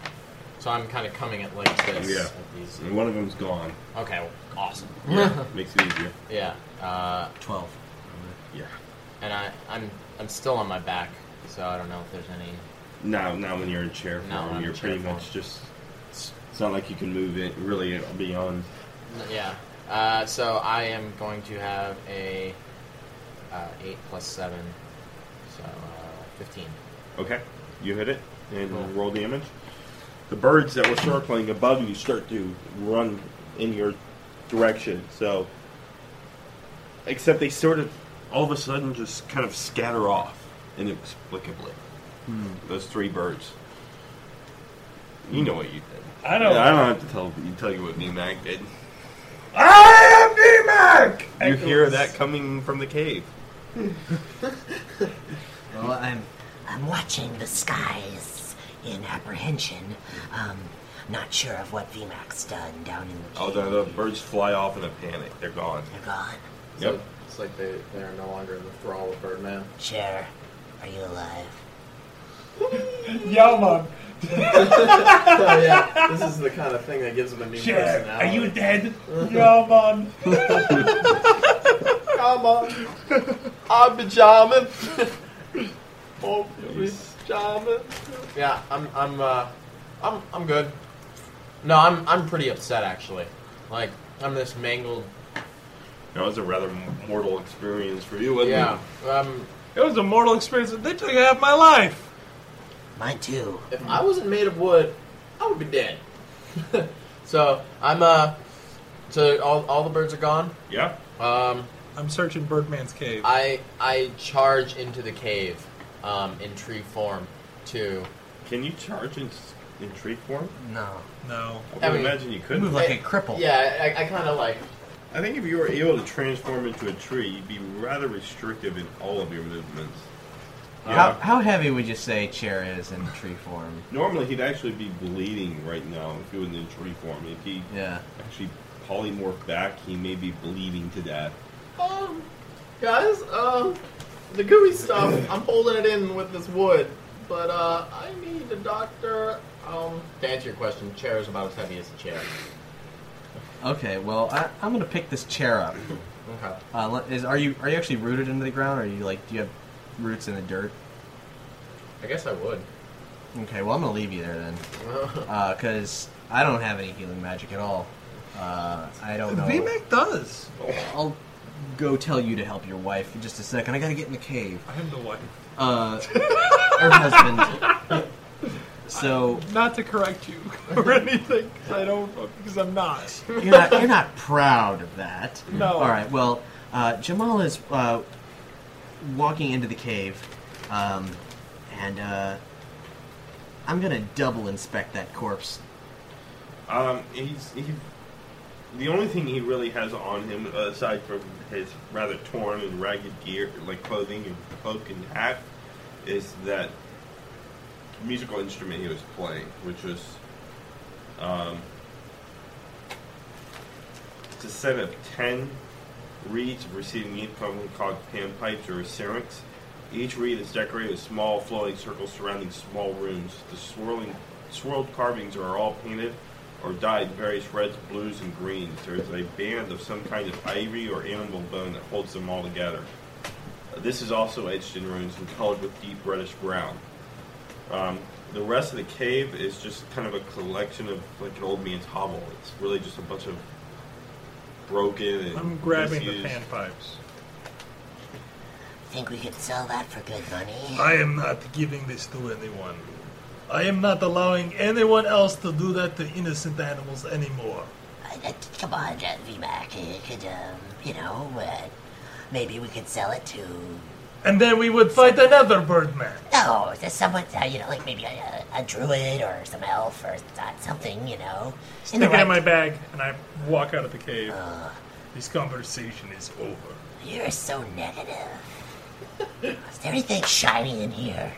Speaker 10: so I'm kind of coming at like this.
Speaker 6: Yeah.
Speaker 10: at these-
Speaker 6: And one of them's gone.
Speaker 10: Okay. well, Awesome.
Speaker 6: Yeah. makes it easier.
Speaker 10: Yeah. Uh,
Speaker 9: Twelve.
Speaker 6: Yeah.
Speaker 10: And I, I'm, I'm still on my back, so I don't know if there's any.
Speaker 6: Now, now when you're in chair form,
Speaker 10: Now I'm in
Speaker 6: you're
Speaker 10: chair
Speaker 6: pretty
Speaker 10: form.
Speaker 6: much just. It's not like you can move it really beyond.
Speaker 10: Yeah. Uh, so I am going to have a uh, eight plus seven, so uh, fifteen.
Speaker 6: Okay, you hit it and roll damage. The birds that were circling above you start to run in your direction. So, except they sort of all of a sudden just kind of scatter off inexplicably.
Speaker 5: Hmm.
Speaker 6: Those three birds. You know what you did.
Speaker 5: I know.
Speaker 6: I don't have to tell you tell you what Mac did.
Speaker 5: I
Speaker 6: You hear that coming from the cave.
Speaker 9: Well, I'm
Speaker 7: I'm watching the skies in apprehension. Um, not sure of what VMAC's done down in the
Speaker 6: Oh, the, the birds fly off in a panic. They're gone.
Speaker 7: They're gone.
Speaker 6: Yep.
Speaker 10: It's like they, they are no longer in the thrall of Birdman.
Speaker 7: Chair, are you alive?
Speaker 5: Yo, man.
Speaker 8: oh, yeah. This is the kind of thing that gives him a new
Speaker 13: Sure.
Speaker 8: personality.
Speaker 13: Are you dead?
Speaker 5: Yo, man.
Speaker 8: Come on. I'm pajamas. oh, pajamas.
Speaker 10: Yeah, I'm, I'm, uh, I'm, I'm good. No, I'm, I'm pretty upset actually. Like I'm this mangled.
Speaker 6: That was a rather mortal experience for you, wasn't
Speaker 10: yeah.
Speaker 6: it?
Speaker 10: Um,
Speaker 5: It was a mortal experience. They took half my life.
Speaker 7: Mine too.
Speaker 10: If I wasn't made of wood, I would be dead. so I'm uh, so all, all the birds are gone.
Speaker 6: Yeah.
Speaker 10: Um,
Speaker 5: I'm searching Birdman's cave.
Speaker 10: I I charge into the cave, um, in tree form to.
Speaker 6: Can you charge in, in tree form?
Speaker 7: No.
Speaker 5: No.
Speaker 6: I would imagine you could.
Speaker 10: It- Yeah, I, I kind of like.
Speaker 6: I think if you were able to transform into a tree, you'd be rather restrictive in all of your movements.
Speaker 9: How, how heavy would you say chair is in tree form?
Speaker 6: Normally, he'd actually be bleeding right now if he was in tree form. If he
Speaker 9: yeah.
Speaker 6: actually polymorphed back, he may be bleeding to death.
Speaker 10: Um,
Speaker 8: guys, um, the gooey stuff. I'm holding it in with this wood, but uh, I need a doctor. Um,
Speaker 10: To answer your question, chair is about as heavy as a chair.
Speaker 9: Okay. Well, I, I'm gonna pick this chair up.
Speaker 10: Okay.
Speaker 9: Uh, le- is are you are you actually rooted into the ground? Or are you like do you have roots in the dirt?
Speaker 10: I guess I would.
Speaker 9: Okay. Well, I'm gonna leave you there then, because I don't have any healing magic at all. Uh, I don't know.
Speaker 5: VMAC does.
Speaker 9: I'll go tell you to help your wife in just a second. I gotta get in the cave.
Speaker 5: I am the wife.
Speaker 9: Uh, her husband. So
Speaker 5: Not to correct you or anything, 'cause I don't, because I'm not.
Speaker 9: you're not, you're not proud of that.
Speaker 5: No.
Speaker 9: All right. Well, uh, Jamal is uh, walking into the cave, um, and uh, I'm gonna double inspect that corpse.
Speaker 6: Um, he's he. The only thing he really has on him, aside from his rather torn and ragged gear, like clothing and cloak and hat, is that musical instrument he was playing, which was um, it's a set of ten reeds of receiving meat commonly called panpipes or syrinx. Each reed is decorated with small flowing circles surrounding small rooms. The swirling, swirled carvings are all painted or dyed various reds, blues, and greens. There is a band of some kind of ivory or animal bone that holds them all together. Uh, This is also etched in runes and colored with deep reddish brown. Um, the rest of the cave is just kind of a collection of like an old man's hovel. It's really just a bunch of broken and
Speaker 5: I'm grabbing the
Speaker 6: misused-
Speaker 5: panpipes.
Speaker 7: Think we could sell that for good money?
Speaker 5: I am not giving this to anyone. I am not allowing anyone else to do that to innocent animals anymore.
Speaker 7: Uh, uh, come on, uh, VMAC. It could, um, you know, uh, maybe we could sell it to.
Speaker 5: And then we would fight another birdman.
Speaker 7: No, to someone, uh, you know, like maybe a, a, a druid or some elf or th- something, you know.
Speaker 5: Stick
Speaker 7: In
Speaker 5: it
Speaker 7: the
Speaker 5: in
Speaker 7: right-
Speaker 5: my bag, and I walk out of the cave. this conversation is over.
Speaker 7: You're so negative. Is there anything shiny in here?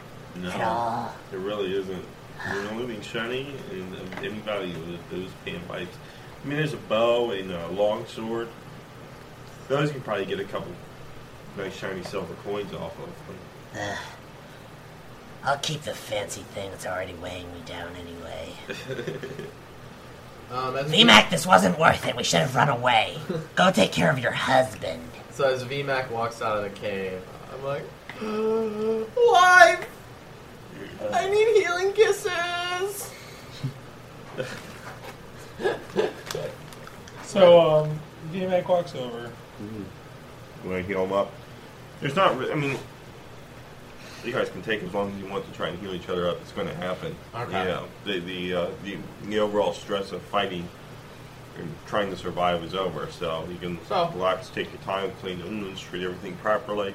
Speaker 7: At all?
Speaker 6: No, there really isn't. There's only thing shiny and of any value with those panpipes. I mean, there's a bow and a long sword. Those you can probably get a couple nice shiny silver coins off of.
Speaker 7: Ugh. I'll keep the fancy thing that's already weighing me down anyway.
Speaker 10: Um, as
Speaker 7: VMAC, this wasn't worth it. We should have run away. Go take care of your husband.
Speaker 10: So as VMAC walks out of the cave, I'm like,
Speaker 8: Life! I need healing kisses!
Speaker 5: So, um, DMAC walks over.
Speaker 6: You want to heal them up? There's not. Re- I mean, you guys can take as long as you want to try and heal each other up. It's going to happen.
Speaker 10: Okay.
Speaker 6: Yeah. The the uh, the, the overall stress of fighting and trying to survive is over. So you can
Speaker 10: So-
Speaker 6: relax, take your time, clean the wounds, treat everything properly.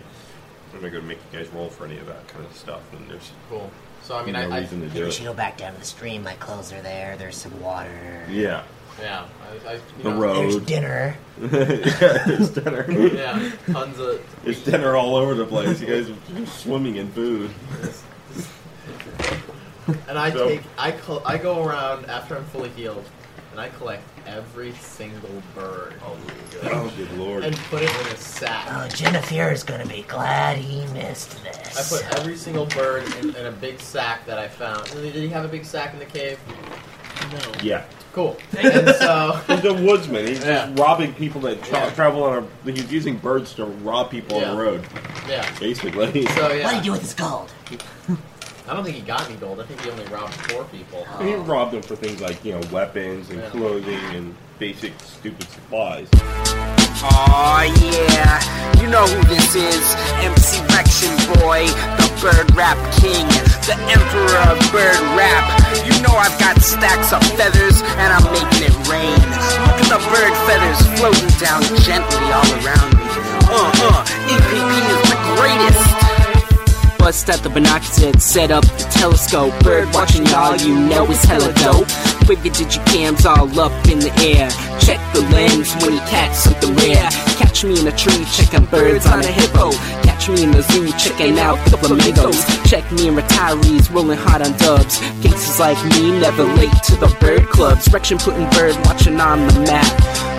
Speaker 6: I'm not going to make you guys roll for any of that kind of stuff. And there's
Speaker 10: cool. So I mean,
Speaker 6: no
Speaker 10: I, I
Speaker 6: reason to
Speaker 7: Maybe
Speaker 6: do
Speaker 7: we
Speaker 6: it.
Speaker 7: should go back down to the stream. My clothes are there. There's some water.
Speaker 6: Yeah.
Speaker 10: yeah, I, I, you
Speaker 6: The
Speaker 10: know,
Speaker 6: road.
Speaker 7: There's dinner.
Speaker 6: yeah, there's dinner.
Speaker 10: Yeah, tons of-
Speaker 6: There's dinner all over the place. You guys are swimming in food.
Speaker 10: and I
Speaker 6: So-
Speaker 10: take, I col- I go around after I'm fully healed, and I collect every single bird. Oh,
Speaker 6: Oh, good lord.
Speaker 10: And put it in a sack.
Speaker 7: Oh, Jennifer is gonna be glad he missed this.
Speaker 10: I put every single bird in, in a big sack that I found. Did he have a big sack in the cave? No.
Speaker 6: Yeah.
Speaker 10: Cool. And so
Speaker 6: he's a woodsman. He's just robbing people that tra- travel on a. He's using birds to rob people on
Speaker 10: Yeah.
Speaker 6: the road.
Speaker 10: Yeah.
Speaker 6: Basically.
Speaker 10: So yeah.
Speaker 7: What do you do with this gold?
Speaker 10: I don't think he got any gold. I think he only robbed four people.
Speaker 6: He
Speaker 7: Oh.
Speaker 6: robbed them for things like you know weapons and
Speaker 10: Yeah.
Speaker 6: clothing and basic stupid supplies.
Speaker 16: Aw, yeah. You know who this is. MC Rection Boy, the bird rap king, the emperor of bird rap. You know I've got stacks of feathers and I'm making it rain. Look at the bird feathers floating down gently all around me. Uh, uh, EPP is the greatest.
Speaker 17: Bust out the binoculars and set up the telescope. Bird watching y'all, you know it's hella dope. Wicked digital cams all up in the air. Check the lens when you catch something rare. Catch me in a tree checking birds on a hippo. Catch me in the zoo checking out the flamingos. Check me in retirees rolling hard on dubs. Gangsters like me never late to the bird clubs. Rection putting bird watching on the map.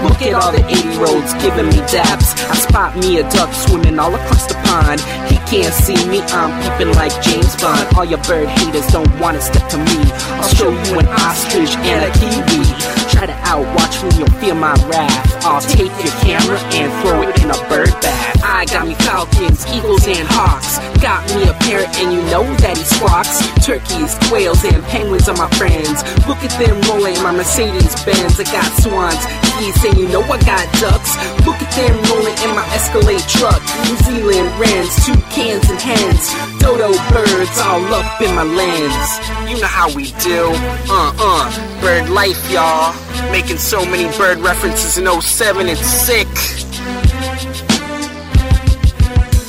Speaker 17: Look at all the 80 year olds giving me daps. I spot me a duck swimming all across the pond. He can't see me, I'm peeping like James Bond. All your bird haters don't wanna step to me. I'll show you an ostrich and a kiwi. Try to outwatch me, you'll feel my wrath. I'll take your camera and throw it in a bird bath. I I got me falcons, eagles, and hawks. Got me a parrot, and you know that he squawks. Turkeys, quails, and penguins are my friends. Look at them rolling my Mercedes Benz. I got swans, geese, and you know I got ducks. Look at them rolling in my Escalade truck. New Zealand wrens, toucans, and hens. Dodo birds all up in my lens. You know how we do. Uh uh. Bird life, y'all. Making so many bird references in 07, it's sick.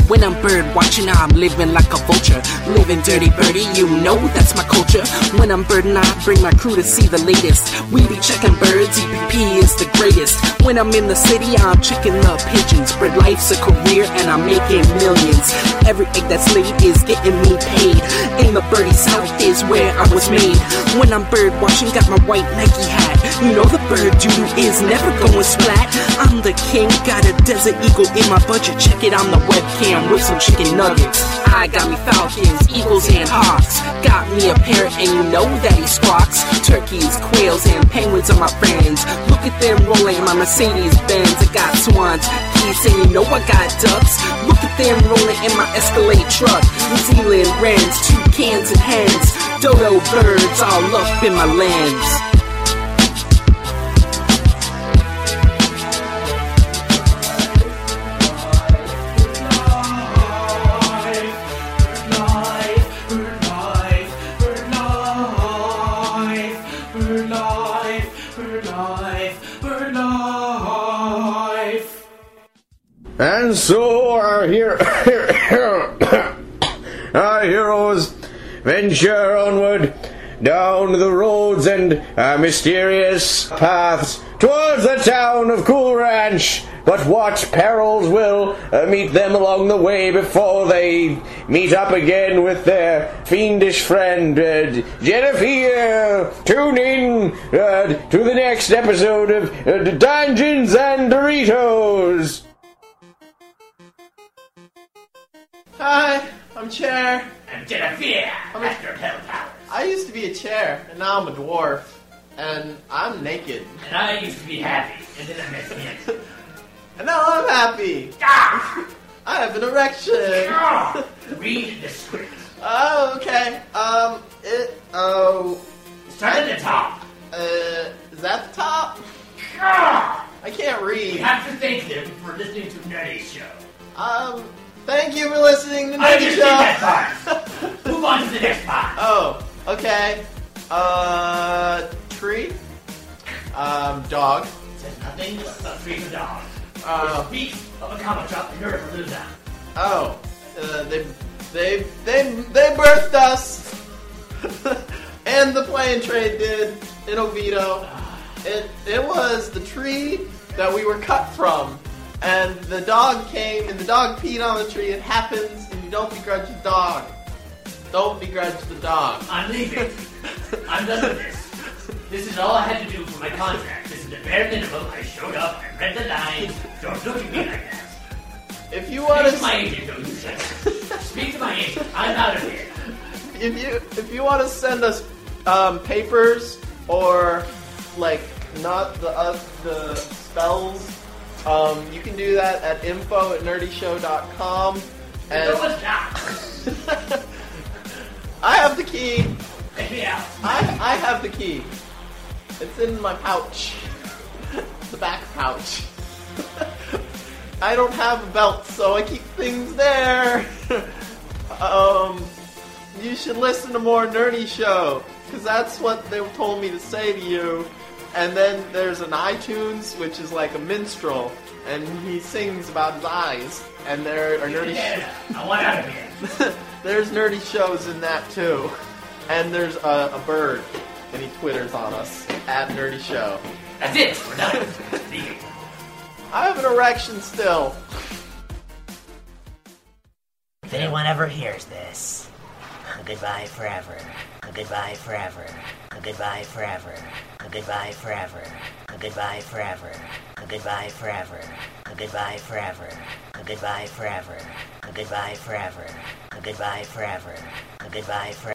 Speaker 17: When I'm bird watching, I'm living like a vulture. Living dirty birdie, you know that's my culture. When I'm birding, I bring my crew to see the latest. We be checking birds, EPP is the greatest. When I'm in the city, I'm checking the pigeons. Bird life's a career, and I'm making millions. Every egg that's laid is getting me paid. In the birdie south is where I was made. When I'm bird watching, got my white Nike hat. You know the bird dude is never going splat. I'm the king, got a desert eagle in my budget. Check it on the webcam with some chicken nuggets. I got me falcons, eagles, and hawks. Got me a parrot, and you know that he squawks. Turkeys, quails, and penguins are my friends. Look at them rolling my Mercedes Benz. I got swans, geese, and you know I got ducks. Look at them rolling in my Escalade truck. New Zealand wrens, toucans, and hens. Dodo birds all up in my lens.
Speaker 18: And so our hero, our heroes venture onward down the roads and uh, mysterious paths towards the town of Cool Ranch. But what perils will uh, meet them along the way before they meet up again with their fiendish friend uh, Jennifer? Tune in uh, to the next episode of uh, Dungeons and Doritos.
Speaker 8: Hi, I'm Chair.
Speaker 10: I'm Jennifer,
Speaker 8: I'm a-
Speaker 10: Master of Hell Powers.
Speaker 8: I used to be a chair, and now I'm a dwarf, and I'm naked.
Speaker 10: And I used to be happy, and then I met him.
Speaker 8: And now I'm happy. I have an erection.
Speaker 10: Read the script.
Speaker 8: Oh, okay. Um, it. Oh.
Speaker 10: Start at the top.
Speaker 8: Uh, is that the top? I can't read.
Speaker 10: We have to thank them for listening to Nutty Show.
Speaker 8: Um, thank you for listening to
Speaker 10: I
Speaker 8: Nutty
Speaker 10: just did
Speaker 8: Show.
Speaker 10: that Move on to the next part.
Speaker 8: Oh, okay. Uh, tree. Um, dog.
Speaker 10: Says nothing but three of dogs.
Speaker 8: Uh,
Speaker 10: Which speaks of a comic shop in Nerdaluda.
Speaker 8: Oh, uh, they, they, they, they birthed us, and the plane trade did in Oviedo. It, it was the tree that we were cut from, and the dog came, and the dog peed on the tree. It happens, and you don't begrudge the dog. Don't begrudge the dog.
Speaker 10: I'm leaving. I'm done with this. This is all I had to do for my contract. This is the bare minimum. I showed up, I read the lines. Don't look at me like that.
Speaker 8: If you want
Speaker 10: Speak to my agent, though, you said. Speak to my agent. I'm out of here.
Speaker 8: if you if you want to send us um, papers or like not the uh, the spells, um, you can do that at info at nerdyshow.com. And
Speaker 10: No, it's not.
Speaker 8: I have the key.
Speaker 10: Yeah.
Speaker 8: I I have the key. It's in my pouch. the back pouch. I don't have a belt, so I keep things there. um, you should listen to more nerdy show, because that's what they told me to say to you. And then there's an iTunes, which is like a minstrel, and he sings about his eyes. And there are nerdy.
Speaker 10: Yeah, I want out of here.
Speaker 8: there's nerdy shows in that too, and there's a, a bird, and he twitters on us at nerdy show.
Speaker 10: That's it. We're done. Leaving.
Speaker 8: I have an erection still.
Speaker 7: If anyone ever hears this, a goodbye forever. A goodbye forever. A goodbye forever. A goodbye forever. A goodbye forever. A goodbye forever. A goodbye forever. A goodbye forever. A goodbye forever. A goodbye forever. A goodbye forever.